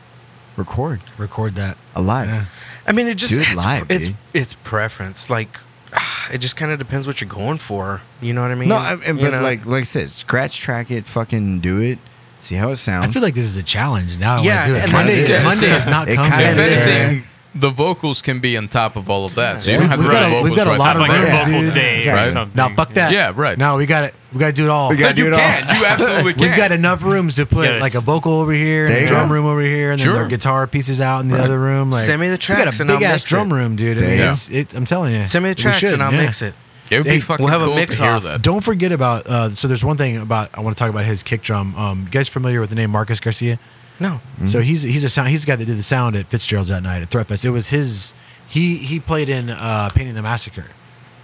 Speaker 2: record
Speaker 6: Record that.
Speaker 2: alive.
Speaker 6: Yeah.
Speaker 3: I mean, it just
Speaker 2: Dude,
Speaker 3: it's,
Speaker 2: live,
Speaker 3: it's
Speaker 2: dude.
Speaker 3: it's preference. Like, [SIGHS] ah, it just kind of depends what you're going for. You know what I mean?
Speaker 2: No, I, I-
Speaker 3: You
Speaker 2: but
Speaker 3: know?
Speaker 2: like like I said, scratch track it, fucking do it, see how it sounds.
Speaker 6: I feel like this is a challenge. Now I
Speaker 3: Yeah,
Speaker 6: want to do it.
Speaker 3: and
Speaker 6: Monday,
Speaker 3: that's it.
Speaker 6: is, Monday is not
Speaker 2: It
Speaker 6: coming.
Speaker 2: kinda
Speaker 4: If
Speaker 2: Yeah.
Speaker 4: anything, the vocals can be on top of all of that. So you
Speaker 2: Yeah.
Speaker 4: don't have to
Speaker 6: We've
Speaker 4: do
Speaker 6: got a-
Speaker 4: vocals
Speaker 6: we've got a
Speaker 4: right
Speaker 6: lot
Speaker 4: now.
Speaker 6: of
Speaker 9: Like a
Speaker 2: Yeah,
Speaker 9: vocal
Speaker 2: dude.
Speaker 9: day
Speaker 2: Yeah.
Speaker 9: or
Speaker 4: Right.
Speaker 9: something.
Speaker 6: Now fuck that.
Speaker 4: Yeah, right.
Speaker 6: No, we got it. We got to do it all.
Speaker 2: We gotta do
Speaker 4: you
Speaker 2: it all.
Speaker 4: can. You absolutely can.
Speaker 6: We've got enough rooms to put
Speaker 9: Yes.
Speaker 6: like a vocal over here, and
Speaker 2: There
Speaker 6: a
Speaker 2: you
Speaker 6: drum
Speaker 2: go.
Speaker 6: room over here, and
Speaker 4: Sure.
Speaker 6: then the guitar pieces out in the other room. Like,
Speaker 3: Send me the
Speaker 6: We
Speaker 3: tracks
Speaker 6: got a
Speaker 3: and I'll
Speaker 6: big ass
Speaker 3: mix
Speaker 6: drum
Speaker 3: it.
Speaker 6: room, dude. I mean,
Speaker 2: There you
Speaker 6: it's, it, I'm telling you.
Speaker 3: send me the
Speaker 6: We
Speaker 3: tracks
Speaker 6: should,
Speaker 3: and I'll
Speaker 6: yeah.
Speaker 3: mix it.
Speaker 4: It would
Speaker 6: Hey,
Speaker 4: be fucking
Speaker 3: we'll have a
Speaker 4: cool
Speaker 3: mix
Speaker 4: to hear
Speaker 3: off.
Speaker 4: that.
Speaker 6: Don't forget about. Uh, so there's one thing about I want to talk about his kick drum. Um, you guys familiar with the name Marcus Garcia?
Speaker 3: No,
Speaker 6: So he's he's a sound. He's the guy that did the sound at Fitzgerald's that night at Threatfest. It was his. He he played in uh, Painting the Massacre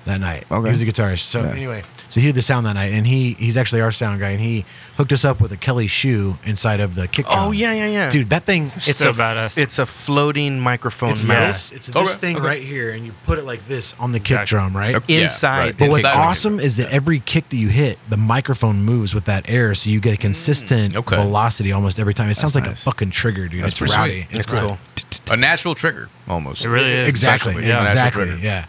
Speaker 6: that night.
Speaker 2: Okay.
Speaker 6: He was a guitarist. So
Speaker 2: Yeah.
Speaker 6: anyway, so he did the sound that night, and he he's actually our sound guy, and he hooked us up with a Kelly shoe inside of the kick drum.
Speaker 3: Oh, yeah, yeah, yeah.
Speaker 6: dude, that thing.
Speaker 3: it's
Speaker 9: so
Speaker 3: a f-
Speaker 9: badass.
Speaker 3: It's a floating microphone
Speaker 6: It's
Speaker 3: mount
Speaker 6: this. It's
Speaker 4: Okay,
Speaker 6: this thing
Speaker 4: okay.
Speaker 6: right here, and you put it like this on the kick
Speaker 9: Exactly.
Speaker 6: drum, right?
Speaker 4: Yeah,
Speaker 3: inside.
Speaker 4: right.
Speaker 6: But what's
Speaker 4: Inside.
Speaker 6: awesome is that every kick that you hit, the microphone moves with that air, so you get a consistent
Speaker 4: okay.
Speaker 6: velocity almost every time. It sounds like
Speaker 2: nice.
Speaker 6: a fucking trigger, dude.
Speaker 4: That's
Speaker 6: it's
Speaker 4: pretty
Speaker 6: rowdy.
Speaker 4: sweet.
Speaker 6: It's
Speaker 3: That's
Speaker 6: cool.
Speaker 3: cool.
Speaker 4: A natural trigger, almost.
Speaker 9: It really is.
Speaker 6: Exactly.
Speaker 4: Essentially, yeah.
Speaker 6: Exactly.
Speaker 4: Natural trigger.
Speaker 6: Yeah.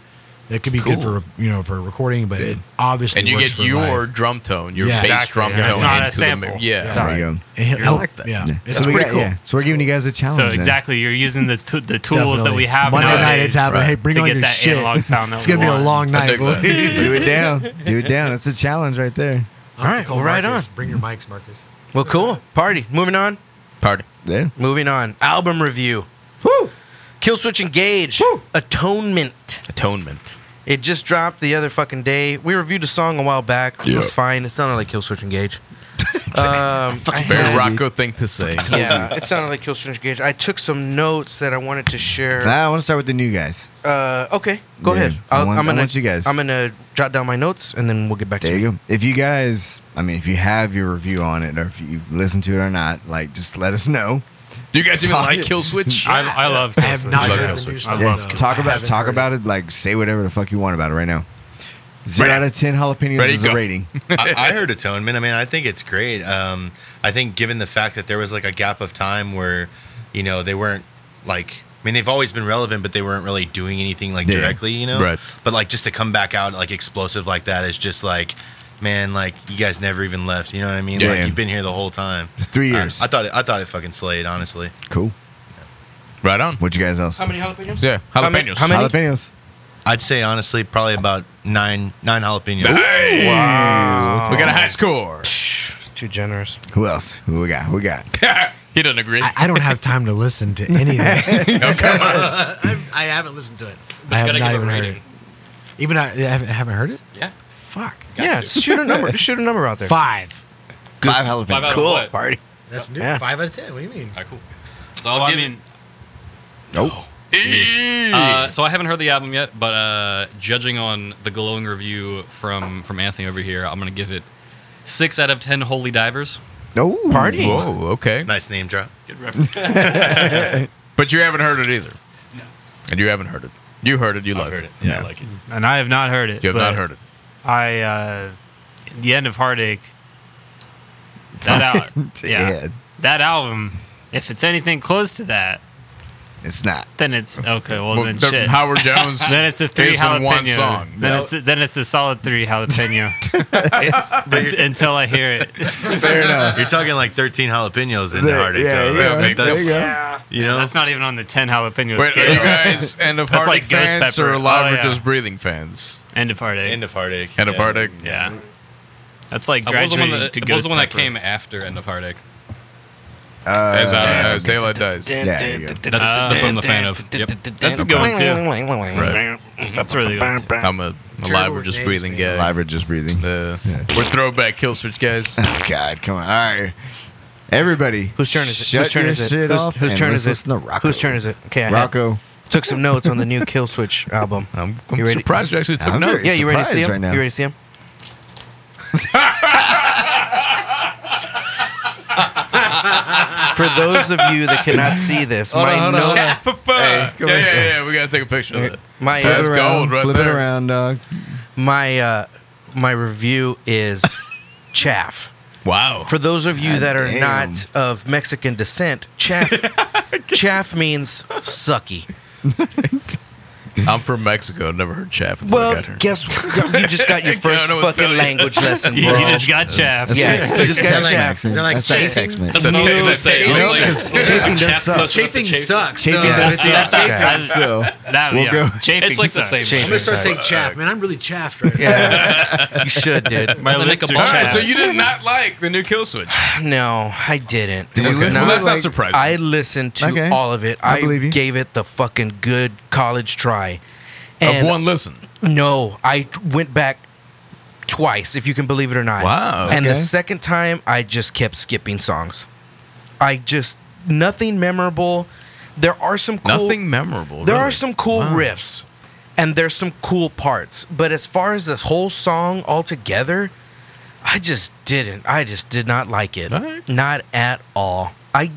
Speaker 6: It could be good
Speaker 4: Cool.
Speaker 6: for you know for recording, but it obviously
Speaker 4: And you
Speaker 6: works
Speaker 4: get
Speaker 6: for
Speaker 4: your
Speaker 6: live.
Speaker 4: drum tone, your
Speaker 6: Yeah.
Speaker 4: bass
Speaker 6: Exactly,
Speaker 4: drum
Speaker 9: yeah.
Speaker 4: tone
Speaker 9: It's not a
Speaker 4: into the
Speaker 9: sample.
Speaker 4: mix. Yeah.
Speaker 2: There you go.
Speaker 6: It hel-
Speaker 2: I
Speaker 6: help-
Speaker 2: like that.
Speaker 6: Yeah.
Speaker 2: Yeah.
Speaker 6: It's
Speaker 2: So we
Speaker 6: pretty
Speaker 2: got-
Speaker 6: cool.
Speaker 2: yeah. So we're giving you guys a challenge.
Speaker 9: So
Speaker 2: then.
Speaker 9: exactly, you're using the t- the tools that
Speaker 6: Definitely.
Speaker 9: we have
Speaker 6: Monday night
Speaker 9: nowadays
Speaker 6: it's happening.
Speaker 4: right.
Speaker 6: Hey, bring
Speaker 9: to
Speaker 6: all
Speaker 9: get
Speaker 6: your
Speaker 9: that
Speaker 6: shit. [LAUGHS]
Speaker 9: analog sound. That
Speaker 6: It's
Speaker 9: we
Speaker 6: gonna be a
Speaker 9: want.
Speaker 6: long night,
Speaker 4: dig
Speaker 6: boy.
Speaker 4: that.
Speaker 2: Do it down. Do it down. That's a challenge right there.
Speaker 6: [LAUGHS] All right,
Speaker 3: well, right on.
Speaker 6: Bring your mics, Marcus.
Speaker 3: Well, cool. Party. Moving on.
Speaker 4: Party.
Speaker 2: Yeah.
Speaker 3: Moving on. Album review.
Speaker 2: Woo!
Speaker 3: Kill Switch Engage. Atonement.
Speaker 4: Atonement.
Speaker 3: It just dropped the other fucking day. We reviewed a song a while back. It was
Speaker 2: Yeah.
Speaker 3: fine. It sounded like Kill Switch Engage. um, I
Speaker 4: Very
Speaker 3: had-
Speaker 4: Rocco thing to say.
Speaker 2: [LAUGHS]
Speaker 3: yeah, it sounded like Kill Switch Engage. I took some notes that I wanted to share.
Speaker 2: Now I want to start with the new guys.
Speaker 3: Uh, okay, go
Speaker 2: Yeah,
Speaker 3: ahead.
Speaker 2: I
Speaker 3: I'll,
Speaker 2: want-
Speaker 3: am
Speaker 2: I
Speaker 3: gonna
Speaker 2: want you guys.
Speaker 3: I'm gonna jot down my notes and then we'll get back
Speaker 2: There
Speaker 3: to you.
Speaker 2: you go. If you guys, I mean, if you have your review on it, or if you've listened to it or not, like, just let us know.
Speaker 4: Do you guys even
Speaker 2: Talk-
Speaker 4: like Kill Switch?
Speaker 9: I, I love.
Speaker 6: I have
Speaker 9: Killswitch.
Speaker 6: not
Speaker 4: love
Speaker 6: heard
Speaker 4: Kill
Speaker 6: the new
Speaker 4: Switch.
Speaker 6: stuff.
Speaker 2: Yeah,
Speaker 6: though.
Speaker 2: talk
Speaker 6: I
Speaker 2: about
Speaker 6: haven't
Speaker 2: talk
Speaker 6: heard
Speaker 2: about it. Like, say whatever the fuck you want about it right now. Zero
Speaker 4: Ready.
Speaker 2: out of ten jalapenos
Speaker 4: Ready,
Speaker 2: is a
Speaker 4: go.
Speaker 2: rating.
Speaker 3: Mm-hmm.
Speaker 7: I, I heard Atonement. I mean, I think it's great. Um, I think given the fact that there was like a gap of time where, you know, they weren't like. I mean, they've always been relevant, but they weren't really doing anything like
Speaker 2: Yeah.
Speaker 7: directly, you know.
Speaker 4: Right.
Speaker 7: But like just to come back out like explosive like that is just like, man, like you guys never even left. You know what I mean?
Speaker 2: Yeah.
Speaker 7: Like you've been here the whole time.
Speaker 2: Three
Speaker 7: I-
Speaker 2: years.
Speaker 7: Um, I, thought it, I thought it fucking slayed, honestly.
Speaker 2: cool.
Speaker 4: Right on.
Speaker 2: What you guys else?
Speaker 3: How many jalapenos?
Speaker 4: Yeah,
Speaker 3: How many-
Speaker 4: jalapenos.
Speaker 3: how many-
Speaker 2: Jalapenos.
Speaker 7: I'd say honestly probably about nine nine jalapenos.
Speaker 4: Hey! We got a high score.
Speaker 3: Too generous.
Speaker 2: Who else? Who we got? Who we got?
Speaker 4: he doesn't agree.
Speaker 6: I, I don't have time to listen to any of that. I, I haven't listened to it. I have
Speaker 8: gotta
Speaker 6: not
Speaker 8: give a
Speaker 6: even heard it.
Speaker 8: rating.
Speaker 6: Even I, I haven't I haven't heard it.
Speaker 8: Yeah.
Speaker 6: Fuck.
Speaker 3: yeah, shoot a number. [LAUGHS] Just shoot a number out there.
Speaker 6: Five.
Speaker 2: Five jalapenos.
Speaker 8: Five out of what? All
Speaker 3: Party.
Speaker 6: That's new.
Speaker 3: Yeah.
Speaker 6: Five out of ten. What do you mean?
Speaker 8: right, cool. So I'll
Speaker 5: Well, I
Speaker 8: give
Speaker 5: mean,
Speaker 2: Nope.
Speaker 8: Uh, so I haven't heard the album yet, but uh, judging on the glowing review from from Anthony over here, I'm gonna give it six out of ten. Holy divers.
Speaker 2: No
Speaker 3: Party.
Speaker 4: Whoa, okay.
Speaker 7: Nice name drop.
Speaker 5: good reference.
Speaker 4: But you haven't heard it either. No. And you haven't heard it. You heard it. You
Speaker 7: I've
Speaker 4: love
Speaker 7: heard it.
Speaker 4: it.
Speaker 7: Yeah, I like it.
Speaker 5: and I have not heard it.
Speaker 4: You have not
Speaker 5: but
Speaker 4: heard it.
Speaker 5: I, uh, the end of heartache. That out,
Speaker 6: [LAUGHS]
Speaker 5: yeah.
Speaker 2: Yeah.
Speaker 5: That album, if it's anything close to that,
Speaker 2: It's not.
Speaker 5: then it's okay. Well,
Speaker 4: Well,
Speaker 5: then
Speaker 4: the-
Speaker 5: shit.
Speaker 4: Howard Jones.
Speaker 5: [LAUGHS] then it's a three
Speaker 4: is in
Speaker 5: jalapeno.
Speaker 4: one song.
Speaker 5: Then
Speaker 4: No.
Speaker 5: it's then it's a solid three
Speaker 6: [LAUGHS]
Speaker 5: jalapeno [LAUGHS] Un- until I hear
Speaker 4: [LAUGHS]
Speaker 5: it.
Speaker 2: Fair enough.
Speaker 7: You're talking like 13 jalapenos in the heart attack.
Speaker 2: yeah,
Speaker 7: right?
Speaker 2: yeah,
Speaker 7: Like,
Speaker 2: there you
Speaker 7: that's-
Speaker 2: go.
Speaker 7: you know,
Speaker 5: That's not even on the ten jalapeno
Speaker 4: Wait, are
Speaker 5: scale.
Speaker 4: you guys end of
Speaker 5: That's
Speaker 4: heartache
Speaker 5: like Ghost
Speaker 4: fans
Speaker 5: Pepper.
Speaker 4: or alive
Speaker 5: Oh,
Speaker 4: or
Speaker 5: yeah.
Speaker 4: just breathing fans?
Speaker 5: End of heartache.
Speaker 7: end of heartache.
Speaker 4: uh, End of
Speaker 7: Yeah.
Speaker 4: heartache.
Speaker 5: yeah, that's like
Speaker 8: I was the
Speaker 5: graduating
Speaker 8: one that,
Speaker 5: to
Speaker 8: it
Speaker 5: ghost
Speaker 8: was the one that
Speaker 5: pepper.
Speaker 8: came after End of Heartache.
Speaker 4: As, uh, as daylight dies.
Speaker 2: there you go.
Speaker 8: That's, that's what I'm a fan of. Yep.
Speaker 5: That's a good one too.
Speaker 4: Right.
Speaker 5: That's really good. One too.
Speaker 4: I'm a alive or just breathing guy.
Speaker 2: Live or just breathing.
Speaker 4: Uh, We're throwback kill
Speaker 5: [LAUGHS]
Speaker 4: switch guys.
Speaker 2: Oh, God, come on. All right. Everybody.
Speaker 3: Whose turn is it?
Speaker 2: Shut
Speaker 3: Whose turn
Speaker 2: your
Speaker 3: is it?
Speaker 2: shit
Speaker 3: Whose-
Speaker 2: off
Speaker 3: whose
Speaker 2: and
Speaker 3: turn
Speaker 2: let's
Speaker 3: is it?
Speaker 2: Listen to Rocco.
Speaker 3: Whose turn is it? Okay, I had-
Speaker 2: Rocco.
Speaker 3: took some notes on the new Kill Switch
Speaker 2: [LAUGHS]
Speaker 3: album.
Speaker 4: I'm,
Speaker 3: You
Speaker 4: I'm
Speaker 3: ready?
Speaker 4: surprised you actually took
Speaker 2: I'm
Speaker 4: notes.
Speaker 2: very-
Speaker 3: Oh, yeah, you ready to see
Speaker 2: surprised
Speaker 3: him?
Speaker 2: right now.
Speaker 3: You ready to see him? For those of you that cannot see this, my
Speaker 4: on, hold on,
Speaker 3: note,
Speaker 4: Hey, yeah, yeah, yeah. We gotta take a picture of that.
Speaker 3: my
Speaker 4: Flip
Speaker 2: Flip
Speaker 4: That's
Speaker 2: it
Speaker 4: gold
Speaker 5: uh,
Speaker 2: around,
Speaker 4: right
Speaker 2: flip it
Speaker 4: there.
Speaker 2: around, [LAUGHS]
Speaker 3: uh,
Speaker 2: dog.
Speaker 3: my uh, my review is chaff.
Speaker 4: Wow.
Speaker 3: For those of you
Speaker 2: God
Speaker 3: that are
Speaker 2: damn.
Speaker 3: not of Mexican descent, chaff chaff means sucky.
Speaker 4: I'm from Mexico. I've never heard chaff until I
Speaker 3: Well,
Speaker 4: got here.
Speaker 3: guess what? you just got your first
Speaker 4: know what to
Speaker 3: fucking
Speaker 4: tell you.
Speaker 3: language
Speaker 9: [LAUGHS]
Speaker 3: lesson,
Speaker 5: You,
Speaker 3: bro.
Speaker 5: you just got chaff.
Speaker 3: yeah, you just got chaff.
Speaker 2: Tex-Mex, man. That's that Tex-Mex.
Speaker 8: That's another
Speaker 4: is
Speaker 8: one
Speaker 4: that
Speaker 8: to say,
Speaker 4: chafing?
Speaker 8: like,
Speaker 4: No,
Speaker 8: like,
Speaker 2: 'cause
Speaker 8: like,
Speaker 2: chafing
Speaker 8: chap
Speaker 2: does suck.
Speaker 8: close enough to
Speaker 6: Chafing
Speaker 8: chafe.
Speaker 6: sucks.
Speaker 2: Chafing
Speaker 6: so
Speaker 2: does
Speaker 6: it's-
Speaker 5: See, that- that-
Speaker 3: Chaff.
Speaker 5: that-
Speaker 2: So,
Speaker 5: that-
Speaker 2: We'll
Speaker 5: yeah.
Speaker 2: go-
Speaker 5: Chafing
Speaker 8: It's like the
Speaker 5: sucks.
Speaker 8: same.
Speaker 6: I'm gonna
Speaker 3: Chafing
Speaker 6: start saying chaff, man. I'm really chaffed right now.
Speaker 3: You should, dude.
Speaker 5: My
Speaker 8: Well,
Speaker 5: lips
Speaker 8: Nick,
Speaker 5: are
Speaker 8: a
Speaker 4: All
Speaker 8: ball
Speaker 5: chapped.
Speaker 4: right, so you did not like the new kill switch.
Speaker 3: No, I didn't.
Speaker 2: Did you
Speaker 3: Listen,
Speaker 2: listen
Speaker 4: Well,
Speaker 2: to
Speaker 3: I-
Speaker 4: that's not
Speaker 2: like-
Speaker 4: surprising.
Speaker 3: I listened to
Speaker 2: Okay.
Speaker 3: all of it. I,
Speaker 2: I believe you.
Speaker 3: gave it the fucking good college try.
Speaker 4: of
Speaker 3: And
Speaker 4: one listen.
Speaker 3: No, I went back twice, if you can believe it or not.
Speaker 4: Wow,
Speaker 3: And the
Speaker 2: okay.
Speaker 3: second time, I just kept skipping songs. I just nothing memorable. There are some cool.
Speaker 4: Nothing memorable.
Speaker 3: There
Speaker 4: really.
Speaker 3: are some cool
Speaker 4: Wow.
Speaker 3: riffs, and there's some cool parts. But as far as this whole song altogether, I just didn't. I just did not like it.
Speaker 4: All right.
Speaker 3: Not at all. I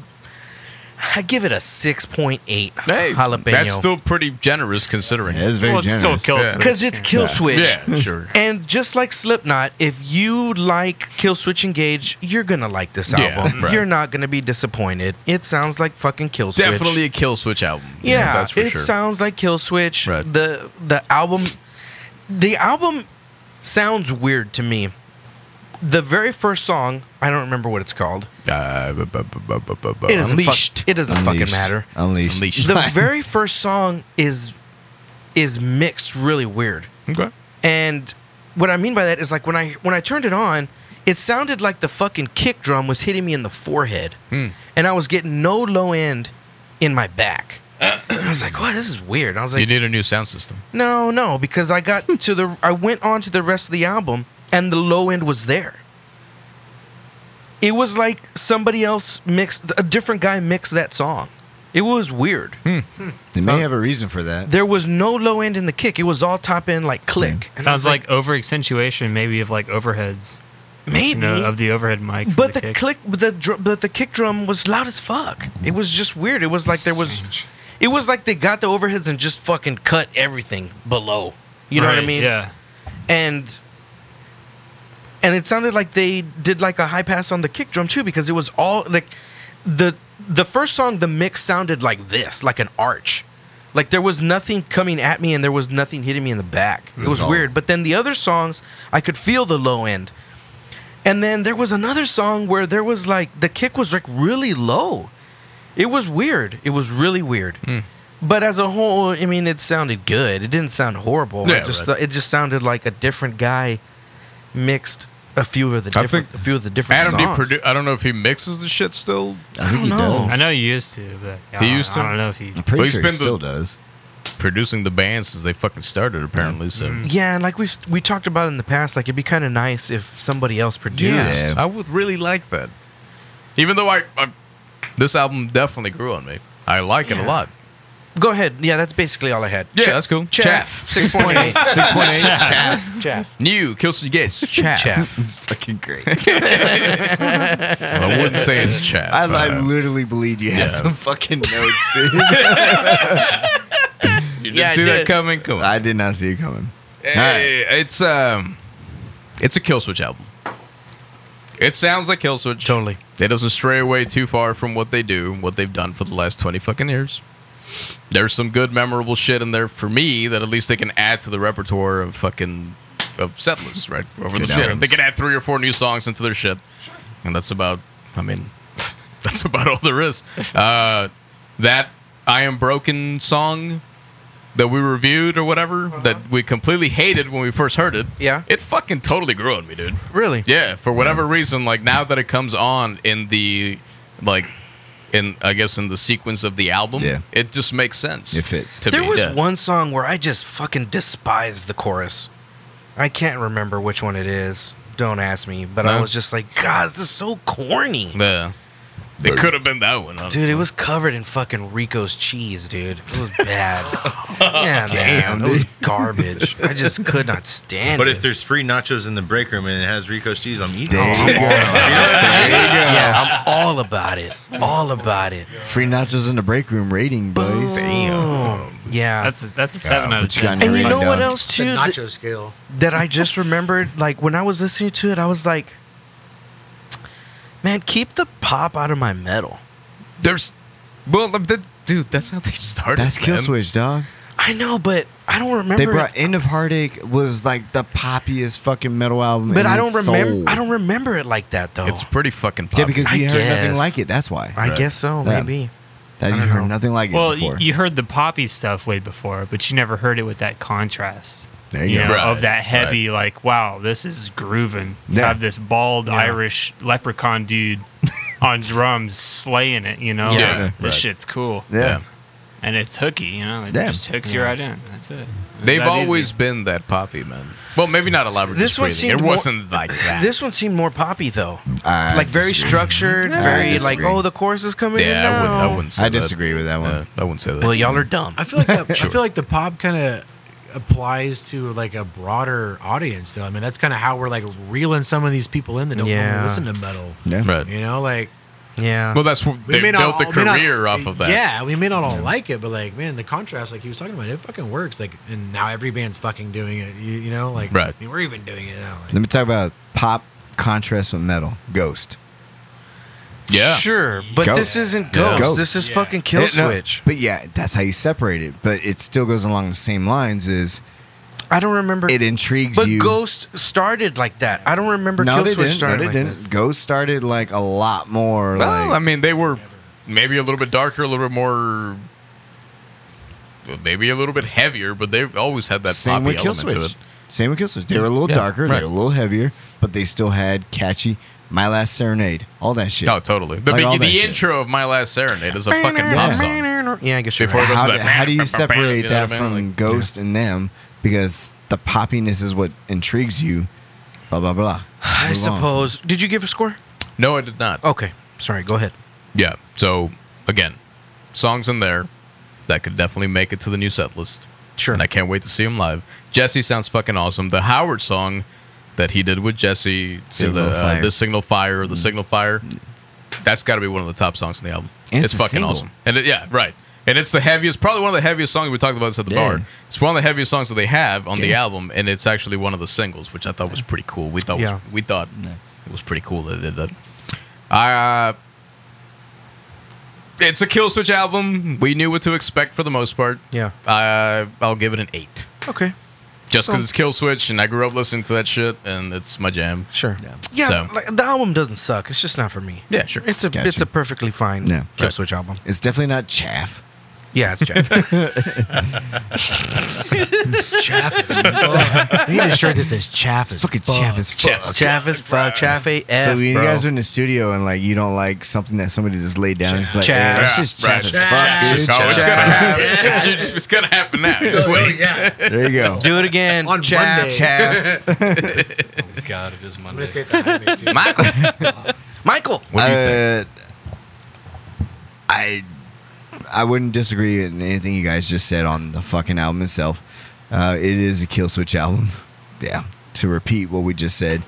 Speaker 3: I give it a six point eight
Speaker 4: Hey,
Speaker 3: jalapeno.
Speaker 4: That's still pretty generous considering.
Speaker 2: yeah, it's very
Speaker 5: Well, it's still
Speaker 2: generous.
Speaker 5: kill
Speaker 4: Yeah.
Speaker 3: because it's kill switch. [LAUGHS]
Speaker 4: Yeah, sure.
Speaker 3: And just like Slipknot, if you like Kill Switch Engage, you're gonna like this
Speaker 4: Yeah,
Speaker 3: album.
Speaker 4: right.
Speaker 3: You're not gonna be disappointed. It sounds like fucking Kill Switch.
Speaker 4: Definitely a kill switch album.
Speaker 3: Yeah,
Speaker 4: that's for
Speaker 3: it
Speaker 4: sure.
Speaker 3: sounds like Kill Switch.
Speaker 4: Right.
Speaker 3: The the album the album sounds weird to me. The very first song, I don't remember what it's called.
Speaker 4: Uh, bu- bu- bu- bu- bu- bu- bu-
Speaker 3: It doesn't, fuck-
Speaker 4: Unleashed.
Speaker 3: it doesn't fucking
Speaker 2: Unleashed.
Speaker 3: matter.
Speaker 2: Unleashed. [LAUGHS]
Speaker 3: [LAUGHS]
Speaker 4: Unleashed.
Speaker 3: The very first song is is mixed really weird.
Speaker 4: okay.
Speaker 3: And what I mean by that is like when I when I turned it on, it sounded like the fucking kick drum was hitting me in the forehead, and I was getting no low end in my back. I was like, "What? This is weird." I was
Speaker 4: You
Speaker 3: like,
Speaker 4: need a new sound system.
Speaker 3: "No, no," because I got to the I went on to the rest of the album, and the low end was there. It was like somebody else mixed a different guy mixed that song. It was weird.
Speaker 2: They may have a reason for that.
Speaker 3: There was no low end in the kick. It was all top end like click. And I was
Speaker 5: Sounds like over accentuation, maybe of like overheads,
Speaker 3: maybe
Speaker 5: you know, of the overhead mic. for
Speaker 3: But the,
Speaker 5: kick.
Speaker 3: click, the dr- but the kick drum was loud as fuck. It was just weird. It was like there was, it was like they got the overheads and just fucking cut everything below. You know what I
Speaker 5: Right,
Speaker 3: mean?
Speaker 5: Yeah.
Speaker 3: and and it sounded like they did like a high pass on the kick drum too because it was all like the the first song the mix sounded like this like an arch like there was nothing coming at me and there was nothing hitting me in the back it was
Speaker 2: all-
Speaker 3: weird but then the other songs i could feel the low end and then there was another song where there was like the kick was like really low it was weird it was really weird but as a whole i mean it sounded good it didn't sound horrible
Speaker 4: Yeah,
Speaker 3: it just it just sounded like a different guy mixed a few of the
Speaker 4: I
Speaker 3: different
Speaker 4: think
Speaker 3: a few of the different
Speaker 4: Adam D.
Speaker 3: songs.
Speaker 4: Produ- I don't know if he mixes the shit still.
Speaker 2: I think he
Speaker 3: don't know.
Speaker 2: does.
Speaker 9: I know he used to, but I
Speaker 4: He
Speaker 9: don't-
Speaker 4: used
Speaker 9: I
Speaker 4: to?
Speaker 9: don't know if he.
Speaker 2: I'm
Speaker 4: Well,
Speaker 2: pretty
Speaker 4: he's
Speaker 2: sure he
Speaker 4: been the-
Speaker 2: still does.
Speaker 4: Producing the band since they fucking started, apparently. So
Speaker 3: yeah, and like we have we talked about in the past, like it'd be kind of nice if somebody else produced.
Speaker 2: Yeah.
Speaker 4: I would really like that. Even though I, I this album definitely grew on me. I like it a lot.
Speaker 3: Go ahead. Yeah, that's basically all I had.
Speaker 4: Yeah, that's cool.
Speaker 3: Chaff. Six point
Speaker 4: [LAUGHS]
Speaker 3: eight.
Speaker 2: Six point eight. Chaff.
Speaker 3: Chaff.
Speaker 4: New Killswitch Gates. Chaff.
Speaker 3: Chaff.
Speaker 2: It's fucking great.
Speaker 4: I wouldn't say it's chaff.
Speaker 2: I, I
Speaker 4: Uh,
Speaker 2: literally believed you had
Speaker 4: yeah.
Speaker 2: some fucking notes,
Speaker 3: [LAUGHS]
Speaker 2: dude.
Speaker 4: you didn't
Speaker 3: yeah, I
Speaker 4: see
Speaker 3: did.
Speaker 4: that coming. Come on.
Speaker 2: I did not see it coming.
Speaker 4: Hey, it's um, it's a Killswitch album. It sounds like Killswitch.
Speaker 3: Totally.
Speaker 4: It doesn't stray away too far from what they do, and what they've done for the last twenty fucking years. There's some good, memorable shit in there for me that at least they can add to the repertoire of fucking of setlist, right? Over the shit.
Speaker 2: albums.
Speaker 4: They can add three or four new songs into their shit, and that's about. I mean, that's about all there is. Uh, that I am broken song that we reviewed or whatever that we completely hated when we first heard it.
Speaker 3: Uh-huh. Yeah.
Speaker 4: It fucking totally grew on me, dude.
Speaker 3: Really?
Speaker 4: Yeah, for whatever reason, like now that it comes on in the like in I guess in the sequence of the album,
Speaker 2: Yeah.
Speaker 4: it just makes sense.
Speaker 2: It fits.
Speaker 4: To
Speaker 3: There
Speaker 4: me.
Speaker 3: was
Speaker 4: Yeah.
Speaker 3: one song where I just fucking despised the chorus. I can't remember which one it is. Don't ask me. But I
Speaker 4: No?
Speaker 3: was just like, God, this is so corny.
Speaker 4: Yeah. It could have been that one. honestly.
Speaker 3: Dude, it was covered in fucking Rico's cheese, dude. It was [LAUGHS] bad. yeah,
Speaker 2: Damn,
Speaker 3: man. It was
Speaker 2: dude.
Speaker 3: garbage. I just could not stand
Speaker 7: But
Speaker 3: it.
Speaker 7: if there's free nachos in the break room and it has Rico's cheese, I'm eating.
Speaker 2: There
Speaker 3: Oh,
Speaker 2: you go.
Speaker 3: yeah, I'm all about it. All about it.
Speaker 2: Free nachos in the break room rating, boys.
Speaker 3: Yeah.
Speaker 9: That's a, that's a seven out of
Speaker 2: What you got in
Speaker 9: ten.
Speaker 2: your
Speaker 3: and you
Speaker 2: rating
Speaker 3: know what
Speaker 2: down?
Speaker 3: else
Speaker 6: The
Speaker 3: too that,
Speaker 6: nacho scale.
Speaker 3: that I just remembered like when I was listening to it I was like man keep the pop out of my metal.
Speaker 4: There's well that, dude, that's how they started.
Speaker 2: That's
Speaker 4: man.
Speaker 2: Kill Switch, dog.
Speaker 3: I know but I don't remember
Speaker 2: They
Speaker 3: it-
Speaker 2: brought End of Heartache was like the poppiest fucking metal album.
Speaker 3: but
Speaker 2: and
Speaker 3: I
Speaker 2: it
Speaker 3: don't remember I
Speaker 2: sold.
Speaker 3: don't remember it like that though.
Speaker 4: It's pretty fucking
Speaker 2: Yeah,
Speaker 4: popular.
Speaker 2: because you
Speaker 3: I
Speaker 2: heard
Speaker 3: guess.
Speaker 2: nothing like it. That's why.
Speaker 3: I guess so
Speaker 2: Yeah.
Speaker 3: maybe.
Speaker 2: That you
Speaker 3: don't
Speaker 2: heard
Speaker 3: know.
Speaker 2: nothing like it
Speaker 9: Well,
Speaker 2: before.
Speaker 9: y- you heard the poppy stuff way before, but you never heard it with that contrast.
Speaker 2: there you
Speaker 9: You know,
Speaker 2: go.
Speaker 4: Right,
Speaker 9: of that heavy, like, wow, this is grooving. You
Speaker 2: Yeah.
Speaker 9: Have this bald Irish
Speaker 4: [LAUGHS]
Speaker 9: leprechaun dude on drums slaying it. You know,
Speaker 3: Yeah.
Speaker 9: Like, this
Speaker 4: Right.
Speaker 9: shit's cool,
Speaker 2: Yeah.
Speaker 9: and it's hooky. You know, it
Speaker 2: Yeah.
Speaker 9: just hooks you right in. That's it. It's
Speaker 4: They've
Speaker 9: that easy.
Speaker 4: always been that poppy, man. Well, maybe not a lot of
Speaker 3: This one
Speaker 4: discretion.
Speaker 3: seemed
Speaker 4: It
Speaker 3: more-
Speaker 4: wasn't like that.
Speaker 3: This one seemed more poppy though.
Speaker 2: I
Speaker 3: like very
Speaker 2: disagree.
Speaker 3: structured,
Speaker 2: I
Speaker 3: very like
Speaker 2: disagree.
Speaker 3: oh the chorus is coming in
Speaker 4: yeah, I wouldn't,
Speaker 3: now.
Speaker 4: I wouldn't say
Speaker 2: I
Speaker 4: that.
Speaker 2: disagree with that one.
Speaker 3: uh,
Speaker 4: Yeah, I wouldn't say that.
Speaker 3: Well, y'all are dumb.
Speaker 6: I feel like that, I
Speaker 4: Sure.
Speaker 6: feel like the pop kind of applies to like a broader audience though. I mean, that's kind of how we're like reeling some of these people in that don't
Speaker 3: Yeah.
Speaker 6: want to listen to metal.
Speaker 2: Yeah.
Speaker 4: Right.
Speaker 6: You know, like
Speaker 3: Yeah.
Speaker 4: Well, that's what they built a
Speaker 6: all- may not-
Speaker 4: career off of that.
Speaker 6: Yeah, we may not all like it, but like, man, the contrast, like he was talking about, it fucking works. Like, and now every band's fucking doing it. You, you know, like,
Speaker 4: Right.
Speaker 6: I mean, we're even doing it now.
Speaker 2: Let me talk about pop contrast with metal. Ghost.
Speaker 4: yeah.
Speaker 3: Sure, but
Speaker 2: Ghost.
Speaker 3: this isn't Ghost.
Speaker 2: Ghost.
Speaker 3: This is fucking Kill
Speaker 2: It- no,
Speaker 3: Switch.
Speaker 2: but yeah, that's how you separate it. But it still goes along the same lines. Is
Speaker 3: I don't remember.
Speaker 2: it intrigues
Speaker 3: but
Speaker 2: you?
Speaker 3: Ghost started like that. I don't remember
Speaker 2: no,
Speaker 3: Kill
Speaker 2: they
Speaker 3: Switch
Speaker 2: didn't. No,
Speaker 3: started
Speaker 2: they
Speaker 3: like
Speaker 2: didn't.
Speaker 3: this.
Speaker 2: Ghost started like a lot more.
Speaker 4: Well, I
Speaker 2: like
Speaker 4: mean, they were maybe a little bit darker, a little bit more, maybe a little bit heavier, but they've always had that
Speaker 2: same
Speaker 4: poppy
Speaker 2: with Kill
Speaker 4: element to
Speaker 2: Switch.
Speaker 4: it.
Speaker 2: Same with Kill Switch. They were a little darker. They
Speaker 4: right.
Speaker 2: were a little heavier, but they still had catchy. My Last Serenade. All that shit.
Speaker 4: Oh, totally. The,
Speaker 2: Like all
Speaker 4: big,
Speaker 2: that
Speaker 4: the
Speaker 2: shit.
Speaker 4: intro of My Last Serenade is a fucking
Speaker 2: Yeah.
Speaker 4: pop song.
Speaker 3: Yeah, I guess you're
Speaker 4: Before
Speaker 3: right.
Speaker 4: goes
Speaker 2: how,
Speaker 4: to
Speaker 2: do-
Speaker 4: that
Speaker 2: how do you separate
Speaker 4: you know
Speaker 2: that
Speaker 4: what I
Speaker 2: from
Speaker 4: mean? Like-
Speaker 2: Ghost and them? Because the poppiness is what intrigues you. Blah blah blah. Move
Speaker 3: I
Speaker 2: on.
Speaker 3: suppose. Did you give a score?
Speaker 4: No, I did not.
Speaker 3: Okay, sorry. Go ahead.
Speaker 4: Yeah. So, again, songs in there that could definitely make it to the new set list.
Speaker 3: Sure.
Speaker 4: And I can't wait to see him live. Jesse sounds fucking awesome. The Howard song that he did with Jesse, the,
Speaker 2: Signal
Speaker 4: uh,
Speaker 2: Fire. Mm.
Speaker 4: the Signal Fire, the Signal Fire, that's got to be one of the top songs in the album.
Speaker 2: And it's
Speaker 4: it's
Speaker 2: a
Speaker 4: fucking
Speaker 2: single.
Speaker 4: awesome. And it, yeah, right. And it's the heaviest, probably one of the heaviest songs we talked about this at the
Speaker 2: Yeah.
Speaker 4: bar. It's one of the heaviest songs that they have on the album, and it's actually one of the singles, which I thought was pretty cool. We thought
Speaker 9: Yeah.
Speaker 4: was, we thought it was pretty cool that they did that. Uh, it's a kill switch album. We knew what to expect for the most part.
Speaker 3: Yeah.
Speaker 4: Uh, I'll give it an eight,
Speaker 3: Okay.
Speaker 4: just
Speaker 2: Oh.
Speaker 4: because
Speaker 3: So-
Speaker 4: it's kill switch, and I grew up listening to that shit, and it's my jam.
Speaker 3: Sure. Yeah.
Speaker 2: Yeah.
Speaker 4: So-
Speaker 3: like, the album doesn't suck. It's just not for me.
Speaker 4: Yeah, sure.
Speaker 3: It's a
Speaker 2: Gotcha.
Speaker 3: it's a perfectly fine
Speaker 2: Yeah.
Speaker 3: Kill
Speaker 4: Right.
Speaker 3: Switch album.
Speaker 2: It's definitely not chaff.
Speaker 3: Yeah, it's
Speaker 2: [LAUGHS]
Speaker 3: Jeff.
Speaker 6: chaff
Speaker 3: [LAUGHS]
Speaker 6: as fuck. We need a shirt that says chaff as
Speaker 2: Fucking
Speaker 6: fuck.
Speaker 2: chaff as fuck.
Speaker 3: Chaff is fuck. Chaff AF.
Speaker 2: so you
Speaker 3: bro.
Speaker 2: guys are in the studio and like you don't like something that somebody just laid down. It's like,
Speaker 3: Chaff.
Speaker 2: "Hey, that's just chaff
Speaker 4: right.
Speaker 2: as
Speaker 4: Chaff.
Speaker 2: fuck, dude.
Speaker 4: It's just- oh, it's
Speaker 2: Chaff.
Speaker 4: gonna happen. It's, it's gonna happen now. Just wait.
Speaker 2: There you go.
Speaker 3: Do it again.
Speaker 6: On
Speaker 3: Chaff.
Speaker 6: Monday.
Speaker 2: Chaff.
Speaker 8: God, it is Monday.
Speaker 3: Michael.
Speaker 4: What do you think?
Speaker 2: Uh, I I wouldn't disagree with anything you guys just said on the fucking album itself. Uh, it is a kill switch album. [LAUGHS] Yeah. To repeat what we just said,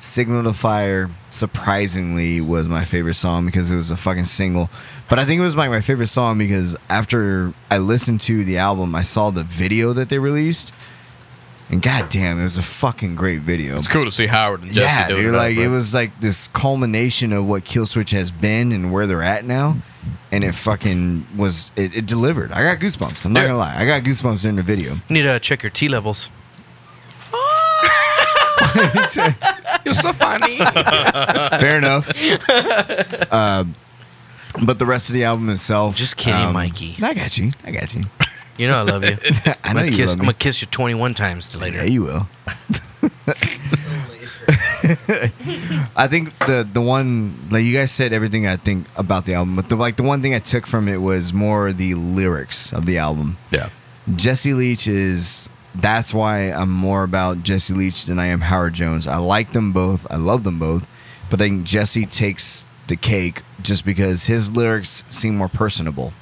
Speaker 2: Signal to Fire surprisingly was my favorite song because it was a fucking single. But I think it was like my favorite song because after I listened to the album, I saw the video that they released. And goddamn, it was a fucking great video
Speaker 4: It's cool to see Howard and Jesse
Speaker 2: yeah,
Speaker 4: doing
Speaker 2: dude.
Speaker 4: it.
Speaker 2: Like
Speaker 4: bro.
Speaker 2: it was like this culmination of what Kill Switch has been and where they're at now, and it fucking was. It, it delivered. I got goosebumps. I'm not
Speaker 4: Yeah.
Speaker 2: gonna lie. I got goosebumps during the video.
Speaker 3: You need to check your T levels.
Speaker 4: [LAUGHS] You're so funny.
Speaker 2: [LAUGHS] Fair enough. Um, but the rest of the album itself.
Speaker 3: Just kidding,
Speaker 2: um,
Speaker 3: Mikey.
Speaker 2: I got you. I got you.
Speaker 3: You know I
Speaker 2: [LAUGHS]
Speaker 3: love you.
Speaker 2: I know you
Speaker 3: I'm gonna kiss,
Speaker 2: love
Speaker 3: I'm
Speaker 2: me.
Speaker 3: gonna kiss you 21 times till later.
Speaker 2: Yeah, you will. I think the the one like you guys said everything I think about the album, but the like the one thing I took from it was more the lyrics of the album.
Speaker 4: yeah.
Speaker 2: Jesse Leach is that's why I'm more about Jesse Leach than I am Howard Jones. I like them both. I love them both. But I think Jesse takes the cake just because his lyrics seem more personable.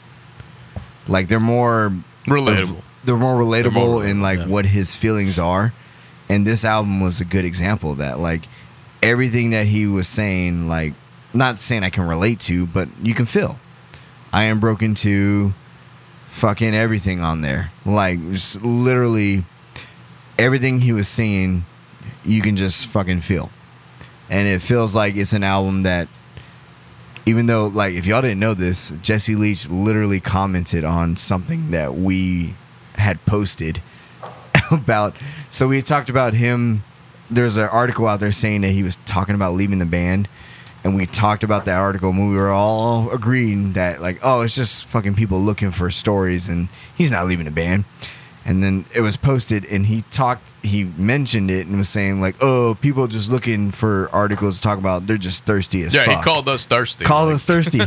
Speaker 2: Like they're more
Speaker 4: Relatable.
Speaker 2: of- they're more relatable
Speaker 4: They're more
Speaker 2: in
Speaker 4: relatable,
Speaker 2: like
Speaker 4: yeah.
Speaker 2: what his feelings are. And this album was a good example of that. Like everything that he was saying, like not saying I can relate to, but you can feel. I am broken too fucking everything on there. Like just literally everything he was singing, you can just fucking feel. And it feels like it's an album that even though like if y'all didn't know this, Jesse Leach literally commented on something that we had posted [LAUGHS] about so we talked about him there's an article out there saying that he was talking about leaving the band and we talked about that article and we were all agreeing that like oh it's just fucking people looking for stories and he's not leaving the band and then it was posted and he talked he mentioned it and was saying like oh people just looking for articles to talk about they're just thirsty as
Speaker 4: Yeah,
Speaker 2: fuck
Speaker 4: he called us thirsty.
Speaker 2: Call
Speaker 4: Like,
Speaker 2: us
Speaker 4: [LAUGHS]
Speaker 2: thirsty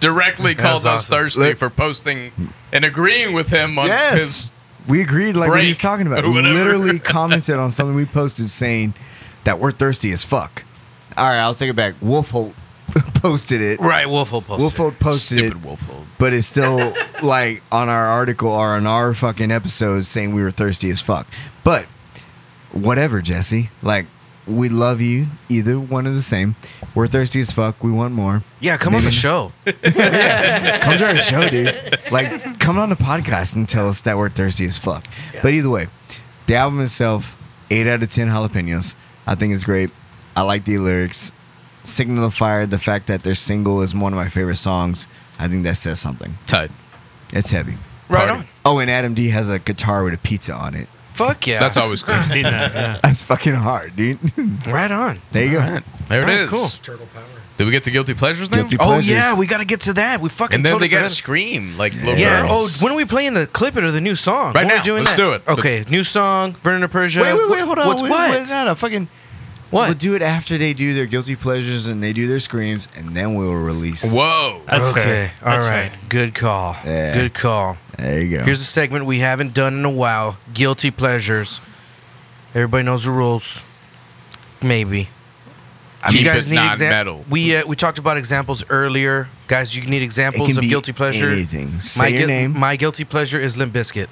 Speaker 4: directly called us
Speaker 7: awesome.
Speaker 4: thirsty
Speaker 2: Look-
Speaker 4: for posting and agreeing with him on
Speaker 2: yes
Speaker 4: his.
Speaker 2: we agreed like what he was
Speaker 4: break
Speaker 2: talking
Speaker 4: [LAUGHS]
Speaker 2: about
Speaker 4: or
Speaker 2: he
Speaker 4: whatever.
Speaker 2: literally commented on something we posted saying that we're thirsty as fuck all right i'll take it back wolfholt [LAUGHS] posted it
Speaker 3: Right, Wolfle posted.
Speaker 2: Wolfo posted
Speaker 4: Stupid
Speaker 2: it,
Speaker 4: Wolfload.
Speaker 2: but it's still
Speaker 4: [LAUGHS]
Speaker 2: like on our article or on our fucking episode saying we were thirsty as fuck. But whatever, Jesse. Like we love you, either one of the same. We're thirsty as fuck. We want more.
Speaker 3: Yeah, come on the
Speaker 2: Maybe-
Speaker 3: show.
Speaker 2: Come to our show,
Speaker 3: [LAUGHS]
Speaker 2: dude. Like come on the podcast and tell us that we're thirsty as fuck. But either way, the album itself, eight out of ten jalapenos. I think it's great. I like the lyrics. Signal of Fire, the fact that their single is one of my favorite songs, I think that says something.
Speaker 4: Tight.
Speaker 2: It's heavy.
Speaker 3: Right
Speaker 4: Party.
Speaker 3: on.
Speaker 2: Oh, and Adam D has a guitar with a pizza on it.
Speaker 3: Fuck yeah.
Speaker 4: That's always cool.
Speaker 5: I've seen that.
Speaker 4: [LAUGHS]
Speaker 5: Yeah.
Speaker 2: That's fucking hard, dude. [LAUGHS]
Speaker 3: Right on.
Speaker 2: there you go.
Speaker 4: There it
Speaker 3: Alright,
Speaker 4: is.
Speaker 3: cool.
Speaker 6: Turtle power.
Speaker 4: Did we get to guilty pleasures now?
Speaker 2: Guilty-
Speaker 3: Oh
Speaker 2: Pleasures.
Speaker 3: yeah, we gotta get to that. We fucking
Speaker 4: and then
Speaker 3: totally
Speaker 4: they got to
Speaker 3: forgot.
Speaker 4: scream like little
Speaker 3: Yeah. Oh,
Speaker 4: girls.
Speaker 3: when are we playing the clip it or the new song? when
Speaker 4: Right
Speaker 3: are we
Speaker 4: now.
Speaker 3: doing that?
Speaker 4: Let's do it.
Speaker 3: Okay, new song, Vernon Persia.
Speaker 2: Wait, wait, wait, hold on.
Speaker 3: Uh, What's
Speaker 2: wait,
Speaker 3: what?
Speaker 2: Wait, no, no, fucking.
Speaker 3: What?
Speaker 2: We'll do it after they do their guilty pleasures and they do their screams, and then we'll release.
Speaker 4: Whoa.
Speaker 5: That's
Speaker 3: okay.
Speaker 5: fair.
Speaker 3: All right.
Speaker 5: That's
Speaker 3: Good call.
Speaker 2: Yeah.
Speaker 3: Good call.
Speaker 2: There you go.
Speaker 3: Here's a segment we haven't done in a while. Guilty pleasures. Everybody knows the rules. Maybe.
Speaker 4: Keep
Speaker 3: you guys
Speaker 4: it
Speaker 3: need
Speaker 4: non-metal.
Speaker 3: examples. We uh, we talked about examples earlier, guys. You need
Speaker 2: it can
Speaker 3: examples of
Speaker 2: be
Speaker 3: guilty pleasure.
Speaker 2: Anything. Say
Speaker 3: My,
Speaker 2: your
Speaker 3: gui-
Speaker 2: name.
Speaker 3: my guilty pleasure is Limp Biscuit.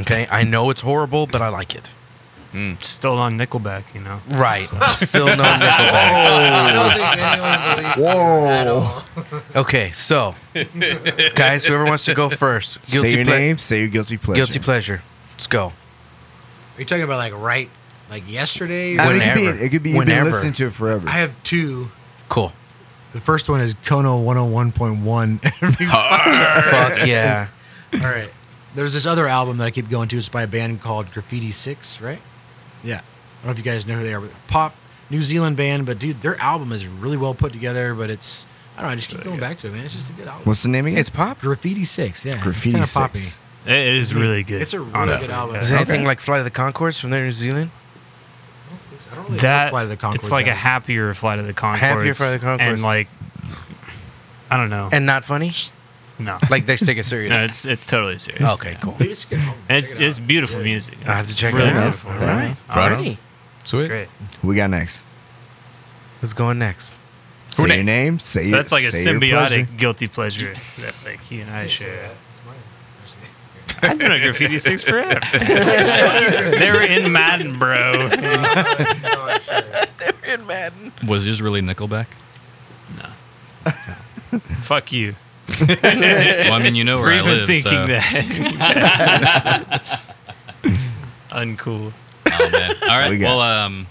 Speaker 3: Okay, I know it's horrible, but I like it.
Speaker 5: Still on Nickelback, you
Speaker 3: [LAUGHS]
Speaker 5: know.
Speaker 3: Right. Still no Nickelback.
Speaker 2: Whoa.
Speaker 3: Okay, so guys, whoever wants to go first,
Speaker 2: say your
Speaker 3: ple-
Speaker 2: name. Say your guilty pleasure.
Speaker 3: guilty pleasure. Let's go.
Speaker 6: Are you talking about like right, like yesterday?
Speaker 2: I
Speaker 6: Or
Speaker 2: mean, it could
Speaker 3: Whenever.
Speaker 2: be. It could be. You've been
Speaker 3: Whenever.
Speaker 2: listening to it forever.
Speaker 6: I have two.
Speaker 3: Cool.
Speaker 6: The first one is Kono 101.1.
Speaker 3: Fuck yeah.
Speaker 6: All right. There's this other album that I keep going to. It's by a band called Graffiti Six, right? Yeah. I don't know if you guys know who they are, but they're a pop New Zealand band. But dude, their album is really well put together. But it's I don't know. I just keep going back to it, man. It's just a good album.
Speaker 2: What's the name again?
Speaker 3: [LAUGHS] It's pop.
Speaker 6: Graffiti Six? Yeah.
Speaker 2: Graffiti
Speaker 6: It's kinda poppy.
Speaker 2: Six.
Speaker 9: It is really good.
Speaker 6: It's a really
Speaker 9: honestly.
Speaker 6: good album.
Speaker 3: Is
Speaker 9: Yeah.
Speaker 3: there anything like Flight of the Concords from there, New Zealand?
Speaker 6: I don't really
Speaker 9: That
Speaker 6: like Flight of the Conchords
Speaker 9: it's like a
Speaker 6: album.
Speaker 9: happier flight of the Concords.
Speaker 3: Happier Flight of the Conchords.
Speaker 9: and like I don't know.
Speaker 3: And not funny?
Speaker 9: no,
Speaker 3: Like they take
Speaker 2: [LAUGHS]
Speaker 3: it serious.
Speaker 9: no, it's it's totally serious.
Speaker 3: okay, cool.
Speaker 6: Dude, it's a good album.
Speaker 9: And it's
Speaker 6: Check it out.
Speaker 9: it's beautiful music.
Speaker 3: I have to check
Speaker 9: really
Speaker 3: it out.
Speaker 9: Beautiful.
Speaker 3: All
Speaker 9: All
Speaker 3: right.
Speaker 9: right,
Speaker 4: Right on.
Speaker 3: Alrighty.
Speaker 9: it's
Speaker 4: Sweet.
Speaker 9: great.
Speaker 2: we got next.
Speaker 3: What's going next?
Speaker 2: Say
Speaker 4: Renee.
Speaker 2: your name. Say
Speaker 9: So
Speaker 2: your.
Speaker 9: that's like a
Speaker 2: say your pleasure.
Speaker 9: symbiotic guilty pleasure that like he and I
Speaker 6: uh,
Speaker 9: share. I've been a graffiti six forever. they were in Madden, bro.
Speaker 8: Was yours really Nickelback?
Speaker 9: Fuck you
Speaker 8: Well, I mean, you know
Speaker 9: for
Speaker 8: where I
Speaker 9: even
Speaker 8: live.
Speaker 9: thinking
Speaker 8: so.
Speaker 9: that. [LAUGHS] Uncool.
Speaker 8: Oh, man. All
Speaker 2: [LAUGHS] We got-
Speaker 8: right. Well, um,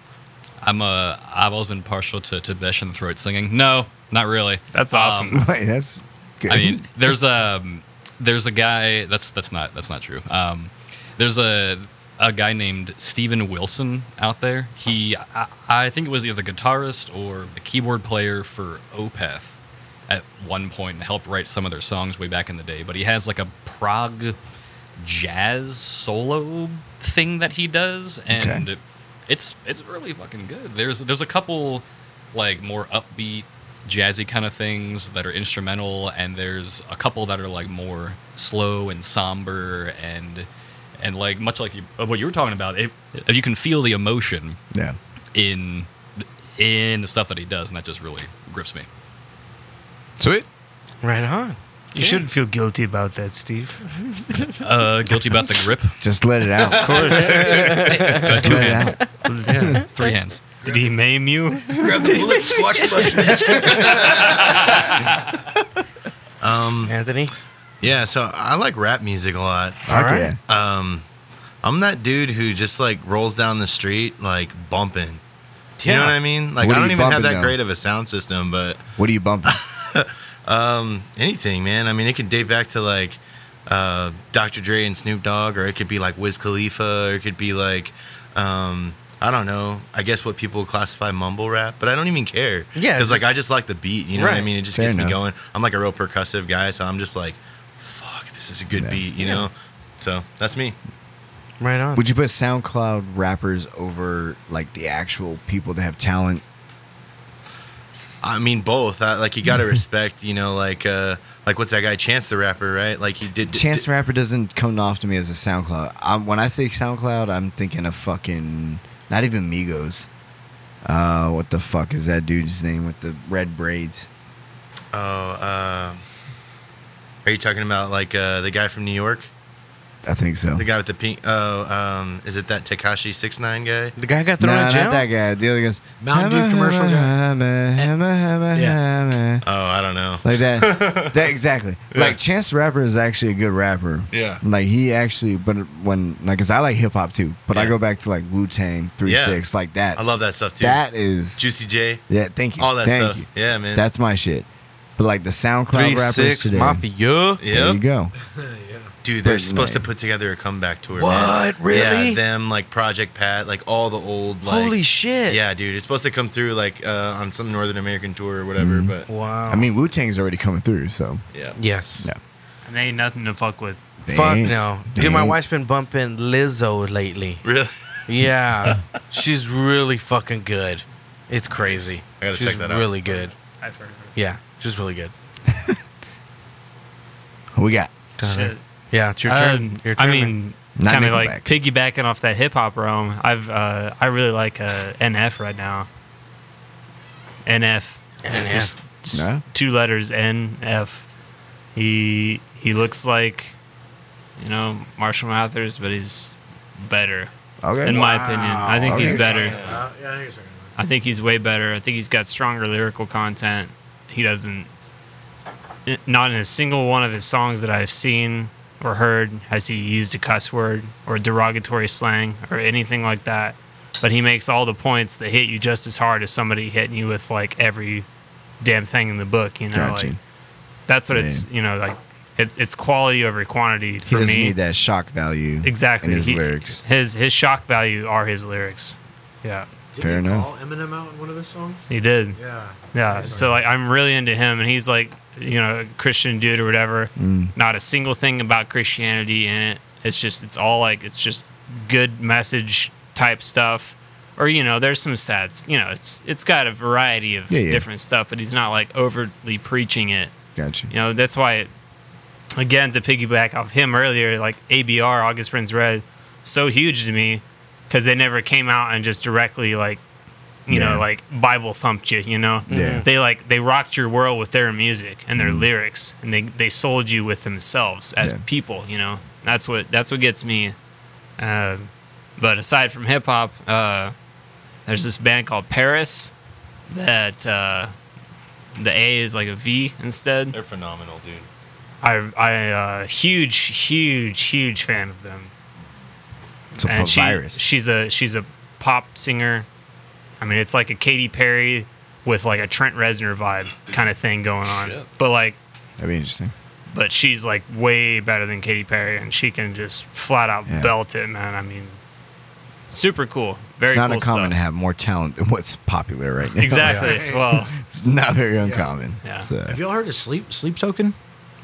Speaker 8: I'm uh, I've always been partial to to Besh and the throat singing. No, not really.
Speaker 9: That's
Speaker 8: Um,
Speaker 9: awesome.
Speaker 2: [LAUGHS] Wait, that's good.
Speaker 8: I mean, there's um, there's a guy that's that's not that's not true. Um, there's a a guy named Steven Wilson out there. He I, I think it was either the guitarist or the keyboard player for Opeth at one point and helped write some of their songs way back in the day. But he has like a prog jazz solo thing that he does, and it's it's really fucking good. There's there's a couple like more upbeat jazzy kind of things that are instrumental and there's a couple that are like more slow and somber and and like much like you, uh, what you were talking about it, uh, you can feel the emotion
Speaker 2: yeah.
Speaker 8: in in the stuff that he does and that just really grips me
Speaker 4: Sweet.
Speaker 3: Right on.
Speaker 9: You shouldn't feel guilty about that, Steve.
Speaker 8: uh guilty about the
Speaker 3: [LAUGHS]
Speaker 8: grip
Speaker 2: Just let it out. of course.
Speaker 8: Uh, two
Speaker 2: Let it
Speaker 8: hands
Speaker 2: out.
Speaker 8: three hands
Speaker 9: Did he maim you?
Speaker 2: Mm.
Speaker 3: Anthony?
Speaker 7: Yeah, so I like rap music a lot.
Speaker 2: Fuck yeah.
Speaker 7: Um, I'm that dude who just like rolls down the street like bumping. You know what I mean? Like
Speaker 2: What
Speaker 7: I
Speaker 2: are
Speaker 7: don't
Speaker 2: you
Speaker 7: even have
Speaker 2: bumping
Speaker 7: that
Speaker 2: now?
Speaker 7: great of a sound system, but
Speaker 2: What are you bumping?
Speaker 7: anything, man. I mean, it could date back to like uh, Dr. Dre and Snoop Dogg, or it could be like Wiz Khalifa, or it could be like um, I don't know. I guess what people classify mumble rap, but I don't even care.
Speaker 3: Yeah,
Speaker 7: because like
Speaker 3: just-
Speaker 7: I just like the beat. You know what I
Speaker 3: Right.
Speaker 7: mean? It just
Speaker 2: Fair
Speaker 7: gets me
Speaker 2: enough.
Speaker 7: going. I'm like a real percussive guy, so I'm just like, fuck, this is a good beat. You know. So that's me.
Speaker 3: Right on.
Speaker 2: Would you put SoundCloud rappers over like the actual people that have talent?
Speaker 7: I mean, both. I, like you got to
Speaker 3: [LAUGHS]
Speaker 7: respect, you know, like uh, like what's that guy Chance the Rapper, right? Like he did
Speaker 2: Chance
Speaker 7: did-
Speaker 2: rapper doesn't come off to me as a SoundCloud. I'm, when I say SoundCloud, I'm thinking of fucking not even Migos. Uh, what the fuck is that dude's name with the red braids?
Speaker 7: Oh, uh, are you talking about like uh, the guy from New York,
Speaker 2: I think so.
Speaker 7: the guy with the pink? Oh, um, is it that Takashi Six Nine guy?
Speaker 3: the guy got
Speaker 2: No,
Speaker 3: thrown in
Speaker 2: not
Speaker 3: jail?
Speaker 2: that guy. The other guy's
Speaker 6: Mountain Dew commercial guy.
Speaker 2: guy.
Speaker 7: Oh, I don't know.
Speaker 2: Like that. that exactly. Like Chance the Rapper is actually a good rapper.
Speaker 7: Yeah.
Speaker 2: Like he actually, but when like, cause I like hip hop too. But I
Speaker 7: Yeah.
Speaker 2: go back to like Wu Tang, Three
Speaker 7: Yeah.
Speaker 2: Six, like that.
Speaker 7: I love that stuff too.
Speaker 2: that is
Speaker 7: Juicy J,
Speaker 2: yeah. Thank you.
Speaker 7: all that
Speaker 2: thank
Speaker 7: stuff.
Speaker 2: You.
Speaker 7: Yeah, man.
Speaker 2: That's my shit. But like the SoundCloud
Speaker 3: Three
Speaker 2: rappers
Speaker 3: six
Speaker 2: today.
Speaker 3: mafia.
Speaker 2: There you
Speaker 7: yep.
Speaker 2: go.
Speaker 7: Dude, they're
Speaker 2: Person
Speaker 7: supposed to
Speaker 2: made.
Speaker 7: put together a comeback tour.
Speaker 3: What?
Speaker 7: Man.
Speaker 3: Really?
Speaker 7: Yeah, them like Project Pat, like all the old like.
Speaker 3: Holy shit.
Speaker 7: Yeah, dude, it's supposed to come through like uh, on some Northern American tour or whatever.
Speaker 2: Mm.
Speaker 7: But
Speaker 3: Wow.
Speaker 2: I mean, Wu Tang's already coming through, so
Speaker 7: yeah,
Speaker 3: yes.
Speaker 2: Yeah.
Speaker 9: And they ain't nothing to fuck with.
Speaker 2: they
Speaker 3: Fuck
Speaker 2: ain't-
Speaker 3: no.
Speaker 2: they
Speaker 3: Dude, my
Speaker 2: ain't-
Speaker 3: wife's been bumping Lizzo lately.
Speaker 7: really.
Speaker 3: Yeah. She's really fucking good. It's crazy.
Speaker 7: I gotta
Speaker 3: She's
Speaker 7: check that out.
Speaker 3: really good.
Speaker 9: I've heard of
Speaker 3: Yeah. She's really good.
Speaker 2: Who we got?
Speaker 9: it. Shit.
Speaker 3: Yeah, it's your
Speaker 5: Uh,
Speaker 3: turn.
Speaker 9: Um,
Speaker 3: your turn.
Speaker 9: I
Speaker 3: man.
Speaker 9: mean,
Speaker 2: Not
Speaker 5: kind
Speaker 2: Nickelback.
Speaker 5: of like piggybacking off that hip hop realm. I've uh, I really like uh, NF right now. NF.
Speaker 3: NF.
Speaker 5: It's just, just
Speaker 2: No?
Speaker 5: two letters NF. He he looks like you know Marshall Mathers, but he's better
Speaker 2: Okay.
Speaker 5: in my opinion. I think he's
Speaker 2: Okay.
Speaker 5: better.
Speaker 6: Uh, yeah, I think it's
Speaker 5: I think he's way better. I think he's got stronger lyrical content. He doesn't
Speaker 9: n- not in a single one of his songs that I've seen or heard has he used a cuss word or derogatory slang or anything like that. But he makes all the points that hit you just as hard as somebody hitting you with like every damn thing in the book. You know,
Speaker 2: Gotcha.
Speaker 9: like, that's what it's you know like it, it's quality over quantity
Speaker 2: He
Speaker 9: for
Speaker 2: doesn't
Speaker 9: me.
Speaker 2: need that shock value.
Speaker 9: Exactly.
Speaker 2: In his
Speaker 9: He-
Speaker 2: lyrics.
Speaker 9: His his shock value are his lyrics. Yeah,
Speaker 6: Didn't
Speaker 2: Fair
Speaker 6: he
Speaker 2: enough.
Speaker 6: call Eminem out in one of his songs?
Speaker 9: he did.
Speaker 6: Yeah.
Speaker 9: Yeah. So like I'm really into him and he's like, you know, a Christian dude or whatever.
Speaker 2: Mm.
Speaker 9: Not a single thing about Christianity in it. It's just it's all like it's just good message type stuff. Or you know, there's some stats. You know, it's it's got a variety of
Speaker 2: Yeah, yeah.
Speaker 9: different stuff, but he's not like overtly preaching it.
Speaker 2: Gotcha.
Speaker 9: You know, that's why it, again to piggyback off him earlier, like ABR August Burns Red, so huge to me because they never came out and just directly like, you
Speaker 2: Yeah.
Speaker 9: know, like Bible thumped you. You know,
Speaker 2: Yeah. Mm-hmm.
Speaker 9: they like they rocked your world with their music and their lyrics, and they they sold you with themselves as
Speaker 2: Yeah.
Speaker 9: people. You know, that's what that's what gets me. Uh, but aside from hip hop, uh, there's this band called Paris that uh, the A is like a V instead.
Speaker 7: They're phenomenal, dude.
Speaker 9: I I uh, huge huge huge fan of them.
Speaker 2: It's a
Speaker 9: And she,
Speaker 2: virus.
Speaker 9: she's a she's a pop singer. I mean, it's like a Katy Perry with like a Trent Reznor vibe kind of thing going on.
Speaker 8: Shit.
Speaker 9: But like
Speaker 2: That'd be interesting.
Speaker 9: but she's like way better than Katy Perry and she can just flat out
Speaker 2: Yeah.
Speaker 9: belt it, man. I mean, super cool. Very
Speaker 2: it's not
Speaker 9: cool
Speaker 2: uncommon to [LAUGHS]
Speaker 9: stuff.
Speaker 2: have more talent than what's popular right now.
Speaker 9: Exactly. Well,
Speaker 2: [LAUGHS] it's not very uncommon.
Speaker 9: Yeah.
Speaker 2: So,
Speaker 6: Have y'all heard of Sleep Sleep Token?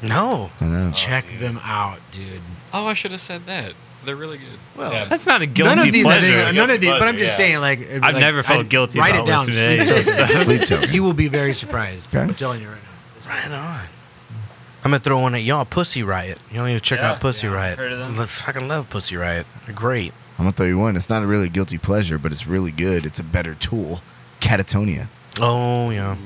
Speaker 3: No.
Speaker 2: I don't know.
Speaker 6: Check them out, dude.
Speaker 8: Oh, I should have said that. They're really good.
Speaker 6: Well,
Speaker 8: Yeah.
Speaker 9: that's not a guilty
Speaker 6: None of these, I
Speaker 9: pleasure.
Speaker 6: think- none of these, but I'm
Speaker 7: Guilty pleasure,
Speaker 6: just
Speaker 7: yeah.
Speaker 6: saying, like, I've
Speaker 9: never felt guilty
Speaker 6: Write
Speaker 9: about
Speaker 6: it down.
Speaker 9: listening to
Speaker 6: Sleep Token.
Speaker 2: Sleep token.
Speaker 6: [LAUGHS] You will be very surprised.
Speaker 2: Okay.
Speaker 6: I'm telling you right now.
Speaker 3: Right on. I'm gonna throw one at y'all. Pussy Riot. Y'all need to check
Speaker 8: Yeah,
Speaker 3: out Pussy
Speaker 8: yeah, I've
Speaker 3: Riot.
Speaker 8: heard of them.
Speaker 3: I fucking love Pussy Riot. They're great.
Speaker 2: I'm gonna throw you one. It's not a really guilty pleasure, but it's really good. It's a better tool. Catatonia.
Speaker 3: Oh yeah.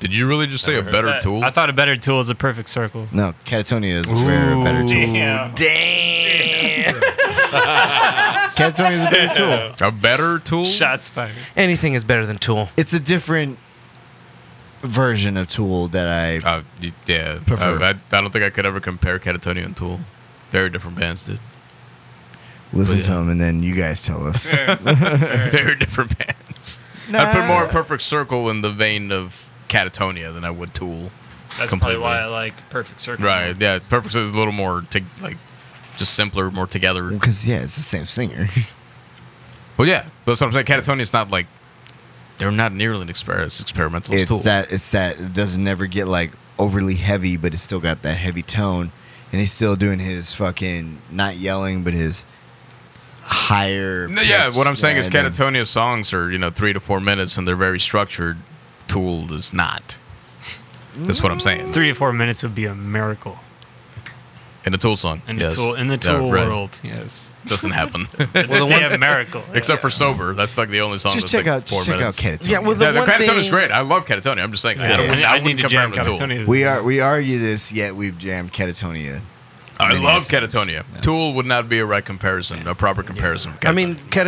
Speaker 4: Did you really just say a better tool?
Speaker 9: I thought a better tool is a perfect circle.
Speaker 2: No, catatonia is a better tool.
Speaker 9: Yeah.
Speaker 8: [LAUGHS]
Speaker 3: Damn.
Speaker 2: Catatonia is a better tool.
Speaker 4: a better tool?
Speaker 9: Shots fired.
Speaker 3: Anything is better than Tool.
Speaker 2: It's a different version of tool that I
Speaker 4: Uh, y- yeah,
Speaker 2: Prefer.
Speaker 4: I, I, I don't think I could ever compare Catatonia and Tool. Very different bands, dude.
Speaker 2: listen
Speaker 4: yeah.
Speaker 2: to them, and then you guys tell us. [LAUGHS]
Speaker 4: [LAUGHS] Very different bands. I put more Perfect Circle in the vein of Catatonia than I would Tool.
Speaker 9: That's
Speaker 4: Completely.
Speaker 9: probably why I like Perfect Circle.
Speaker 4: Right? Yeah, Perfect Circle is a little more to, like just simpler, more together.
Speaker 2: Because yeah, it's the same singer.
Speaker 4: Well, yeah, that's what I'm saying. Catatonia's not like they're not nearly an exper- as experimental as
Speaker 2: it's
Speaker 4: Tool.
Speaker 2: that it's that it doesn't never get like overly heavy, but it's still got that heavy tone, and he's still doing his fucking not yelling, but his higher.
Speaker 4: No, yeah,
Speaker 2: pitch.
Speaker 4: what I'm saying
Speaker 2: Yeah,
Speaker 4: is
Speaker 2: I know.
Speaker 4: Catatonia's songs are you know three to four minutes and they're very structured. Tool is not. That's what I'm saying.
Speaker 9: Three or four minutes would be a miracle
Speaker 4: in the Tool song.
Speaker 9: in
Speaker 4: yes.
Speaker 9: the tool in the
Speaker 4: Yeah,
Speaker 9: tool
Speaker 4: right.
Speaker 9: world. Yes,
Speaker 4: doesn't
Speaker 9: [LAUGHS]
Speaker 4: happen. [LAUGHS]
Speaker 9: well, the damn miracle.
Speaker 4: Except for sober, that's like the only song.
Speaker 2: Just
Speaker 4: that's
Speaker 2: check
Speaker 4: like
Speaker 2: out,
Speaker 4: four
Speaker 2: just check out
Speaker 4: minutes.
Speaker 2: Catatonia.
Speaker 3: Yeah, well, the
Speaker 4: Yeah, the
Speaker 3: one
Speaker 4: Catatonia is
Speaker 3: thing-
Speaker 4: great. I love Catatonia. I'm just saying, I don't.
Speaker 9: I,
Speaker 4: I,
Speaker 9: I
Speaker 4: wouldn't
Speaker 9: need to
Speaker 4: compare
Speaker 9: jam
Speaker 4: them to Tool.
Speaker 9: Catatonia.
Speaker 2: We are we argue this yet we've jammed
Speaker 4: [LAUGHS]
Speaker 2: Catatonia.
Speaker 4: I
Speaker 2: many
Speaker 4: love
Speaker 2: times.
Speaker 4: Catatonia.
Speaker 2: Yeah.
Speaker 4: Tool would not be a right comparison, a proper comparison. for
Speaker 3: I mean,
Speaker 4: Catatonia.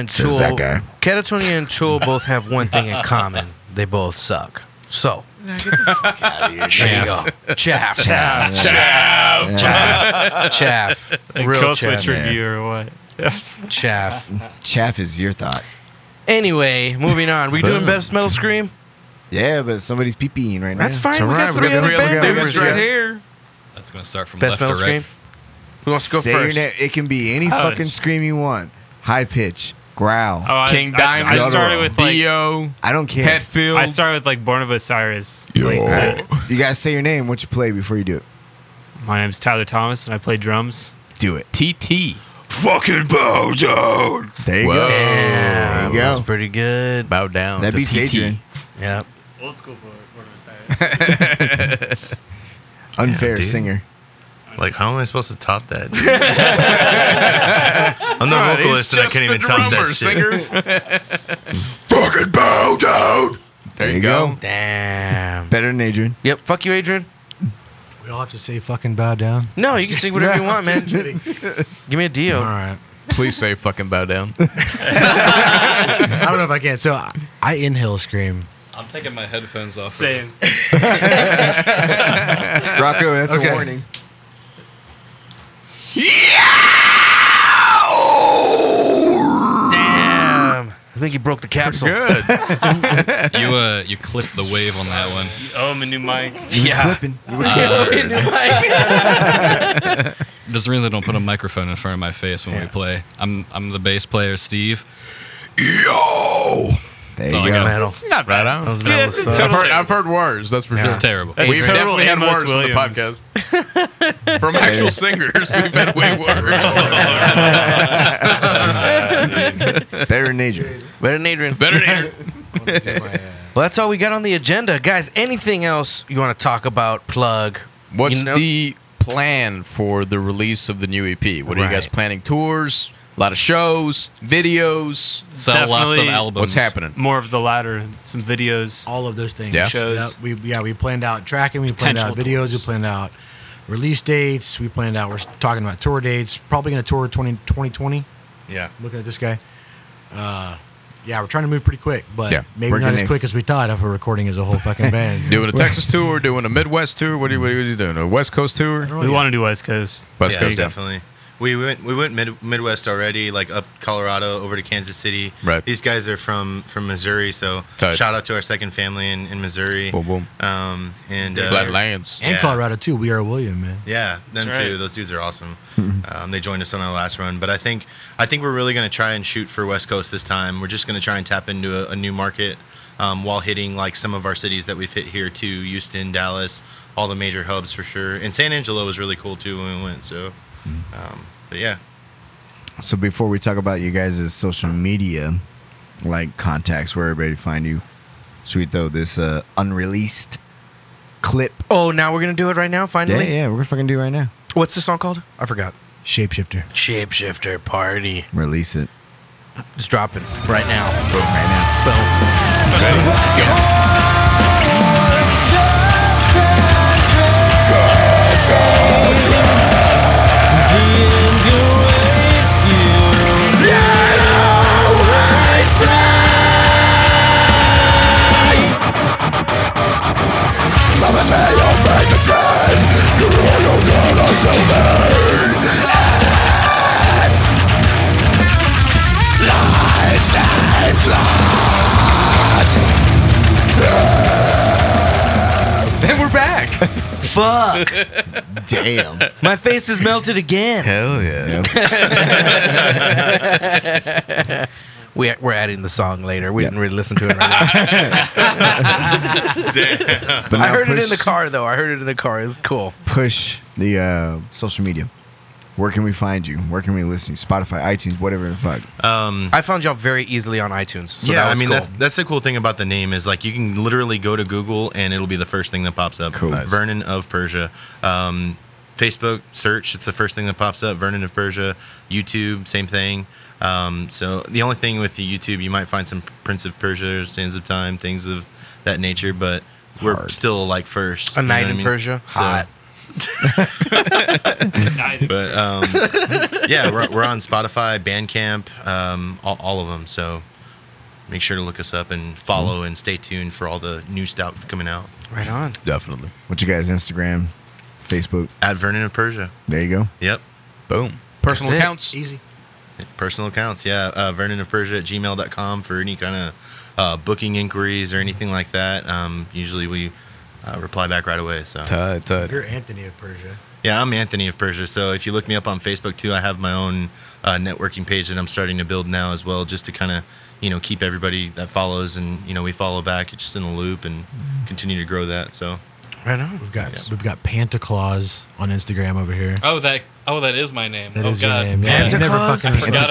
Speaker 3: Catatonia and Tool.
Speaker 2: that guy.
Speaker 3: Catatonia and Tool both have one thing in common. They both suck. So there you go. Chaff. Chaff.
Speaker 2: Uh,
Speaker 4: Chaff.
Speaker 3: Chaff.
Speaker 9: a
Speaker 3: Real
Speaker 9: kill
Speaker 3: chaff.
Speaker 9: switch
Speaker 2: man.
Speaker 9: review or what?
Speaker 3: Chaff.
Speaker 2: Chaff is your thought.
Speaker 3: Anyway, moving on. We doing best metal scream?
Speaker 2: Yeah, but somebody's peeing right now.
Speaker 3: That's fine. We
Speaker 6: alright,
Speaker 3: got
Speaker 6: we
Speaker 3: three
Speaker 6: got
Speaker 3: other
Speaker 6: three other
Speaker 3: bands.
Speaker 6: dudes right
Speaker 3: here.
Speaker 8: That's gonna start from
Speaker 3: Best
Speaker 8: left
Speaker 3: metal
Speaker 8: to right.
Speaker 3: scream. Who wants to go
Speaker 2: Say your
Speaker 3: first?
Speaker 2: name. It can be any fucking scream you want. High pitch, growl.
Speaker 9: Oh, I,
Speaker 4: King
Speaker 9: I, I,
Speaker 4: Diamond.
Speaker 9: started with like
Speaker 3: uh,
Speaker 4: Dio,
Speaker 2: I don't care.
Speaker 4: Hetfield.
Speaker 9: I started with like Born of Osiris. Like,
Speaker 2: All
Speaker 9: I-
Speaker 2: right. You guys say your name. What you play before you do it.
Speaker 9: my name's Tyler Thomas and I play drums.
Speaker 2: Do it.
Speaker 4: TT.
Speaker 2: Fucking Bojo. There you
Speaker 4: Whoa.
Speaker 2: go.
Speaker 3: Yeah,
Speaker 2: There you
Speaker 3: that's
Speaker 2: go.
Speaker 3: pretty good.
Speaker 4: Bow down.
Speaker 2: That
Speaker 4: to
Speaker 2: beats
Speaker 4: TT.
Speaker 2: Adrian.
Speaker 3: Yep.
Speaker 9: Old school Born of Osiris.
Speaker 2: Unfair
Speaker 7: dude.
Speaker 2: singer.
Speaker 7: Like, how am I supposed to top
Speaker 4: [LAUGHS]
Speaker 7: that? I'm the
Speaker 4: He's
Speaker 7: vocalist, and I
Speaker 4: just
Speaker 7: can't
Speaker 4: the
Speaker 7: even top that
Speaker 4: drummer,
Speaker 7: shit.
Speaker 4: singer.
Speaker 2: Fucking bow down. There, you go.
Speaker 3: Damn.
Speaker 2: Better than Adrian.
Speaker 3: Yep. Fuck you, Adrian.
Speaker 6: We all have to say fucking bow down.
Speaker 3: No, you can sing whatever you want, man. Give
Speaker 6: kidding.
Speaker 3: me a deal.
Speaker 6: All right.
Speaker 4: Please say fucking bow down.
Speaker 6: I don't know if I can. So I inhale scream.
Speaker 8: I'm taking my headphones off. for
Speaker 9: [LAUGHS] Same.
Speaker 8: this.
Speaker 2: Rocco, that's
Speaker 6: Okay.
Speaker 2: a warning.
Speaker 3: Damn. I think he broke the capsule.
Speaker 4: Good.
Speaker 3: [LAUGHS]
Speaker 8: You uh, you clipped the wave on that one.
Speaker 9: Oh, I'm a new mic.
Speaker 2: He was clipping.
Speaker 8: [LAUGHS] There's a reason I don't put a microphone in front of my face when we play. I'm I'm the bass player, Steve.
Speaker 4: [LAUGHS] Yo.
Speaker 2: There
Speaker 8: all
Speaker 2: you
Speaker 8: I
Speaker 2: go.
Speaker 8: got.
Speaker 3: Metal.
Speaker 4: Not right on.
Speaker 3: Those metal stuff.
Speaker 4: I've heard, I've heard worse. That's for
Speaker 8: It's
Speaker 4: sure.
Speaker 8: terrible.
Speaker 9: Hey,
Speaker 4: We've
Speaker 9: It's total
Speaker 4: definitely had
Speaker 9: Amos
Speaker 4: worse on the
Speaker 9: Williams.
Speaker 4: podcast. From actual singers, we've
Speaker 3: [LAUGHS]
Speaker 4: had way worse.
Speaker 2: It's better than nature.
Speaker 3: Better than Adrian.
Speaker 4: Better than
Speaker 3: Well, that's all we got on the agenda. Guys, anything else you want to talk about, plug?
Speaker 4: [LAUGHS] What's
Speaker 3: You know-
Speaker 4: the plan for the release of the new EP? What are you guys
Speaker 3: Right.
Speaker 4: planning? Tours, a lot of shows, videos.
Speaker 6: [LAUGHS]
Speaker 8: Sell lots of
Speaker 9: Definitely-
Speaker 8: albums.
Speaker 4: What's happening?
Speaker 9: More of the latter. Some videos.
Speaker 6: all of those things.
Speaker 4: Yeah.
Speaker 9: Shows.
Speaker 6: Yeah, we yeah we planned out tracking. We planned out
Speaker 9: Potential
Speaker 6: videos. We planned out release dates. We planned out. We're talking about tour dates. Probably going to tour 20, 2020.
Speaker 7: Yeah.
Speaker 6: Looking at this guy. Uh, yeah, we're trying to move pretty quick, but
Speaker 4: Yeah,
Speaker 6: maybe
Speaker 2: we're
Speaker 6: not as
Speaker 2: gonna-
Speaker 6: quick as we thought if we're recording as a whole fucking
Speaker 4: [LAUGHS]
Speaker 6: band.
Speaker 4: Doing a Texas tour, doing a Midwest tour. What are you, what are you doing? A West Coast tour?
Speaker 6: Oh,
Speaker 9: We
Speaker 6: yeah.
Speaker 9: want to do West Coast.
Speaker 4: West
Speaker 7: yeah,
Speaker 4: Coast, yeah.
Speaker 7: definitely. We went we went mid, Midwest already, like up Colorado, over to Kansas City.
Speaker 4: Right.
Speaker 7: These guys are from from Missouri, so
Speaker 4: Tight.
Speaker 7: shout out to our second family in, in Missouri.
Speaker 4: Boom, boom.
Speaker 7: Um, and uh,
Speaker 4: Flatlands.
Speaker 6: and
Speaker 7: Yeah.
Speaker 6: Colorado too. We are William, man.
Speaker 7: Yeah, them
Speaker 9: That's
Speaker 7: too.
Speaker 9: right.
Speaker 7: Those dudes are
Speaker 9: [LAUGHS]
Speaker 7: awesome. um, they joined us on our last run, but I think I think we're really going to try and shoot for West Coast this time. We're just going to try and tap into a, a new market um, while hitting like some of our cities that we've hit here too: Houston, Dallas, all the major hubs for sure. And San Angelo was really cool too when we went. So,
Speaker 9: Mm-hmm.
Speaker 7: um, but yeah,
Speaker 2: So before we talk about you guys' social media, like contacts, where everybody find you, should we throw this uh, unreleased clip?
Speaker 3: Oh, now we're going to do it right now,
Speaker 2: Yeah,
Speaker 3: finally?
Speaker 2: yeah, we're gonna fucking do it right now.
Speaker 3: What's the song called? I forgot.
Speaker 6: Shapeshifter.
Speaker 3: Shapeshifter Party.
Speaker 2: Release it
Speaker 3: It's dropping right now.
Speaker 2: right now.
Speaker 4: And we're back.
Speaker 3: Fuck.
Speaker 4: [LAUGHS]
Speaker 2: Damn.
Speaker 3: My face is melted again.
Speaker 2: Hell yeah.
Speaker 3: We, we're adding the song later. We
Speaker 2: Yeah.
Speaker 3: didn't really listen [LAUGHS] to it right now.
Speaker 2: But now
Speaker 3: I heard it
Speaker 2: push-
Speaker 3: in the car, though. I heard it in the car. It's cool.
Speaker 2: Push the uh, social media. Where can we find you? Where can we listen? Spotify, iTunes, whatever the fuck.
Speaker 3: I found y'all very easily on iTunes. So
Speaker 7: yeah.
Speaker 3: that
Speaker 7: I
Speaker 3: was
Speaker 7: mean,
Speaker 3: cool.
Speaker 7: that's that's the cool thing about the name is like you can literally go to Google and it'll be the first thing that pops up.
Speaker 2: Cool. Nice.
Speaker 7: Vernon of Persia. Um, Facebook search, it's the first thing that pops up. Vernon of Persia. YouTube, same thing. Um, so the only thing with the YouTube, you might find some Prince of Persia, Sands of Time, things of that nature, but we're
Speaker 2: Hard.
Speaker 7: still like first.
Speaker 3: A
Speaker 7: you know
Speaker 3: Night
Speaker 7: what
Speaker 3: in
Speaker 7: I mean?
Speaker 3: Persia.
Speaker 7: So-
Speaker 3: Hot.
Speaker 7: but um, yeah, we're, we're on Spotify, Bandcamp, um, all, all of them. So make sure to look us up and follow and stay tuned for all the new stuff coming out
Speaker 3: Right on.
Speaker 4: Definitely.
Speaker 2: What's you guys? Instagram, Facebook.
Speaker 7: at Vernon of Persia.
Speaker 2: There you go.
Speaker 7: Yep.
Speaker 4: Boom. Personal
Speaker 3: That's it.
Speaker 4: accounts.
Speaker 6: Easy.
Speaker 7: Personal accounts. Yeah. Uh, Vernon of Persia at gmail.com for any kind of uh, booking inquiries or anything like that. Um, usually we uh, reply back right away. So
Speaker 4: Tut, tut.
Speaker 6: You're Anthony of Persia.
Speaker 7: yeah, I'm Anthony of Persia. So if you look me up on Facebook too, I have my own uh, networking page that I'm starting to build now as well, just to kind of you know keep everybody that follows and you know we follow back just in a loop and continue to grow that. So
Speaker 3: Right on.
Speaker 6: We've got we've got Pantaclaws on Instagram over here.
Speaker 8: Oh that oh that is my name.
Speaker 6: That
Speaker 8: oh
Speaker 6: is
Speaker 8: god.
Speaker 6: your name.
Speaker 8: Yeah.
Speaker 6: Yeah, you never fucking
Speaker 4: [LAUGHS]
Speaker 8: Forgot
Speaker 6: respond.
Speaker 8: about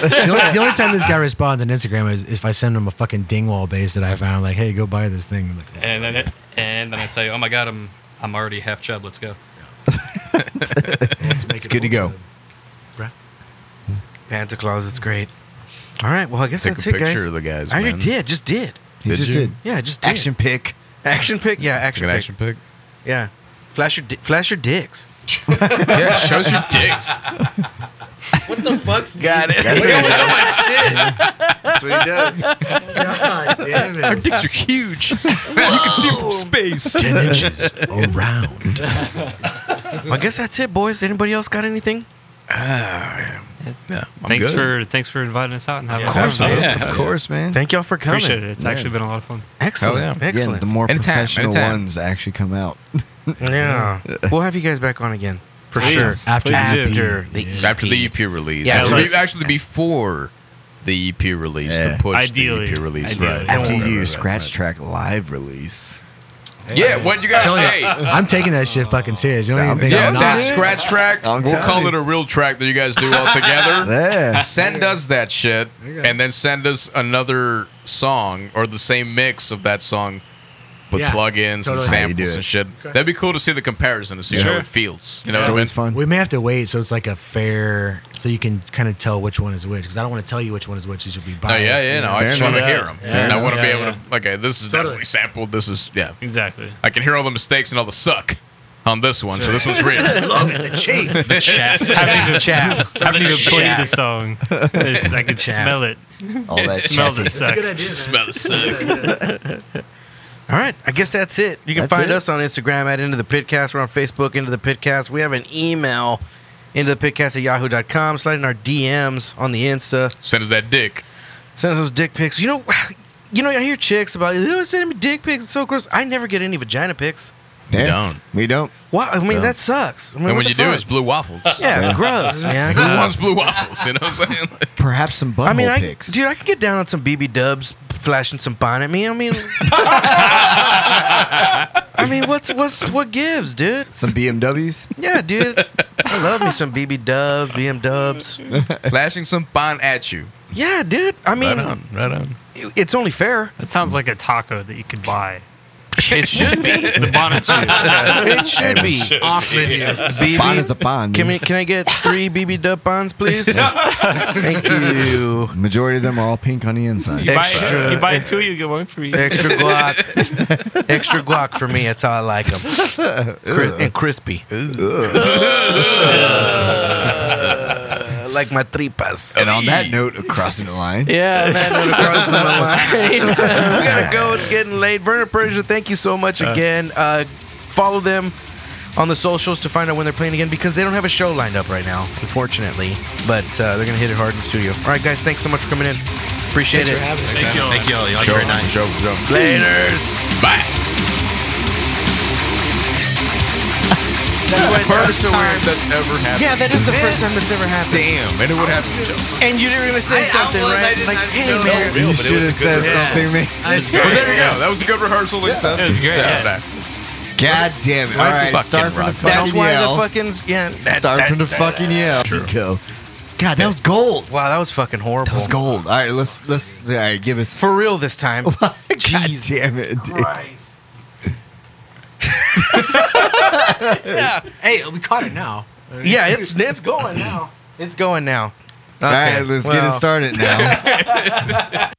Speaker 6: [LAUGHS] the, only, the only time this guy responds on Instagram is if I send him a fucking Dingwall base that I found. Like, hey, go buy this thing. Like,
Speaker 8: And then it, and then I say, oh my god, I'm I'm already half chub. Let's go.
Speaker 6: let's make
Speaker 2: It's
Speaker 6: it
Speaker 2: good to go.
Speaker 6: work. Bruh.
Speaker 3: Panta Claus. It's great. All right. Well, I guess
Speaker 4: Take
Speaker 3: that's
Speaker 4: a
Speaker 3: it,
Speaker 4: picture
Speaker 3: guys.
Speaker 4: of the guys.
Speaker 3: I
Speaker 4: man.
Speaker 3: already did. Just did.
Speaker 2: He
Speaker 4: Did
Speaker 2: just
Speaker 4: you?
Speaker 2: did.
Speaker 3: Yeah, I just did.
Speaker 2: Action pick.
Speaker 3: Action pic. Yeah,
Speaker 4: Take
Speaker 3: action
Speaker 4: an
Speaker 3: pic.
Speaker 4: action pic.
Speaker 3: Yeah. Flash your di- flash your dicks. [LAUGHS]
Speaker 4: Yeah, shows your dicks.
Speaker 7: What the fuck's
Speaker 3: Got it.
Speaker 2: That's
Speaker 7: That was
Speaker 2: what,
Speaker 7: on my shit.
Speaker 2: that's what he
Speaker 3: [LAUGHS]
Speaker 2: does.
Speaker 7: God damn it.
Speaker 4: Dicks are huge. you can see them from
Speaker 2: [LAUGHS]
Speaker 4: space.
Speaker 6: Ten inches around.
Speaker 3: I guess that's it, boys. Anybody else got anything?
Speaker 4: Yeah, I'm
Speaker 5: thanks
Speaker 4: good.
Speaker 5: for thanks for inviting us out and having
Speaker 3: Of
Speaker 5: us.
Speaker 3: course,
Speaker 5: on.
Speaker 3: man.
Speaker 2: Of course, man.
Speaker 3: Thank y'all for coming.
Speaker 5: Appreciate it. It's actually been a lot of fun.
Speaker 3: Excellent.
Speaker 4: yeah.
Speaker 2: Again,
Speaker 3: Excellent.
Speaker 2: the more
Speaker 4: Anytime,
Speaker 2: professional
Speaker 4: anytime.
Speaker 2: ones actually come out.
Speaker 3: Yeah. we'll have you guys back on again. For
Speaker 5: Please.
Speaker 3: sure.
Speaker 5: Please
Speaker 6: After
Speaker 5: do.
Speaker 3: After the
Speaker 4: After the EP release.
Speaker 3: Yeah,
Speaker 4: Yeah,
Speaker 3: so it's-
Speaker 4: actually before the EP release
Speaker 2: Yeah.
Speaker 4: to push
Speaker 5: Ideally.
Speaker 4: the EP release.
Speaker 5: Ideally.
Speaker 4: Right.
Speaker 2: After
Speaker 4: Right,
Speaker 2: you
Speaker 4: right, right,
Speaker 2: scratch track live release.
Speaker 4: right. Yeah, what you got? Hey,
Speaker 6: I'm taking that shit fucking serious. You don't even think
Speaker 4: yeah,
Speaker 6: I'm
Speaker 4: that
Speaker 6: not.
Speaker 4: scratch track.
Speaker 2: I'm
Speaker 4: we'll
Speaker 2: telling
Speaker 4: call
Speaker 2: you.
Speaker 4: it a real track that you guys do
Speaker 2: [LAUGHS]
Speaker 4: all together.
Speaker 2: Yeah.
Speaker 4: Send us that shit, and then send us another song or the same mix of that song, with
Speaker 6: Yeah,
Speaker 4: plugins
Speaker 6: totally.
Speaker 4: and
Speaker 2: How you do
Speaker 4: samples
Speaker 2: it.
Speaker 4: and shit. That'd be cool to see the comparison to see how
Speaker 5: Sure.
Speaker 4: it feels. You know,
Speaker 2: It's
Speaker 4: what I mean?
Speaker 2: always fun.
Speaker 6: We may have to wait so it's like a fair, so you can kind of tell which one is which. Because I don't want to tell you which one is which. You should be
Speaker 4: No,
Speaker 6: biased.
Speaker 4: Oh, yeah, yeah,
Speaker 6: you
Speaker 4: no.
Speaker 6: know?
Speaker 4: I just want to
Speaker 5: enough.
Speaker 4: hear them.
Speaker 5: Yeah.
Speaker 4: I want to be
Speaker 5: Yeah,
Speaker 4: able to. Okay, this is definitely sampled. This is yeah.
Speaker 5: Exactly.
Speaker 4: I can hear all the mistakes and all the suck on this one. So this
Speaker 2: [LAUGHS]
Speaker 4: one's real.
Speaker 6: Love it, the chief.
Speaker 5: Having to
Speaker 3: chat.
Speaker 5: having to play the song. There's- I could smell it.
Speaker 2: All that
Speaker 5: Smell
Speaker 2: shit.
Speaker 5: the suck.
Speaker 4: Smell the suck.
Speaker 3: All right. I guess that's it. You can
Speaker 2: That's
Speaker 3: find
Speaker 2: it.
Speaker 3: us on Instagram at Into the Pitcast. We're on Facebook, Into the Pitcast. We have an email, Into the Pitcast at yahoo.com. Slide in our DMs on the Insta.
Speaker 4: Send us that dick.
Speaker 3: Send us those dick pics. You know, [SIGHS] you know, I hear chicks about, oh, send me dick pics. It's so gross. I never get any vagina pics.
Speaker 4: We
Speaker 2: Yeah.
Speaker 4: don't.
Speaker 2: We don't.
Speaker 3: Why? I mean, that sucks. I mean,
Speaker 4: And
Speaker 3: what
Speaker 4: when
Speaker 3: the
Speaker 4: you do,
Speaker 3: fuck?
Speaker 4: it's blue waffles.
Speaker 3: [LAUGHS] yeah, it's gross,
Speaker 4: [LAUGHS]
Speaker 3: man.
Speaker 4: Who wants blue waffles? You know what I'm saying? [LAUGHS]
Speaker 2: Perhaps some butthole
Speaker 3: I mean, I,
Speaker 2: pics.
Speaker 3: dude, I could get down on some BB Dubs flashing some bun at me. I
Speaker 4: [LAUGHS]
Speaker 3: mean, I mean, what's what's what gives, dude?
Speaker 2: some
Speaker 3: [LAUGHS]
Speaker 2: BMWs.
Speaker 3: Yeah, dude, I love me some BB Dubs, BM Dubs.
Speaker 4: Flashing some bond at you.
Speaker 3: Yeah, dude. I
Speaker 4: Right
Speaker 3: mean,
Speaker 4: on. Right on.
Speaker 3: it's only fair.
Speaker 5: That sounds like a taco that you could buy.
Speaker 3: It should be.
Speaker 5: The bonnet
Speaker 3: It should be.
Speaker 7: Off menu.
Speaker 3: BB.
Speaker 2: Bond is a bond.
Speaker 3: Can we? Can I get three BB Dub buns, please? Thank you.
Speaker 2: Majority of them are all pink on the inside.
Speaker 5: You
Speaker 3: Extra.
Speaker 5: buy, you buy two, you get one free.
Speaker 3: Extra guac. Extra guac for me. That's how I like them. and crispy. Uh, like my tripas.
Speaker 2: And on that note of crossing the line, [LAUGHS]
Speaker 3: Yeah, that would across the line. we gotta go. It's getting late. Verna Persia, thank you so much again. Uh, follow them on the socials to find out when they're playing again because they don't have a show lined up right now, unfortunately. But uh, they're gonna hit it hard in the studio. All right, guys, thanks so much for coming in. Appreciate it.
Speaker 7: Thank y'all. Thank y'all. Y'all have a
Speaker 4: Show,
Speaker 7: great night.
Speaker 4: show, show.
Speaker 3: Laters.
Speaker 4: Bye.
Speaker 3: That's why it's
Speaker 4: First
Speaker 3: so
Speaker 4: time
Speaker 3: weird.
Speaker 4: that's ever happened.
Speaker 3: Yeah, that is the first time that's ever happened.
Speaker 4: Damn, and it would happen. Joe.
Speaker 3: And you didn't even say something,
Speaker 7: was,
Speaker 3: right?
Speaker 7: I did
Speaker 3: like,
Speaker 7: not
Speaker 3: hey,
Speaker 7: know.
Speaker 3: man.
Speaker 2: you
Speaker 7: Real, but it
Speaker 2: should have
Speaker 7: was a
Speaker 2: said
Speaker 7: good
Speaker 2: something, man.
Speaker 7: I
Speaker 4: Well,
Speaker 7: swear.
Speaker 4: there you go. That was a good rehearsal. Like yeah,
Speaker 5: It was great, yeah.
Speaker 2: God damn it. All right, start from the
Speaker 4: rock.
Speaker 2: fucking
Speaker 3: That's why
Speaker 2: yell.
Speaker 3: the fucking yeah. that-
Speaker 2: start from the fucking yell. Go. God, that was gold.
Speaker 3: wow, that was fucking horrible.
Speaker 2: That was gold. All right, let's let's all right, give us.
Speaker 3: For [LAUGHS] real this
Speaker 2: [LAUGHS]
Speaker 3: time.
Speaker 2: God damn it. dude.
Speaker 3: [LAUGHS]
Speaker 6: Hey, we caught it now.
Speaker 3: yeah, it's it's going now. It's going now.
Speaker 2: All right, let's get it
Speaker 3: well.
Speaker 2: started now.